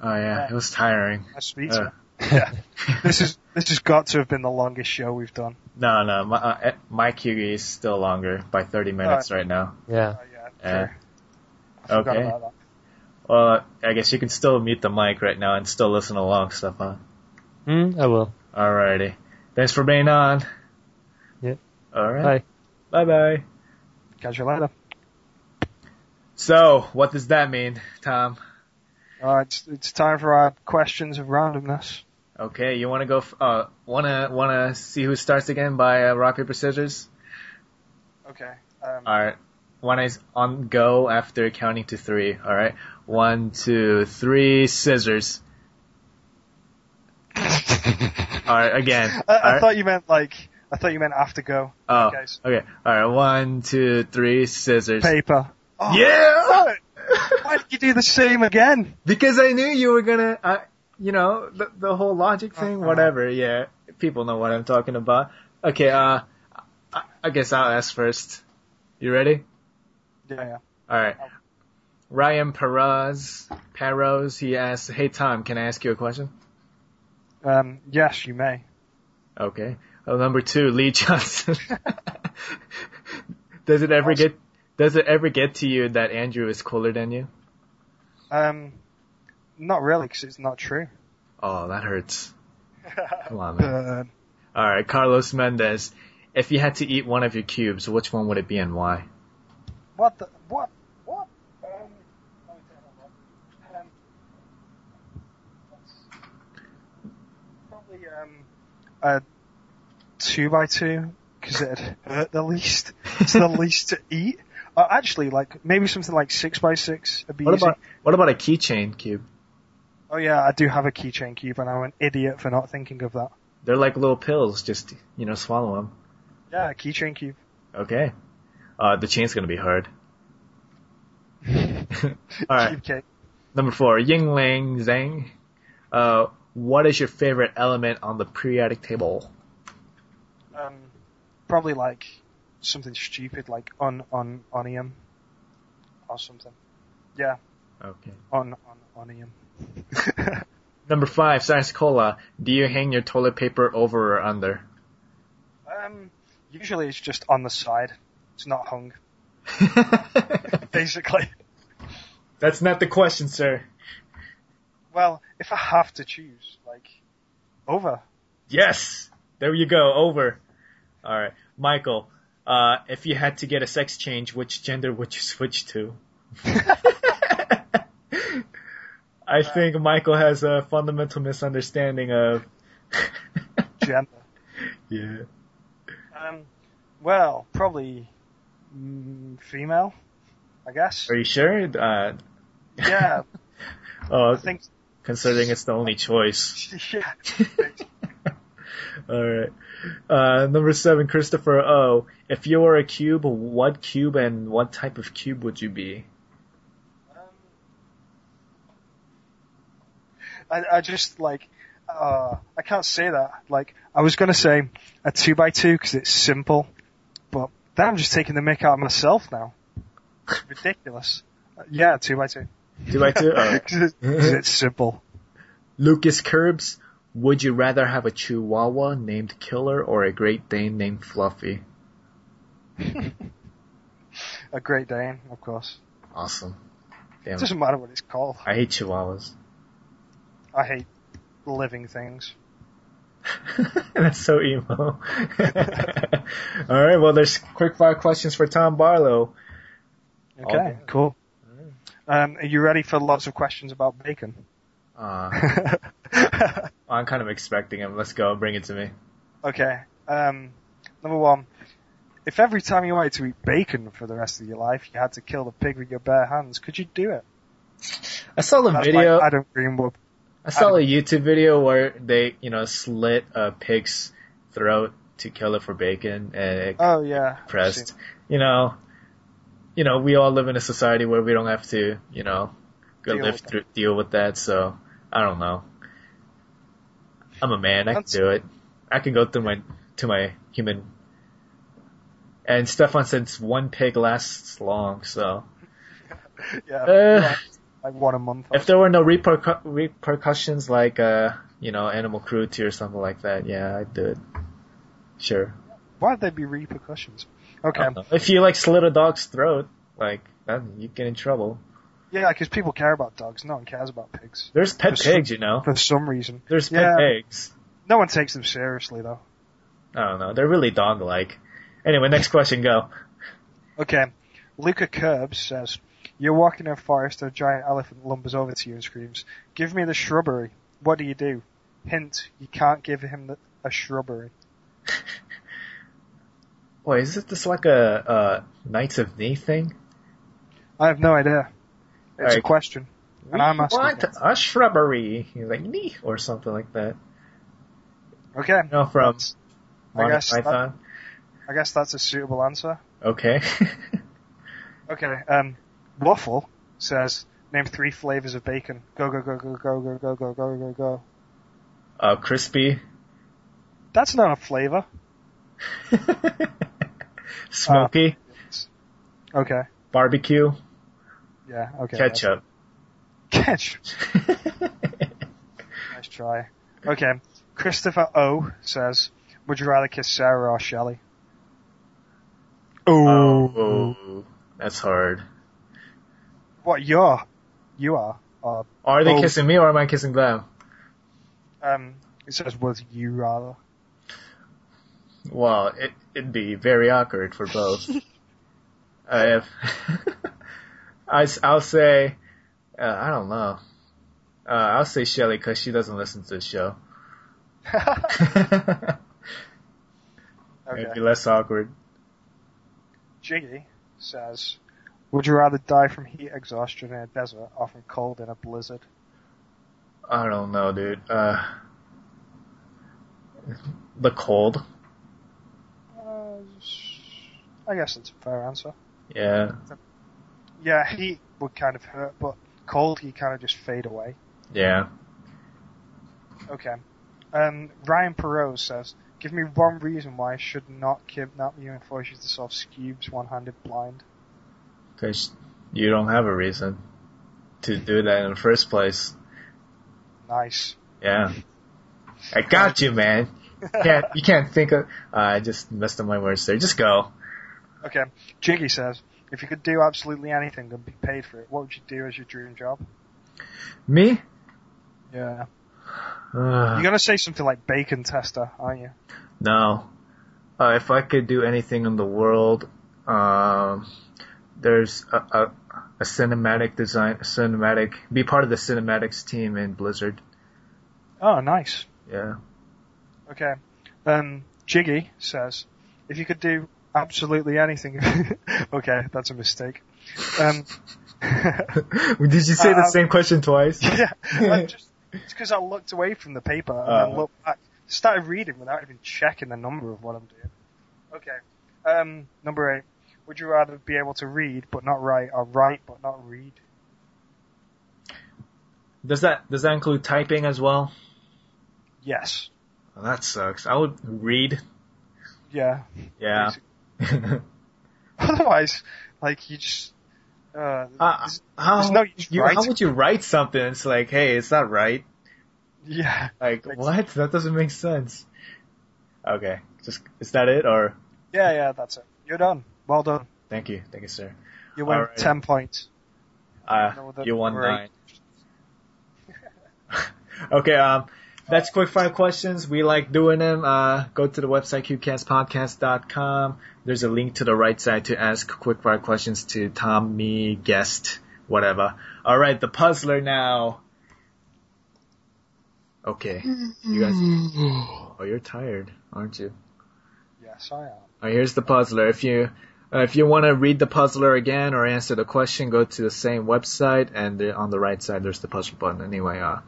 Oh yeah, it was tiring.
I speak
Uh,
to. This is this has got to have been the longest show we've done.
no, no, my, uh, my QE is still longer by 30 minutes right now.
yeah.
Oh, yeah,
Uh,
sure. Forgot
Okay.
about that.
Well, I guess you can still mute the mic right now and still listen along, Stefan.
Mm, I will.
Alrighty. Thanks for being on.
Yeah.
Alright. Bye bye.
Catch you later.
So, what does that mean, Tom?
All right, it's, it's time for our questions of randomness.
Okay, you want to go? F- uh, wanna wanna see who starts again by uh, rock paper scissors?
Okay. Um,
All right. One is on go after counting to three. All right. One, two, three. Scissors. All right. Again.
<laughs> I,
All
I
right.
thought you meant like I thought you meant after go
oh.
guys.
Okay. All right. One, two, three. Scissors.
paper. Oh, <laughs>
Yeah.
Why did you do the same again?
Because I knew you were gonna, uh, you know, the, the whole logic thing,
Uh-huh.
whatever. Yeah, people know what I'm talking about. Okay, uh, I, I guess I'll ask first. You ready?
Yeah. yeah.
All right. Ryan Perez, Perez, he asks, "Hey Tom, can I ask you a question?"
Um, yes, you may.
Okay. Uh, number two, Lee Johnson. <laughs> does it ever get, does it ever get to you that Andrew is cooler than you?
Um, not really, because it's not true.
Oh, that hurts. Come on, man.
Uh,
All right, Carlos Mendez. If you had to eat one of your cubes, which one would it be and why?
what the what what? Um, let me take that one. Um, that's probably um a
<laughs>
two by two because it hurt the least. It's the least to eat. Uh, actually, like maybe something like six by six would be
What
easy.
about what about a keychain cube?
oh yeah, I do have a keychain cube, and I'm an idiot for not thinking of that.
They're like little pills. Just you know, swallow them.
Yeah, a keychain cube.
Okay. Uh, the chain's gonna be hard. <laughs> All right.
Cube cake.
Number four, Yingling Zhang. Uh, what is your favorite element on the periodic table?
Um, probably like something stupid like on on onium or something. Yeah,
Okay.
on on
<laughs>
onium.
Number five, Science Cola. Do you hang your toilet paper over or under?
um, usually it's just on the side. It's not hung, basically.
<laughs> That's not the question, sir.
Well, if I have to choose, like, over.
Yes. There you go. Over. All right, Michael. Uh, if you had to get a sex change, which gender would you switch <laughs> to? I think Michael has a fundamental misunderstanding of.
Gender.
yeah.
Um, well, probably mm, female, I guess.
Are you sure? Uh,
Yeah,
<laughs> oh,
I think.
considering it's the only choice. <laughs>
<laughs> Yeah.
All right. Uh, number seven, Christopher O. If you were a cube, what cube and what type of cube would you be?
I, I just like. Uh, I can't say that. Like, I was gonna say a two by two because it's simple, but then I'm just taking the mick out of myself now. It's ridiculous. Uh, yeah, two by two.
Do I
<laughs>
do? Uh,
'Cause it's- 'cause it's simple. <laughs>
Lucas Curbs. Would you rather have a Chihuahua named Killer or a Great Dane named Fluffy?
A Great Dane, of course.
Awesome. Damn.
It doesn't matter what it's called.
I hate Chihuahuas. <laughs>
I hate living things.
That's so emo. <laughs> All right. Well, there's quick fire questions for Tom Barlow.
Okay,
Okay.
cool. Um, are you ready for lots of questions about bacon? <laughs>
Uh, I'm kind of expecting him. Let's go. Bring it to me.
okay. Um, number one, if every time you wanted to eat bacon for the rest of your life, you had to kill the pig with your bare hands, could you do it?
I saw the
That's
video.
like Adam Greenwood.
I saw a YouTube video where they, you know, slit a pig's throat to kill it for bacon and it
Oh yeah. I've
pressed.
seen
You know, you know, we all live in a society where we don't have to, you know, go
Deal
live
with that.
through, deal with that. So I don't know. I'm a man. I can
That's-
do it. I can go through my to my human. And Stefan says one pig lasts long, so
it. Yeah.
Uh,
like- like one a month.
if there were no repercu- repercussions like uh you know animal cruelty or something like that yeah i'd do it sure
Why'd there be repercussions? Okay.
I don't know. if you like slit a dog's throat like that, you get in trouble
Yeah, because people care about dogs. No one cares about pigs
there's pet
Just-
pigs you
<laughs>
know
for some reason.
there's pet
yeah.
pigs
No one takes them seriously though.
i don't know they're really dog like anyway next question go
Okay. Luca Curbs says, You're walking in a forest, a giant elephant lumbers over to you and screams, Give me the shrubbery. What do you do? Hint, you can't give him the, a shrubbery.
wait is this just like a uh knights of knee thing
I have no idea. It's a
Alright.
question. And I'm asking
what
it.
a shrubbery he's like knee or something like that
Okay.
you know from
That's- I
Monty
guess that-
python
I guess that's a suitable answer.
okay <laughs>
Okay, um, Waffle says, Name three flavors of bacon. Go, go, go, go, go, go, go, go, go, go, go.
uh
<laughs>
crispy <laughs>
That's not a flavor.
Smoky,
Okay.
barbecue,
Yeah, okay.
ketchup.
Ketchup. Nice try. Okay. Christopher O says, Would you rather kiss Sarah or Shelley?
oh, that's hard.
What, you're? You are. Uh,
Are they
Oh.
kissing me or am I kissing them?
um, it says, Would you rather?
Well, it, it'd be very awkward for
<laughs>
both. uh, if <laughs> I, will say, uh, I don't know. Uh, I'll say Shelly because she doesn't listen to the show. <laughs> It'd be
Okay.
less awkward.
Jiggy says, Would you rather die from heat exhaustion in a desert or from cold in a blizzard?
I don't know, dude. Uh, the cold.
Uh, I guess that's a fair answer.
Yeah.
Yeah, heat would kind of hurt, but cold you kind of just fade away.
Yeah.
Okay. Um, Ryan Perot says, "Give me one reason why I should not kidnap you and force you to solve Scube's one-handed blind."
Cause you don't have a reason to do that in the first place.
Nice.
Yeah. I got you, man. Can't, you can't think of, uh, I just messed up my words there. Just go.
<laughs> Okay. Jiggy says, "If you could do absolutely anything and be paid for it, what would you do as your dream job?"
Me?
Yeah.
Uh,
You're gonna say something like bacon tester, aren't you?
no. Uh, if I could do anything in the world, um, there's a, a, a cinematic design, cinematic, be part of the cinematics team in Blizzard.
Oh, nice.
Yeah.
Okay. Um, Jiggy says, if you could do absolutely anything, <laughs> okay, that's a mistake. <laughs> Um,
<laughs> Did you say the
Uh,
same question twice? <laughs>
yeah, I just, it's because I looked away from the paper and then
Uh.
looked back, started reading without even checking the number of what I'm doing. Okay. Um, number eight. Would you rather be able to read but not write, or write but not read?
Does that does that include typing as well?
Yes.
Well, that sucks. I would read.
Yeah.
Yeah.
<laughs> Otherwise, like you just. Uh,
<laughs> Uh, how,
There's no use
you, how
writing.
would you write something? It's like, hey, it's not right.
yeah.
Like
Makes-
what? That doesn't make sense. Okay, just is that it? Or
Yeah, yeah, that's it. You're done. Well done.
thank you, thank you, sir.
You win
Alright.
10 points.
Uh,
No, that-
you won
right.
nine. <laughs> okay, um, that's quick fire questions. We like doing them. Uh, go to the website qcastpodcast.com. There's a link to the right side to ask quick fire questions to Tom, me, guest, whatever. All right, the puzzler now. Okay, you guys. Oh, you're tired, aren't you?
Yes, I am.
All right, here's the puzzler. If you uh, if you want to read the puzzler again or answer the question, go to the same website and the, on the right side there's the puzzle button. Anyway, uh,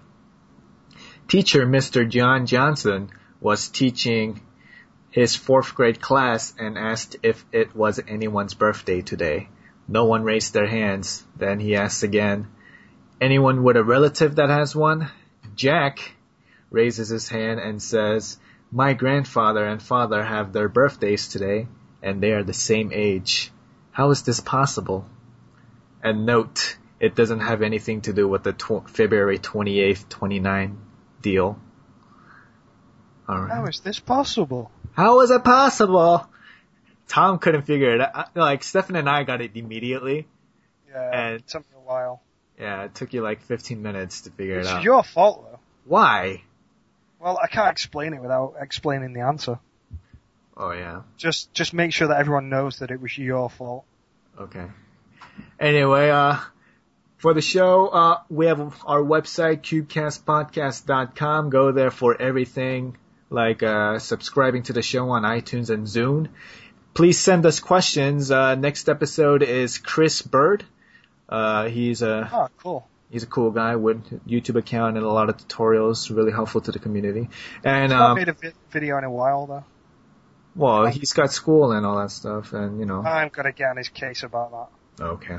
teacher Mr. John Johnson was teaching his fourth grade class and asked if it was anyone's birthday today. No one raised their hands. Then he asked again, anyone with a relative that has one? Jack raises his hand and says, my grandfather and father have their birthdays today, and they are the same age. How is this possible? And note, it doesn't have anything to do with the tw- February 28th, 29 deal.
How
Alright.
is this possible?
How is it possible? Tom couldn't figure it out. Uh, Like, Stefan and I got it immediately.
Yeah,
And-
it took me a while.
Yeah, it took you like 15 minutes to figure it
It's
out.
your fault, though.
Why?
Well, I can't explain it without explaining the answer.
Oh yeah.
Just, just make sure that everyone knows that it was your fault.
Okay. Anyway, uh, for the show, uh, we have our website, cubecastpodcast.com. Go there for everything, like, uh, subscribing to the show on iTunes and Zune. Please send us questions. Uh, next episode is Chris Bird. Uh, he's a,
Oh, cool.
he's a cool guy with YouTube account and a lot of tutorials, really helpful to the community. And,
I
um,
made a vi- video in a while, though.
well, he's got school and all that stuff and, you know.
I'm gonna get on his case about that.
Okay.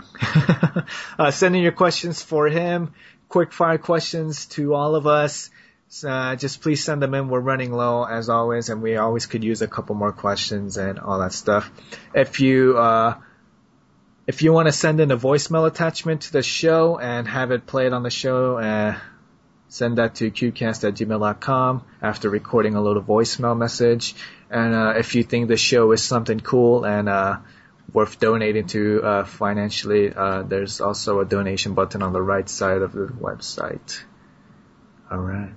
<laughs> uh, send in your questions for him. Quick fire questions to all of us. So, uh, just please send them in. We're running low as always, and we always could use a couple more questions and all that stuff. If you uh, if you want to send in a voicemail attachment to the show and have it played on the show, uh, send that to qcast at gmail.com after recording a little voicemail message. And uh, if you think the show is something cool and uh, worth donating to uh, financially, uh, there's also a donation button on the right side of the website. All right.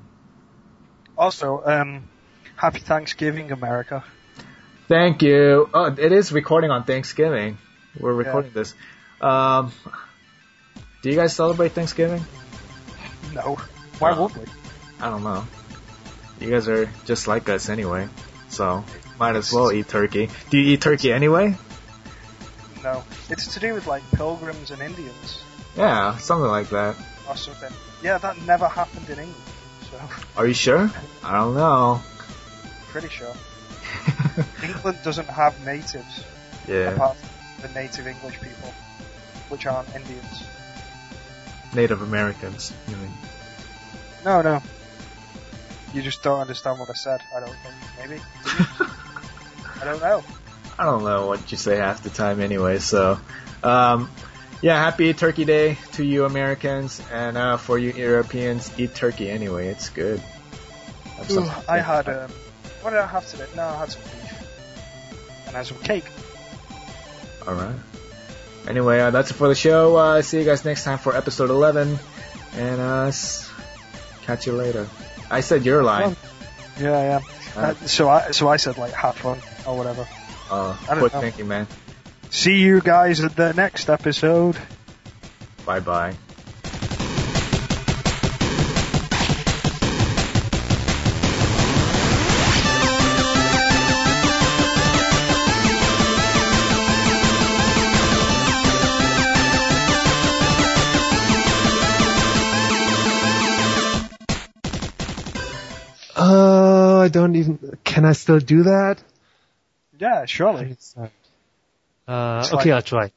Also, um, happy Thanksgiving, America.
Thank you. Oh, it is recording on Thanksgiving. We're recording this. Um, do you guys celebrate Thanksgiving?
No, why
Uh,
would we?
I don't know. You guys are just like us anyway, so might as well eat turkey. Do you eat turkey anyway?
No, it's to do with like pilgrims and Indians
Yeah, something like that.
or something. Yeah, that never happened in England, so <laughs>
Are you sure? I don't
<laughs>
know.
pretty sure England doesn't have natives
yeah,
apart from the native English people, which aren't Indians.
Native Americans. You mean?
No, no. You just don't understand what I said. I don't think. Maybe.
<laughs>
I don't know.
I don't know what you say half the time anyway. So, um, yeah, happy Turkey Day to you Americans and uh, for you Europeans. Eat turkey anyway; it's good. Have some-
Ooh, I had um, what did I have today? No, I had some beef and I had some cake.
All right. Anyway, uh, that's it for the show. Uh, see you guys next time for episode 11, and uh, s- catch you later. I said your line.
Yeah, yeah. Uh,
Uh,
so I so I said like have fun or whatever.
uh,
I don't
quick
know.
thinking, man.
See you guys at the next episode.
Bye bye.
Oh, I don't even. Can I still do that?
Yeah, surely.
Uh,
It's like-
okay,
<laughs>
I'll try.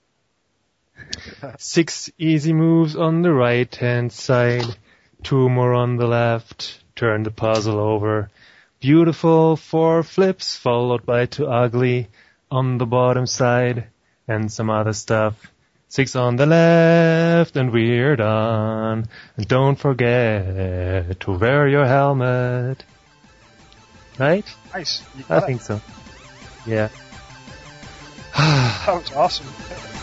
Six easy moves on the right hand side, two more on the left. Turn the puzzle over. Beautiful four flips followed by two ugly on the bottom side and some other stuff. Six on the left and we're done. And don't forget to wear your helmet. Right?
Nice. You
I
got it.
think so. Yeah.
that was awesome.